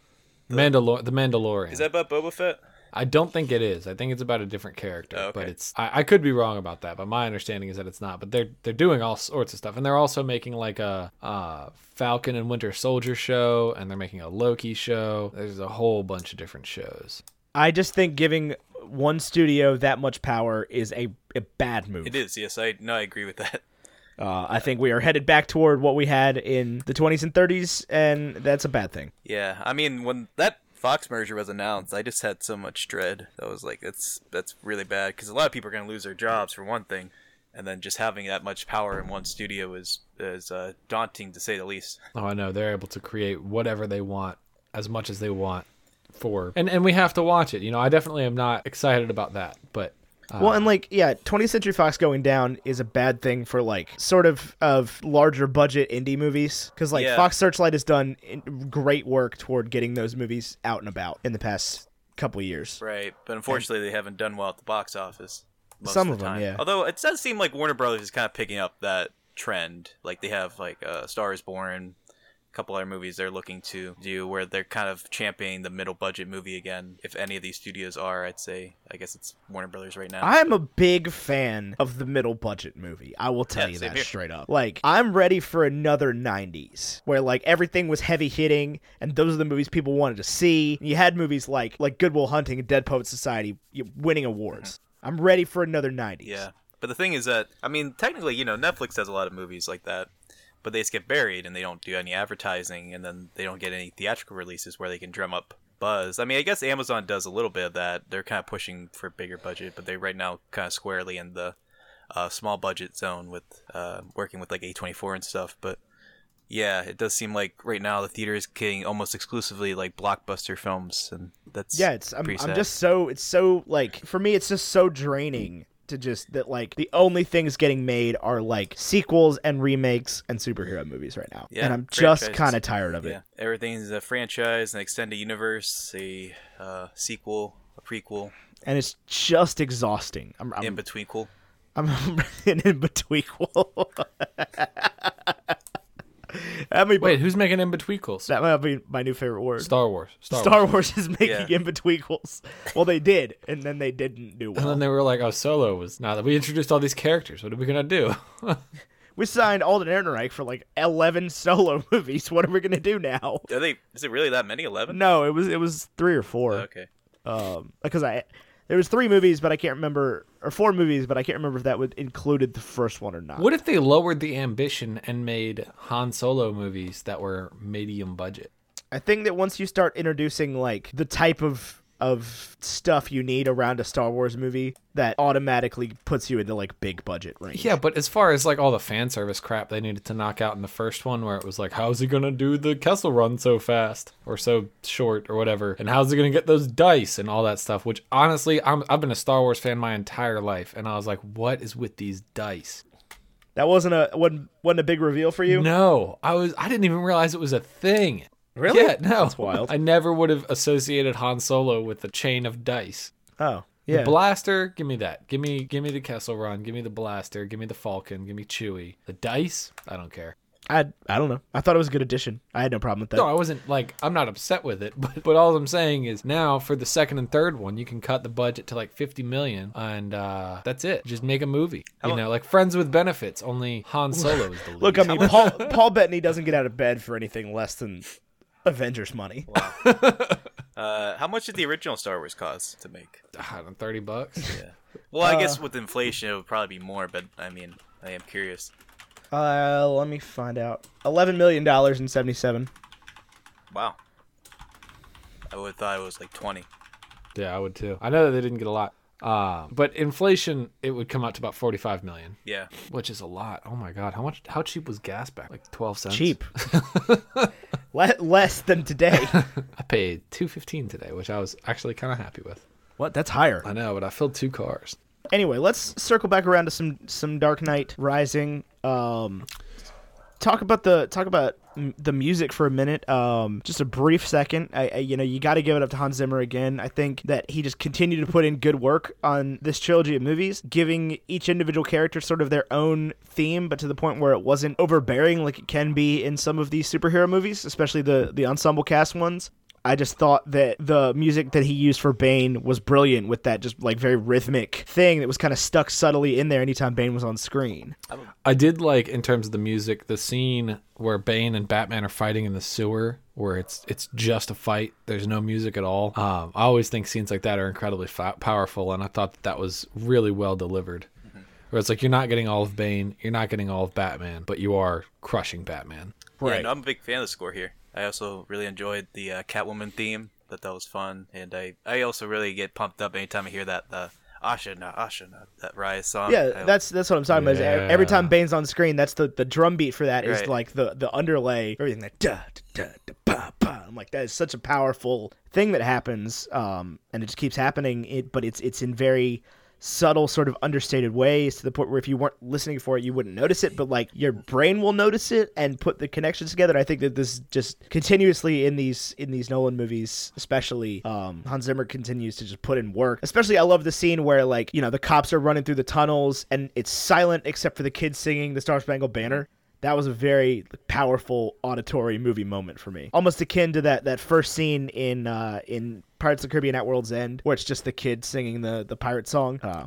Speaker 1: Mandalor- the Mandalorian.
Speaker 4: Is that about Boba Fett?
Speaker 1: I don't think it is. I think it's about a different character,
Speaker 4: Oh, okay.
Speaker 1: but it's I, I could be wrong about that. But my understanding is that it's not. But they're they're doing all sorts of stuff, and they're also making like a uh, Falcon and Winter Soldier show, and they're making a Loki show. There's a whole bunch of different shows.
Speaker 2: I just think giving one studio that much power is a, a bad move.
Speaker 4: It is. Yes, I no, I agree with that.
Speaker 2: Uh, I think we are headed back toward what we had in the 20s and 30s, and that's a bad thing.
Speaker 4: Yeah, I mean when that Fox merger was announced, I just had so much dread. I was like, that's that's really bad because a lot of people are going to lose their jobs for one thing, and then just having that much power in one studio is is uh, daunting to say the least.
Speaker 1: Oh, I know. They're able to create whatever they want, as much as they want for. And and we have to watch it. You know, I definitely am not excited about that, but
Speaker 2: well, and like, yeah, 20th Century Fox going down is a bad thing for like sort of of larger budget indie movies because like
Speaker 4: Yeah.
Speaker 2: Fox Searchlight has done in- great work toward getting those movies out and about in the past couple years.
Speaker 4: Right, but unfortunately, they haven't done well at the box office. most
Speaker 2: Some
Speaker 4: the
Speaker 2: of 'em,
Speaker 4: time.
Speaker 2: yeah.
Speaker 4: Although it does seem like Warner Brothers is kind of picking up that trend. Like they have like uh, Star is Born, a couple other movies they're looking to do where they're kind of championing the middle budget movie again. If any of these studios are, I'd say I guess it's Warner Brothers right now.
Speaker 2: I'm a big fan of the middle budget movie. I will tell
Speaker 4: Yeah,
Speaker 2: you
Speaker 4: same
Speaker 2: that
Speaker 4: here.
Speaker 2: straight up. Like, I'm ready for another 90s where like everything was heavy hitting and those are the movies people wanted to see. You had movies like like Good Will Hunting and Dead Poets Society you- winning awards. I'm ready for another 90s.
Speaker 4: Mm-hmm. Yeah, but the thing is that I mean, technically, you know, Netflix has a lot of movies like that, but they just get buried and they don't do any advertising, and then they don't get any theatrical releases where they can drum up buzz. I mean, I guess Amazon does a little bit of that. They're kind of pushing for bigger budget, but they right now kind of squarely in the uh, small budget zone with uh, working with like A24 and stuff, but. Yeah, it does seem like right now the theater is getting almost exclusively like blockbuster films, and that's
Speaker 2: Yeah, it's I'm,
Speaker 4: pretty
Speaker 2: I'm
Speaker 4: sad.
Speaker 2: just so it's so like for me it's just so draining to just that like the only things getting made are like sequels and remakes and superhero movies right now.
Speaker 4: Yeah,
Speaker 2: and I'm just
Speaker 4: franchises.
Speaker 2: kind of tired of it.
Speaker 4: Yeah, everything's a franchise, an extended universe, a uh, sequel, a prequel,
Speaker 2: And it's just exhausting. I'm I'm,
Speaker 4: in between. Cool.
Speaker 2: I'm an in between. I mean,
Speaker 1: wait, who's making in betweenquels?
Speaker 2: that might be my new favorite word.
Speaker 1: Star Wars. Star, Wars.
Speaker 2: Star Wars is making
Speaker 4: Yeah.
Speaker 2: in betweenquels. Well, they did, and then they didn't do
Speaker 1: And
Speaker 2: well.
Speaker 1: then they were like, "Oh, Solo was now that we introduced all these characters. What are we gonna do?"
Speaker 2: We signed Alden Ehrenreich for like eleven solo movies. What are we gonna do now?
Speaker 4: Are they? Is it really that many? Eleven?
Speaker 2: No, it was it was three or four.
Speaker 4: Okay.
Speaker 2: Um, because I there was three movies, but I can't remember or four movies, but I can't remember if that would included the first one or not.
Speaker 1: what if they lowered the ambition and made Han Solo movies that were medium budget?
Speaker 2: I think that once you start introducing like the type of of stuff you need around a Star Wars movie, that automatically puts you into like big budget range.
Speaker 1: Yeah, but as far as like all the fan service crap they needed to knock out in the first one, where it was like, how's he gonna do the Kessel run so fast or so short or whatever, and how's he gonna get those dice and all that stuff? Which honestly, I'm, I've been a Star Wars fan my entire life, and I was like, what is with these dice?
Speaker 2: that wasn't a wasn't, wasn't a big reveal for you.
Speaker 1: No, I was I didn't even realize it was a thing.
Speaker 2: Really?
Speaker 1: Yeah, no.
Speaker 2: That's wild.
Speaker 1: I never would have associated Han Solo with the chain of dice.
Speaker 2: Oh, yeah.
Speaker 1: The blaster, give me that. Give me give me the Kessel run, give me the blaster, give me the Falcon, give me Chewie. The dice, I don't care.
Speaker 2: I I don't know. I thought it was a good addition. I had no problem with that.
Speaker 1: No, I wasn't like I'm not upset with it, but but all I'm saying is now for the second and third one, you can cut the budget to like 50 million, and uh, that's it. Just make a movie. you know, like Friends with Benefits. Only Han Solo is the lead.
Speaker 2: Look, I mean, Paul Paul Bettany doesn't get out of bed for anything less than Avengers money.
Speaker 4: Uh, how much did the original Star Wars cost to make?
Speaker 1: I don't- 30 bucks.
Speaker 4: Well, I guess with inflation, it would probably be more. But I mean, I am curious.
Speaker 2: Uh, let me find out. Eleven million dollars and seventy-seven.
Speaker 4: Wow. I would have thought it was like twenty.
Speaker 1: yeah, I would too. I know that they didn't get a lot. Uh, but inflation, it would come out to about 45 million,
Speaker 4: Yeah.
Speaker 1: which is a lot. Oh my god, how much? How cheap was gas back? Like 12 cents.
Speaker 2: Cheap. Le- less than today.
Speaker 1: I paid 2.15 today, which I was actually kind of happy with.
Speaker 2: what? That's higher.
Speaker 1: I know, but I filled two cars.
Speaker 2: Anyway, let's circle back around to some some Dark Knight Rising. Um, talk about the talk about m- the music for a minute. Um, just a brief second. I, I you know you got to give it up to Hans Zimmer again. I think that he just continued to put in good work on this trilogy of movies, giving each individual character sort of their own theme, but to the point where it wasn't overbearing like it can be in some of these superhero movies, especially the the ensemble cast ones. I just thought that the music that he used for Bane was brilliant with that just like very rhythmic thing that was kind of stuck subtly in there anytime Bane was on screen.
Speaker 1: I did like in terms of the music, the scene where Bane and Batman are fighting in the sewer, where it's it's just a fight. There's no music at all. Um, I always think scenes like that are incredibly fa- powerful, and I thought that, that was really well delivered. Where it's like you're not getting all of Bane, you're not getting all of Batman, but you are crushing Batman.
Speaker 4: Right. I'm a big fan of the score here. I also really enjoyed the uh, Catwoman theme. that that was fun, and I I also really get pumped up anytime I hear that uh, the Ashana Ashana that Rise song.
Speaker 2: Yeah,
Speaker 4: I-
Speaker 2: that's that's what I'm talking about. Is e- every time
Speaker 1: Yeah.
Speaker 2: Bane's on screen, that's the the drum beat for that is
Speaker 4: Right.
Speaker 2: like the the underlay, everything that da da da da pa pa. I'm like that is such a powerful thing that happens, um, and it just keeps happening. It but it's it's in very subtle sort of understated ways to the point where if you weren't listening for it you wouldn't notice it but like your brain will notice it and put the connections together i think that this just continuously in these in these nolan movies especially um hans zimmer continues to just put in work especially i love the scene where like you know the cops are running through the tunnels and it's silent except for the kids singing the star spangled banner that was a very powerful auditory movie moment for me. Almost akin to that that first scene in uh, in Pirates of the Caribbean at World's End, where it's just the kids singing the the pirate song. Uh,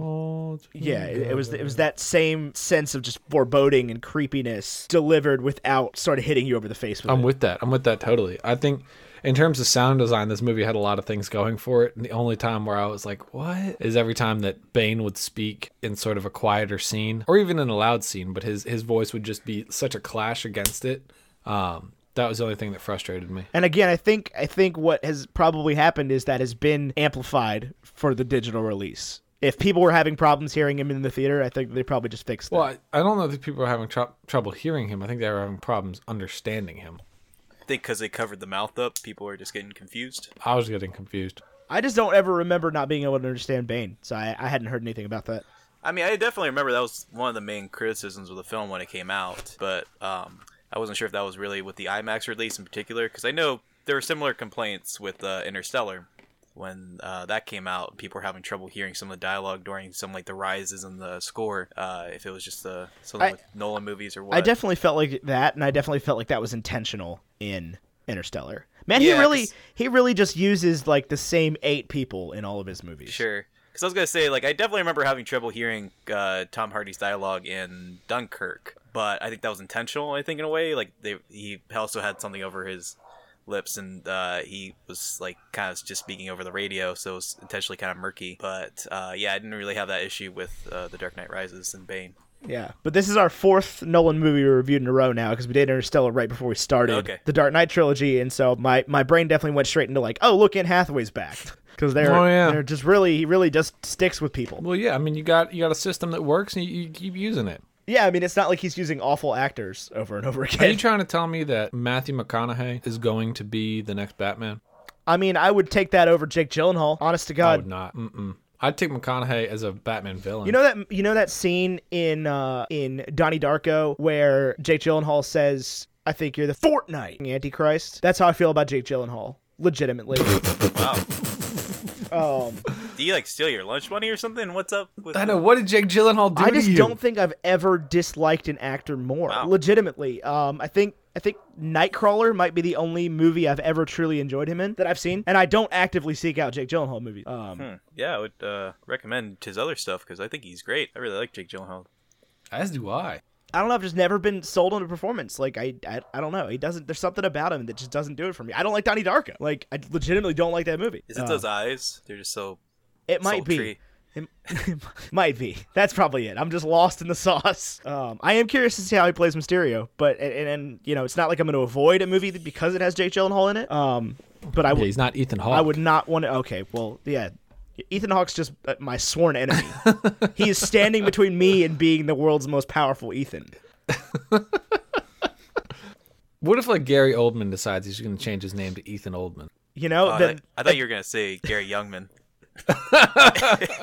Speaker 2: yeah, it, it was it was that same sense of just foreboding and creepiness delivered without sort of hitting you over the face with
Speaker 1: I'm
Speaker 2: it.
Speaker 1: with that. I'm with that totally. I think in terms of sound design, this movie had a lot of things going for it. And the only time where I was like, what? Is every time that Bane would speak in sort of a quieter scene or even in a loud scene, but his, his voice would just be such a clash against it. Um, that was the only thing that frustrated me.
Speaker 2: And again, I think I think what has probably happened is that has been amplified for the digital release. If people were having problems hearing him in the theater, I think they probably just fixed that.
Speaker 1: Well, I, I don't know if people are having tro- trouble hearing him. I think they were having problems understanding him.
Speaker 4: I think because they covered the mouth up, people were just getting confused.
Speaker 1: I was getting confused.
Speaker 2: I just don't ever remember not being able to understand Bane, so I, I hadn't heard anything about that.
Speaker 4: I mean, I definitely remember that was one of the main criticisms of the film when it came out, but um, I wasn't sure if that was really with the IMAX release in particular, because I know there were similar complaints with uh, Interstellar when uh, that came out. People were having trouble hearing some of the dialogue during some like the rises in the score. Uh, if it was just uh, something
Speaker 2: I-
Speaker 4: with Nolan movies or what?
Speaker 2: I definitely felt like that, and I definitely felt like that was intentional in Interstellar. Man, he
Speaker 4: Yeah,
Speaker 2: really
Speaker 4: 'cause-
Speaker 2: he really just uses like the same eight people in all of his movies.
Speaker 4: Sure. Because I was gonna say, like, I definitely remember having trouble hearing uh, Tom Hardy's dialogue in Dunkirk, but I think that was intentional. I think in a way, like, they he also had something over his lips, and uh, he was like kind of just speaking over the radio, so it was intentionally kind of murky. But uh, yeah, I didn't really have that issue with uh, The Dark Knight Rises and Bane.
Speaker 2: Yeah, but this is our fourth Nolan movie we reviewed in a row now because we did Interstellar right before we started
Speaker 4: Okay.
Speaker 2: the Dark Knight trilogy, and so my my brain definitely went straight into like, oh look, Anne Hathaway's back because they're
Speaker 1: Oh, yeah.
Speaker 2: they're just really he really just sticks with people.
Speaker 1: Well, yeah, I mean, you got you got a system that works, and you, you keep using it.
Speaker 2: Yeah, I mean it's not like he's using awful actors over and over
Speaker 1: Are
Speaker 2: again.
Speaker 1: you trying to tell me that Matthew McConaughey is going to be the next Batman?
Speaker 2: I mean, I would take that over Jake Gyllenhaal. Honest to
Speaker 1: I
Speaker 2: God,
Speaker 1: would not. Mm-mm. I'd take McConaughey as a Batman villain.
Speaker 2: You know that you know that scene in uh, in Donnie Darko where Jake Gyllenhaal says, "I think you're the Fortnite Antichrist." That's how I feel about Jake Gyllenhaal, legitimately.
Speaker 4: Wow.
Speaker 2: um,
Speaker 4: Do you like steal your lunch money or something? What's up with?
Speaker 1: I know. What did Jake Gyllenhaal do
Speaker 2: I
Speaker 1: to
Speaker 2: just
Speaker 1: you?
Speaker 2: don't think I've ever disliked an actor more,
Speaker 4: Wow.
Speaker 2: legitimately. Um, I think I think Nightcrawler might be the only movie I've ever truly enjoyed him in that I've seen, and I don't actively seek out Jake Gyllenhaal movies. Um,
Speaker 4: Hmm. Yeah, I would uh, recommend his other stuff because I think he's great. I really like Jake Gyllenhaal.
Speaker 1: As do I.
Speaker 2: I don't know. I've just never been sold on a performance. Like I, I, I don't know. He doesn't. There's something about him that just doesn't do it for me. I don't like Donnie Darko. Like I legitimately don't like that movie.
Speaker 4: Is it
Speaker 2: Uh,
Speaker 4: those eyes? They're just so
Speaker 2: It might
Speaker 4: sultry.
Speaker 2: be. It, it might be. That's probably it. I'm just lost in the sauce. Um, I am curious to see how he plays Mysterio, but and, and, and you know, it's not like I'm going to avoid a movie that- because it has Jake Gyllenhaal in it. Um, but I
Speaker 1: Yeah,
Speaker 2: would,
Speaker 1: he's not Ethan Hawke.
Speaker 2: I would not want to. Okay, well, yeah. Ethan Hawke's just uh, my sworn enemy. he is standing between me and being the world's most powerful Ethan.
Speaker 1: What if like Gary Oldman decides he's going to change his name to Ethan Oldman?
Speaker 2: You know,
Speaker 4: Oh, I,
Speaker 2: then,
Speaker 4: thought- I thought you were gonna say Gary Youngman.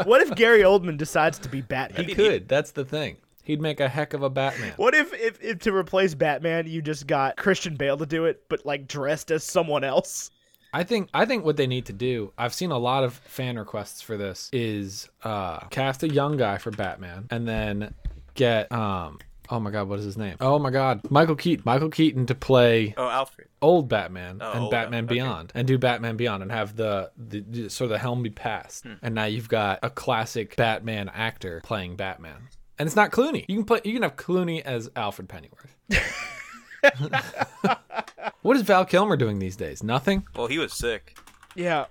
Speaker 2: What if Gary Oldman decides to be Batman?
Speaker 1: He could. That's the thing. He'd make a heck of a Batman.
Speaker 2: What if, if, if to replace Batman, you just got Christian Bale to do it, but like dressed as someone else?
Speaker 1: I think I think what they need to do, I've seen a lot of fan requests for this, is uh cast a young guy for Batman and then get um oh my god, what is his name? Oh my god. Michael Keaton. Michael Keaton to play
Speaker 4: Oh, Alfred.
Speaker 1: old Batman
Speaker 4: Oh,
Speaker 1: and
Speaker 4: old
Speaker 1: Batman
Speaker 4: Batman, okay.
Speaker 1: Beyond and do Batman Beyond and have the, the, the- sort of the helm be passed.
Speaker 4: Hmm.
Speaker 1: And now you've got a classic Batman actor playing Batman. And it's not Clooney. You can play you can have Clooney as Alfred Pennyworth. what is Val Kilmer doing these days? Nothing?
Speaker 4: Well, he was sick.
Speaker 2: Yeah,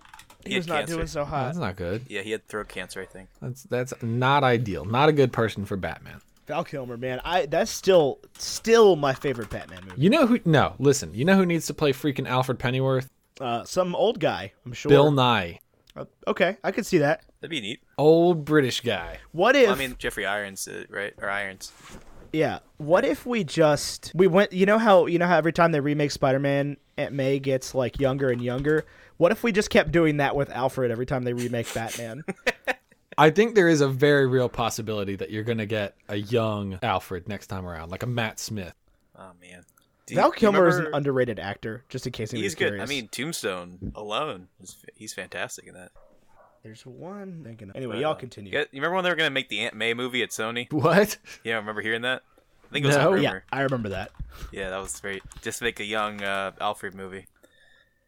Speaker 2: he,
Speaker 4: He
Speaker 2: was
Speaker 4: had
Speaker 2: not
Speaker 4: cancer.
Speaker 2: doing so hot.
Speaker 1: That's not good.
Speaker 4: Yeah, he had throat cancer, I think.
Speaker 1: That's that's not ideal. Not a good person for Batman.
Speaker 2: Val Kilmer, man, I that's still still my favorite Batman movie.
Speaker 1: You know who? No, listen. You know who needs to play freaking Alfred Pennyworth?
Speaker 2: Uh, some old guy, I'm sure.
Speaker 1: Bill Nye,
Speaker 2: Uh, okay, I could see that.
Speaker 4: That'd be neat.
Speaker 1: old British guy.
Speaker 2: What if?
Speaker 4: Well, I mean, Jeffrey Irons, uh, right? Or Irons.
Speaker 2: yeah. What if we just we went? You know how you know how every time they remake Spider-Man, Aunt May gets like younger and younger. What if we just kept doing that with Alfred every time they remake Batman?
Speaker 1: I think there is a very real possibility that you're going to get a young Alfred next time around, like a Matt Smith.
Speaker 4: Oh man. Do you-
Speaker 2: Val
Speaker 4: do you
Speaker 2: Kilmer is an
Speaker 4: remember-
Speaker 2: underrated actor. Just in case anybody's
Speaker 4: He's good.
Speaker 2: curious.
Speaker 4: I mean, Tombstone alone, is, he's fantastic in that.
Speaker 2: there's one. Thinking of. Anyway, y'all continue.
Speaker 4: Yeah, you remember when they were gonna make the Aunt May movie at Sony?
Speaker 1: What?
Speaker 4: Yeah, I remember hearing that. I think it was
Speaker 1: No.
Speaker 4: a rumor.
Speaker 2: yeah, I remember that.
Speaker 4: Yeah, that was great. Just make a young uh, Alfred movie.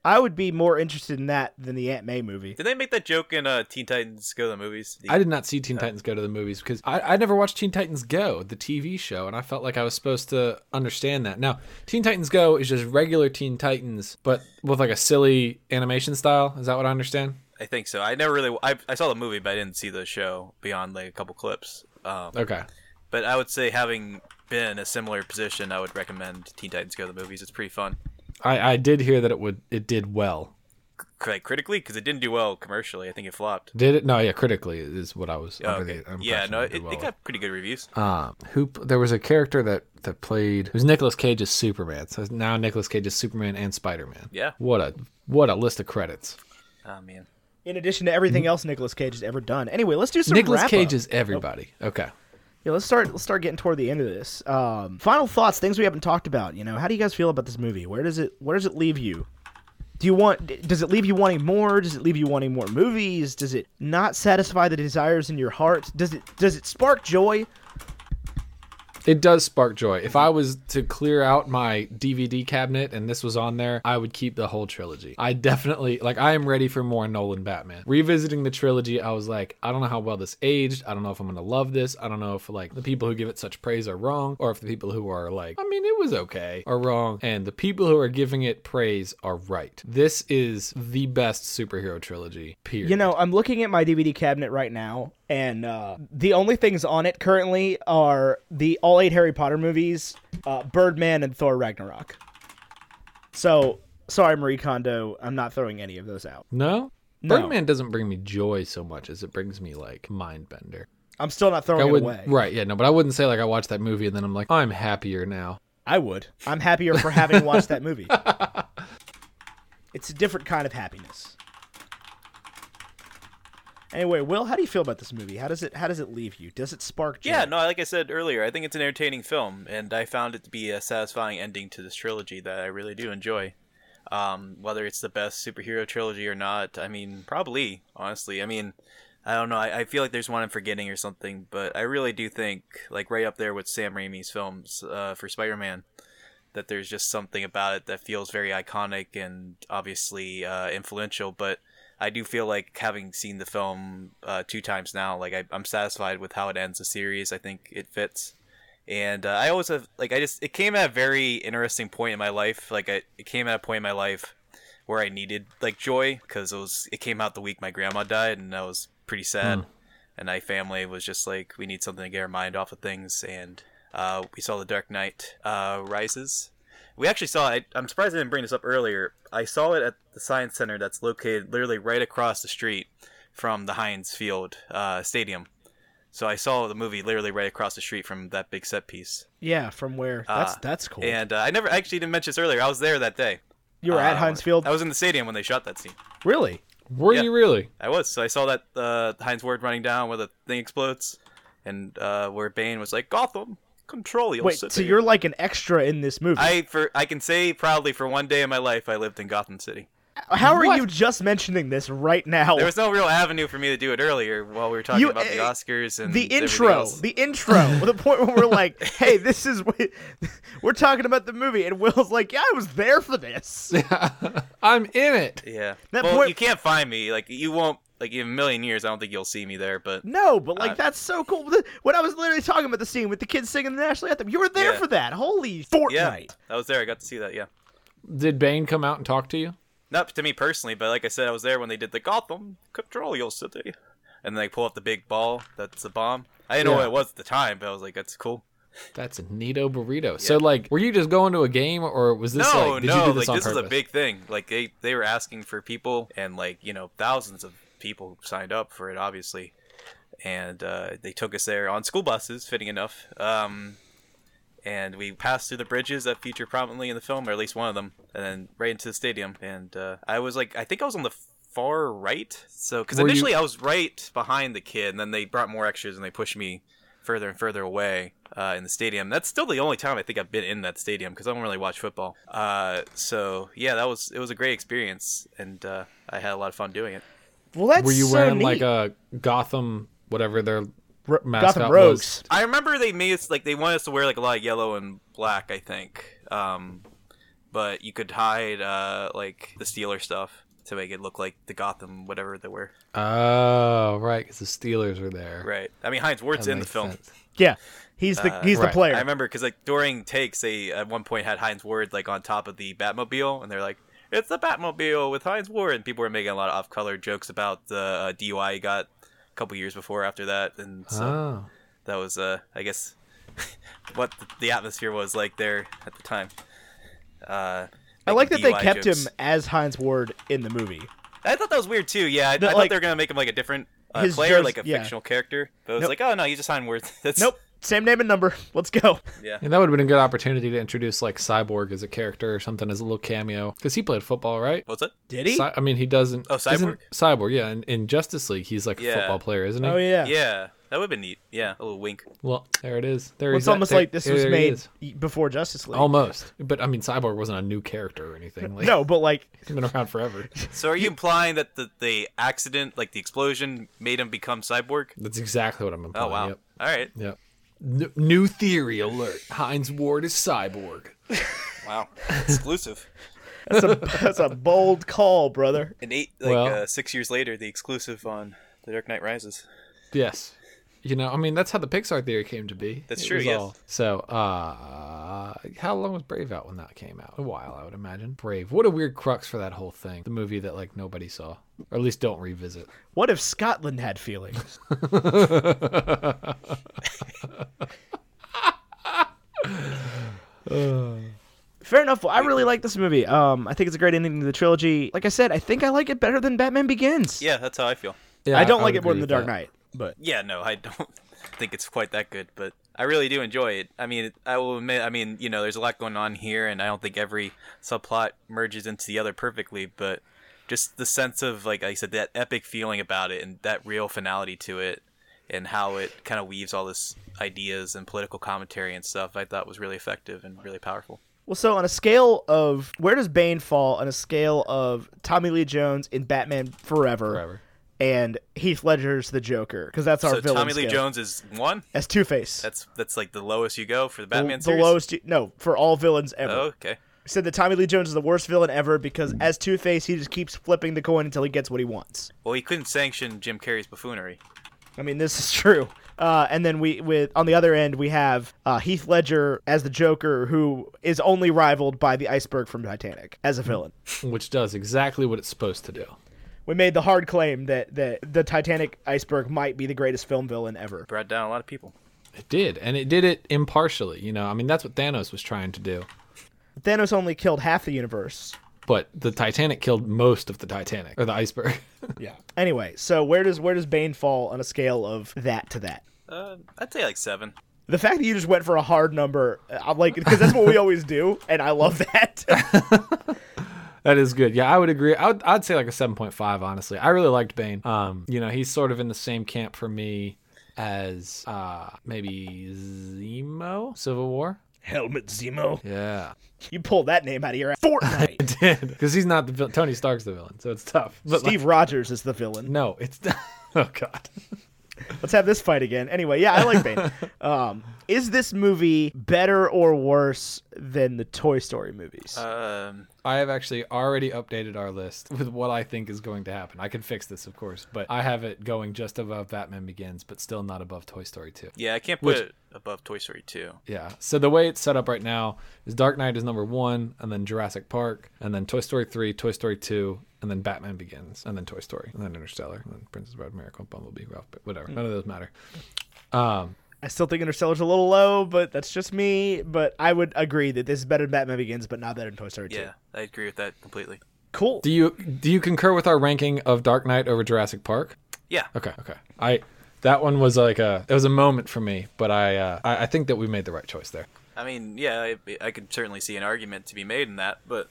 Speaker 2: I would be more interested in that than the Aunt May movie.
Speaker 4: Did they make that joke in uh, Teen Titans Go to the Movies? The-
Speaker 1: I did not see Teen Titans Go to the movies because I, I never watched Teen Titans Go, the TV show, and I felt like I was supposed to understand that. Now, Teen Titans Go is just regular Teen Titans, but with like a silly animation style. Is that what I understand?
Speaker 4: I think so. I never really. I, I saw the movie, but I didn't see the show beyond like a couple clips. Um,
Speaker 1: Okay.
Speaker 4: But I would say, having been in a similar position, I would recommend Teen Titans Go to the Movies. It's pretty fun,
Speaker 1: I, I did hear that it would it did well.
Speaker 4: C- like critically, because it didn't do well commercially. I think it flopped.
Speaker 1: Did it? No, yeah, critically is what I was.
Speaker 4: Oh,
Speaker 1: under
Speaker 4: okay.
Speaker 1: the impression
Speaker 4: Yeah, no,
Speaker 1: it
Speaker 4: it,
Speaker 1: did well
Speaker 4: it
Speaker 1: with.
Speaker 4: got pretty good reviews.
Speaker 1: Um, who there was a character that that played it was Nicolas Cage's Superman. So now Nicolas Cage's Superman and Spider Man.
Speaker 4: Yeah.
Speaker 1: What a what a list of credits.
Speaker 4: Oh man.
Speaker 2: In addition to everything else Nicolas Cage has ever done. Anyway, let's do some
Speaker 1: Mm-hmm. Nicolas
Speaker 2: wrap-up.
Speaker 1: Cage is everybody. Okay.
Speaker 2: Yeah, let's start. Let's start getting toward the end of this. Um, final thoughts, things we haven't talked about. You know, how do you guys feel about this movie? Where does it Where does it leave you? Do you want? d- Does it leave you wanting more? Does it leave you wanting more movies? Does it not satisfy the desires in your heart? Does it Does it spark joy?
Speaker 1: It does spark joy. If I was to clear out my DVD cabinet and this was on there, I would keep the whole trilogy. I definitely like I am ready for more Nolan Batman. Revisiting the trilogy, I was like, I don't know how well this aged. I don't know if I'm going to love this. I don't know if like the people who give it such praise are wrong or if the people who are like, I mean, it was okay are wrong and the people who are giving it praise are right. This is the best superhero trilogy. Period.
Speaker 2: You know, I'm looking at my DVD cabinet right now, and uh, the only things on it currently are the all eight Harry Potter movies, uh, Birdman, and Thor Ragnarok. So, sorry, Marie Kondo, I'm not throwing any of those out.
Speaker 1: No?
Speaker 2: No.
Speaker 1: Birdman doesn't bring me joy so much as it brings me like mind bender.
Speaker 2: I'm still not
Speaker 1: I
Speaker 2: throwing it
Speaker 1: would
Speaker 2: away.
Speaker 1: right, yeah, no, but I wouldn't say like I watched that movie and then I'm like I'm happier now.
Speaker 2: I would. I'm happier for having watched that movie. It's a different kind of happiness. Anyway, Will, how do you feel about this movie? How does it how does it leave you? Does it spark joy?
Speaker 4: Yeah, no, like I said earlier, I think it's an entertaining film, and I found it to be a satisfying ending to this trilogy that I really do enjoy. Um, whether it's the best superhero trilogy or not, I mean, probably, honestly. I mean, I don't know. I, I feel like there's one I'm forgetting or something, but I really do think, like, right up there with Sam Raimi's films uh, for Spider Man, that there's just something about it that feels very iconic and obviously uh, influential, but I do feel like having seen the film uh, two times now, like I, I'm satisfied with how it ends the series. I think it fits, and uh, I always have like I just it came at a very interesting point in my life. Like I, it came at a point in my life where I needed like joy because it was it came out the week my grandma died, and I was pretty sad. And my family was just like, we need something to get our mind off of things, and uh, we saw The Dark Knight uh, Rises. We actually saw it. I'm surprised I didn't bring this up earlier. I saw it at the Science Center that's located literally right across the street from the Heinz Field uh, Stadium. So I saw the movie literally right across the street from that big set piece.
Speaker 2: Yeah, from where? That's
Speaker 4: Uh,
Speaker 2: that's cool.
Speaker 4: And uh, I never I actually didn't mention this earlier. I was there that day.
Speaker 2: you were at
Speaker 4: Uh,
Speaker 2: Heinz Field.
Speaker 4: I was in the stadium when they shot that scene.
Speaker 2: Really?
Speaker 1: Were
Speaker 4: Yeah.
Speaker 1: you really?
Speaker 4: I was. So I saw that uh, Heinz Ward running down where the thing explodes, and uh, where Bane was like, "Gotham, control your
Speaker 2: Wait,
Speaker 4: city."
Speaker 2: so you're like an extra in this movie.
Speaker 4: I for I can say proudly for one day in my life I lived in Gotham City.
Speaker 2: How are you just mentioning this right now?
Speaker 4: There was no real avenue for me to do it earlier while we were talking
Speaker 2: You-
Speaker 4: about the
Speaker 2: eh,
Speaker 4: Oscars and
Speaker 2: the
Speaker 4: everything
Speaker 2: intro,
Speaker 4: else.
Speaker 2: the intro, the point where we're like, "Hey, this is wh- we're talking about the movie," and Will's like, "Yeah, I was there for this."
Speaker 1: I'm in it.
Speaker 4: yeah.
Speaker 2: that
Speaker 4: well,
Speaker 2: point-
Speaker 4: you can't find me. Like you won't. Like in a million years, I don't think you'll see me there. But
Speaker 2: No, but
Speaker 4: Uh,
Speaker 2: like that's so cool. The- When I was literally talking about the scene with the kids singing the national anthem, you were there
Speaker 4: Yeah.
Speaker 2: for that. Holy Fortnite!
Speaker 4: yeah, I was there. I got to see that. Yeah.
Speaker 1: Did Bane come out and talk to you?
Speaker 4: Not to me personally, but like I said, I was there when they did the Gotham Control Your City, and they pull up the big ball. That's the bomb. I didn't know
Speaker 1: Yeah.
Speaker 4: what it was at the time, but I was like, "That's cool."
Speaker 1: That's a neato burrito. So like, were you just going to a game, or was this
Speaker 4: no,
Speaker 1: like, did
Speaker 4: no,
Speaker 1: you do this
Speaker 4: like
Speaker 1: on
Speaker 4: this
Speaker 1: purpose?
Speaker 4: is a big thing. Like they they were asking for people, and like you know thousands of people signed up for it, obviously, and uh, they took us there on school buses, fitting enough. Um, and we passed through the bridges that feature prominently in the film, or at least one of them, and then right into the stadium. And uh, I was like, I think I was on the far right, so because
Speaker 1: Were you-
Speaker 4: initially I was right behind the kid, and then they brought more extras and they pushed me further and further away uh, in the stadium. That's still the only time I think I've been in that stadium because I don't really watch football. Uh, so yeah, that was it was a great experience, and uh, I had a lot of fun doing it.
Speaker 2: Well, that's
Speaker 1: Were you
Speaker 2: so
Speaker 1: wearing
Speaker 2: neat.
Speaker 1: like a Gotham whatever their
Speaker 2: Ro-
Speaker 1: mascot
Speaker 2: Gotham
Speaker 1: was?
Speaker 2: Rogues?
Speaker 4: I remember they made us like they wanted us to wear like a lot of yellow and black, I think. Um, but you could hide uh, like the Steeler stuff to make it look like the Gotham, whatever they were.
Speaker 1: Oh, right, because the Steelers were there.
Speaker 4: Right. I mean, Heinz Ward's
Speaker 1: That
Speaker 4: in the
Speaker 1: makes
Speaker 4: film.
Speaker 1: sense.
Speaker 2: Yeah, he's the he's
Speaker 1: right.
Speaker 2: the player.
Speaker 4: Uh, I remember because like during takes, they at one point had Heinz Ward like on top of the Batmobile, and they're like, "It's the Batmobile with Heinz Ward," and people were making a lot of off-color jokes about the uh, DUI he got a couple years before after that, and so
Speaker 1: Oh.
Speaker 4: that was, uh, I guess, what the atmosphere was like there at the time. Uh,
Speaker 2: I like that
Speaker 4: making
Speaker 2: they
Speaker 4: DUI
Speaker 2: kept
Speaker 4: jokes.
Speaker 2: him as Heinz Ward in the movie.
Speaker 4: I thought that was weird too. Yeah, I,
Speaker 2: That,
Speaker 4: I
Speaker 2: like,
Speaker 4: thought they were gonna make him like a different uh,
Speaker 2: his
Speaker 4: player,
Speaker 2: jokes-
Speaker 4: like a
Speaker 2: yeah.
Speaker 4: fictional character, but it was
Speaker 2: Nope.
Speaker 4: like, oh no, he's just Heinz Ward. That's
Speaker 2: Nope, same name and number. Let's go.
Speaker 4: Yeah.
Speaker 1: And that would have been a good opportunity to introduce like Cyborg as a character or something as a little cameo because he played football, right?
Speaker 4: What's it?
Speaker 2: Did he?
Speaker 1: Cy- I mean, he doesn't.
Speaker 4: Oh, Cyborg?
Speaker 1: isn't- Cyborg, yeah. In, in Justice League, he's like a
Speaker 4: Yeah.
Speaker 1: football player, isn't he?
Speaker 2: oh yeah.
Speaker 4: Yeah, that would have been neat. Yeah, a little wink.
Speaker 1: Well, there it is. There
Speaker 2: Well,
Speaker 1: he's
Speaker 2: it's
Speaker 1: at-
Speaker 2: almost
Speaker 1: there-
Speaker 2: like this was
Speaker 1: there he
Speaker 2: made
Speaker 1: is.
Speaker 2: y- before Justice League.
Speaker 1: Almost, but I mean, Cyborg wasn't a new character or anything. Like,
Speaker 2: no, but like
Speaker 1: he's been around forever.
Speaker 4: So are you implying that the, the accident, like the explosion, made him become cyborg?
Speaker 1: That's exactly what I'm implying.
Speaker 4: Oh wow!
Speaker 1: Yep.
Speaker 4: All right.
Speaker 1: yep. N- new theory alert: Heinz Ward is Cyborg.
Speaker 4: Wow. Exclusive.
Speaker 2: that's a that's a bold call, brother.
Speaker 4: And eight, like
Speaker 1: Well-
Speaker 4: uh, six years later, the exclusive on The Dark Knight Rises.
Speaker 1: Yes. You know, I mean, that's how the Pixar theory came to be.
Speaker 4: That's true,
Speaker 1: was
Speaker 4: yes.
Speaker 1: So, uh, how long was Brave out when that came out? A while, I would imagine. Brave. What a weird crux for that whole thing. The movie that, like, nobody saw, or at least don't revisit.
Speaker 2: What if Scotland had feelings? Fair enough. Well, I really like this movie. Um, I think it's a great ending to the trilogy. Like I said, I think I like it better than Batman Begins.
Speaker 4: Yeah, that's how I feel.
Speaker 1: Yeah,
Speaker 2: I don't
Speaker 1: I
Speaker 2: like
Speaker 1: would
Speaker 2: it more
Speaker 1: agree
Speaker 2: than The
Speaker 1: with
Speaker 2: Dark
Speaker 1: that.
Speaker 2: Knight, but
Speaker 4: Yeah, no, I don't think it's quite that good, but I really do enjoy it. I mean, I will admit, I mean, you know, there's a lot going on here, and I don't think every subplot merges into the other perfectly, but just the sense of, like I said, that epic feeling about it and that real finality to it and how it kind of weaves all this ideas and political commentary and stuff, I thought was really effective and really powerful.
Speaker 2: well, so on a scale of where does Bane fall on a scale of Tommy Lee Jones in Batman Forever,
Speaker 1: Forever.
Speaker 2: and Heath Ledger's the Joker because that's our
Speaker 4: so
Speaker 2: villain.
Speaker 4: Tommy Lee
Speaker 2: scale.
Speaker 4: Jones is one.
Speaker 2: as Two Face.
Speaker 4: That's that's like the lowest you go for the
Speaker 2: the,
Speaker 4: Batman
Speaker 2: the
Speaker 4: series.
Speaker 2: lowest. No, for all villains ever.
Speaker 4: Oh, okay.
Speaker 2: said that Tommy Lee Jones is the worst villain ever because as Two Face, he just keeps flipping the coin until he gets what he wants.
Speaker 4: Well, he couldn't sanction Jim Carrey's buffoonery.
Speaker 2: I mean, this is true. Uh, and then we, with on the other end, we have uh, Heath Ledger as the Joker, who is only rivaled by the iceberg from Titanic as a villain.
Speaker 1: Which does exactly what it's supposed to do.
Speaker 2: We made the hard claim that, that the Titanic iceberg might be the greatest film villain ever.
Speaker 4: Brought down a lot of people.
Speaker 1: It did, and it did it impartially. You know, I mean, that's what Thanos was trying to do.
Speaker 2: Thanos only killed half the universe.
Speaker 1: But the Titanic killed most of the Titanic, or the iceberg.
Speaker 2: Yeah. Anyway, so where does where does Bane fall on a scale of that to that?
Speaker 4: Uh, I'd say like seven.
Speaker 2: The fact that you just went for a hard number, uh, I'm like, because that's what we always do, and I love that.
Speaker 1: That is good. Yeah, I would agree. I would, I'd say like a 7.5, honestly. I really liked Bane. Um, you know, he's sort of in the same camp for me as uh maybe Zemo Civil War.
Speaker 2: Helmet Zemo.
Speaker 1: Yeah.
Speaker 2: You pulled that name out of your ass. Fortnite.
Speaker 1: Cuz he's not the villain. Tony Stark's the villain, so it's tough. But like,
Speaker 2: Steve Rogers is the villain.
Speaker 1: no, it's Oh god.
Speaker 2: Let's have this fight again. Anyway, yeah, I like Bane. um, is this movie better or worse than the Toy Story movies?
Speaker 4: Um,
Speaker 1: I have actually already updated our list with what I think is going to happen. I can fix this, of course, but I have it going just above Batman Begins, but still not above Toy Story 2.
Speaker 4: yeah, I can't put
Speaker 1: Which-
Speaker 4: it above Toy Story two.
Speaker 1: Yeah. So the way it's set up right now is Dark Knight is number one, and then Jurassic Park, and then Toy Story three, Toy Story two, and then Batman Begins, and then Toy Story, and then Interstellar, and then Princess Bride, Miracle, Bumblebee, Ralph, but whatever. None of those matter. Um,
Speaker 2: I still think Interstellar's a little low, but that's just me. But I would agree that this is better than Batman Begins, but not better than Toy Story 2.
Speaker 4: Yeah, I agree with that completely.
Speaker 2: Cool.
Speaker 1: Do you do you concur with our ranking of Dark Knight over Jurassic Park?
Speaker 4: Yeah,
Speaker 1: Okay, okay. I that one was like a it was a moment for me, but I uh, I, I think that we made the right choice there.
Speaker 4: I mean, yeah, I, I could certainly see an argument to be made in that, but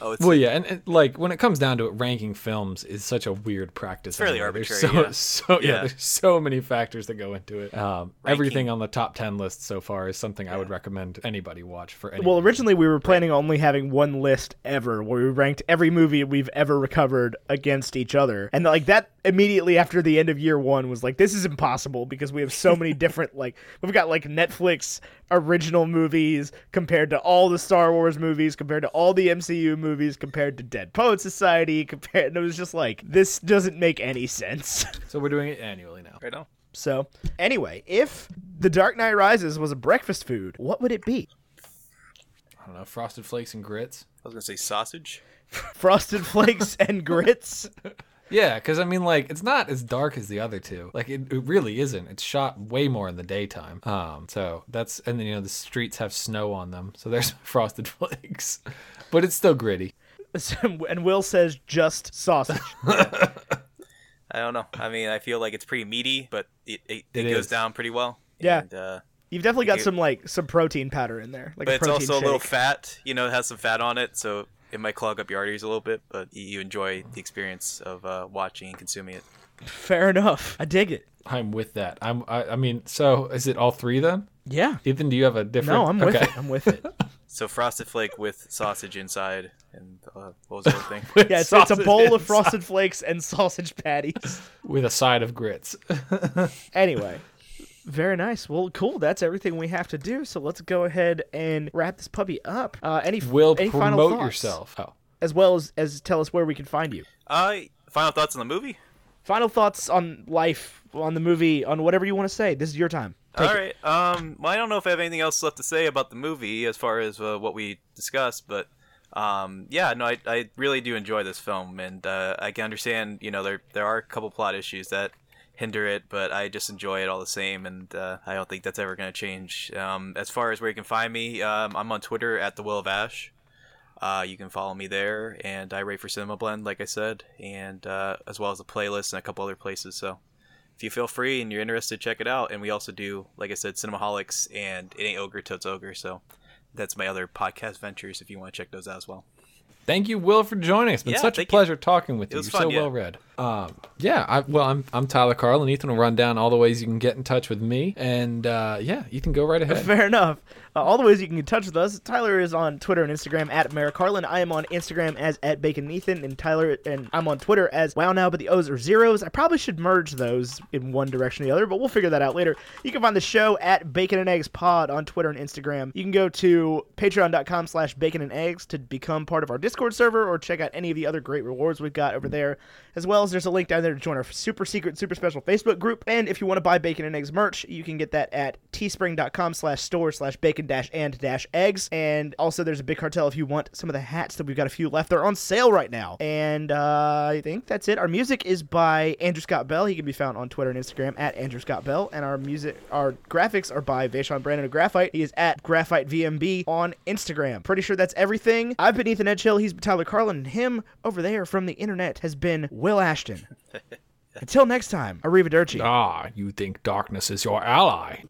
Speaker 4: oh, it's
Speaker 1: Well, yeah, and, and, like when it comes down to it, ranking films is such a weird practice.
Speaker 4: fairly
Speaker 1: anyway. There's
Speaker 4: arbitrary,
Speaker 1: So, so yeah.
Speaker 4: Yeah.
Speaker 1: there's so many factors that go into it. Um, everything on the top ten list so far is something I would recommend anybody watch for any.
Speaker 2: Well, originally we were planning on only having one list ever where we ranked every movie we've ever recovered against each other. And like that immediately after the end of year 1 was like this is impossible because we have so many different like we've got like Netflix original movies compared to all the Star Wars movies compared to all the MCU movies compared to Dead Poet Society compared and it was just like this doesn't make any sense.
Speaker 1: so we're doing it annually now.
Speaker 4: right now.
Speaker 2: so, anyway, if The Dark Knight Rises was a breakfast food, what would it be?
Speaker 1: I don't know, frosted flakes and grits.
Speaker 4: I was gonna say sausage.
Speaker 2: Frosted flakes and grits.
Speaker 1: Yeah, because I mean, like, it's not as dark as the other two. Like, it, it really isn't. It's shot way more in the daytime. Um, so that's and then you know the streets have snow on them, so there's frosted flakes, but it's still gritty.
Speaker 2: and Will says just sausage.
Speaker 4: I don't know. I mean, I feel like it's pretty meaty, but it it, it,
Speaker 1: It
Speaker 4: goes
Speaker 1: is.
Speaker 4: down pretty well.
Speaker 2: Yeah.
Speaker 4: And, uh,
Speaker 2: You've definitely got
Speaker 4: you.
Speaker 2: some like some protein powder in there, like
Speaker 4: but
Speaker 2: a
Speaker 4: it's
Speaker 2: protein
Speaker 4: also a little
Speaker 2: shake.
Speaker 4: fat. You know, it has some fat on it, so it might clog up your arteries a little bit. But y- you enjoy the experience of uh, watching and consuming it.
Speaker 2: Fair enough. I dig it.
Speaker 1: I'm with that. I'm. I, I mean, so is it all three then?
Speaker 2: Yeah.
Speaker 1: Ethan, do you have a different?
Speaker 2: No, I'm with it. I'm with it.
Speaker 4: So frosted flake with sausage inside, and uh, what was the other thing?
Speaker 2: Yeah, it's, it's a
Speaker 1: Sausage
Speaker 2: bowl of
Speaker 1: inside.
Speaker 2: frosted flakes and sausage patties.
Speaker 1: With a side of grits.
Speaker 2: Anyway, very nice. Well, cool. That's everything we have to do. So let's go ahead and wrap this puppy up. Uh, any
Speaker 1: Will
Speaker 2: any final
Speaker 1: promote
Speaker 2: thoughts?
Speaker 1: yourself. Oh,
Speaker 2: as well as as tell us where we can find you.
Speaker 4: Uh, final thoughts on the movie.
Speaker 2: Final thoughts on life, on the movie, on whatever you want to say. This is your time. Take
Speaker 4: All
Speaker 2: it.
Speaker 4: right. Um, well, I don't know if I have anything else left to say about the movie as far as uh, what we discussed, but um, yeah, no, I, I really do enjoy this film, and uh, I can understand, you know, there there are a couple plot issues that hinder it, but I just enjoy it all the same, and uh, I don't think that's ever going to change. Um, as far as where you can find me, um, I'm on Twitter at the Will of Ash. Uh, you can follow me there, and I rate for Cinema Blend, like I said, and uh, as well as the playlist and a couple other places. So if you feel free and you're interested, check it out. And we also do, like I said, Cinemaholics and It Ain't Ogre Till It's Ogre. So that's my other podcast ventures if you want to check those out as well.
Speaker 1: Thank you, Will, for joining us. It's been
Speaker 4: Yeah,
Speaker 1: such a
Speaker 4: thank you.
Speaker 1: pleasure talking with you.
Speaker 4: was
Speaker 1: You're so
Speaker 4: fun, yeah.
Speaker 1: well read. Um, yeah, I, well, I'm, I'm Tyler Carl, and Ethan will run down all the ways you can get in touch with me. And uh, yeah, Ethan, go right ahead.
Speaker 2: Fair enough. Uh, all the ways you can get in touch with us. Tyler is on Twitter and Instagram at Carlin. I am on Instagram as at Bacon Ethan, and Tyler and I'm on Twitter as Wow Now, but the O's are zeros. I probably should merge those in one direction or the other, but we'll figure that out later. You can find the show at Bacon and Eggs Pod on Twitter and Instagram. You can go to patreon.com slash bacon and eggs to become part of our Discord server or check out any of the other great rewards we've got over there. As well as there's a link down there to join our super secret, super special Facebook group. And if you want to buy bacon and eggs merch, you can get that at teespring.com slash store slash bacon dash and dash eggs. And also there's a big cartel if you want some of the hats that we've got a few left. They're on sale right now. And uh, I think that's it. Our music is by Andrew Scott Bell. He can be found on Twitter and Instagram at Andrew Scott Bell. And our music our graphics are by Vaishon Brandon of Graphite. He is at Graphite VMB on Instagram. Pretty sure that's everything. I've been Ethan Edgehill, he's been Tyler Carlin, and him over there from the internet has been Will Ashton. Until next time, arrivederci.
Speaker 1: Ah, you think darkness is your ally.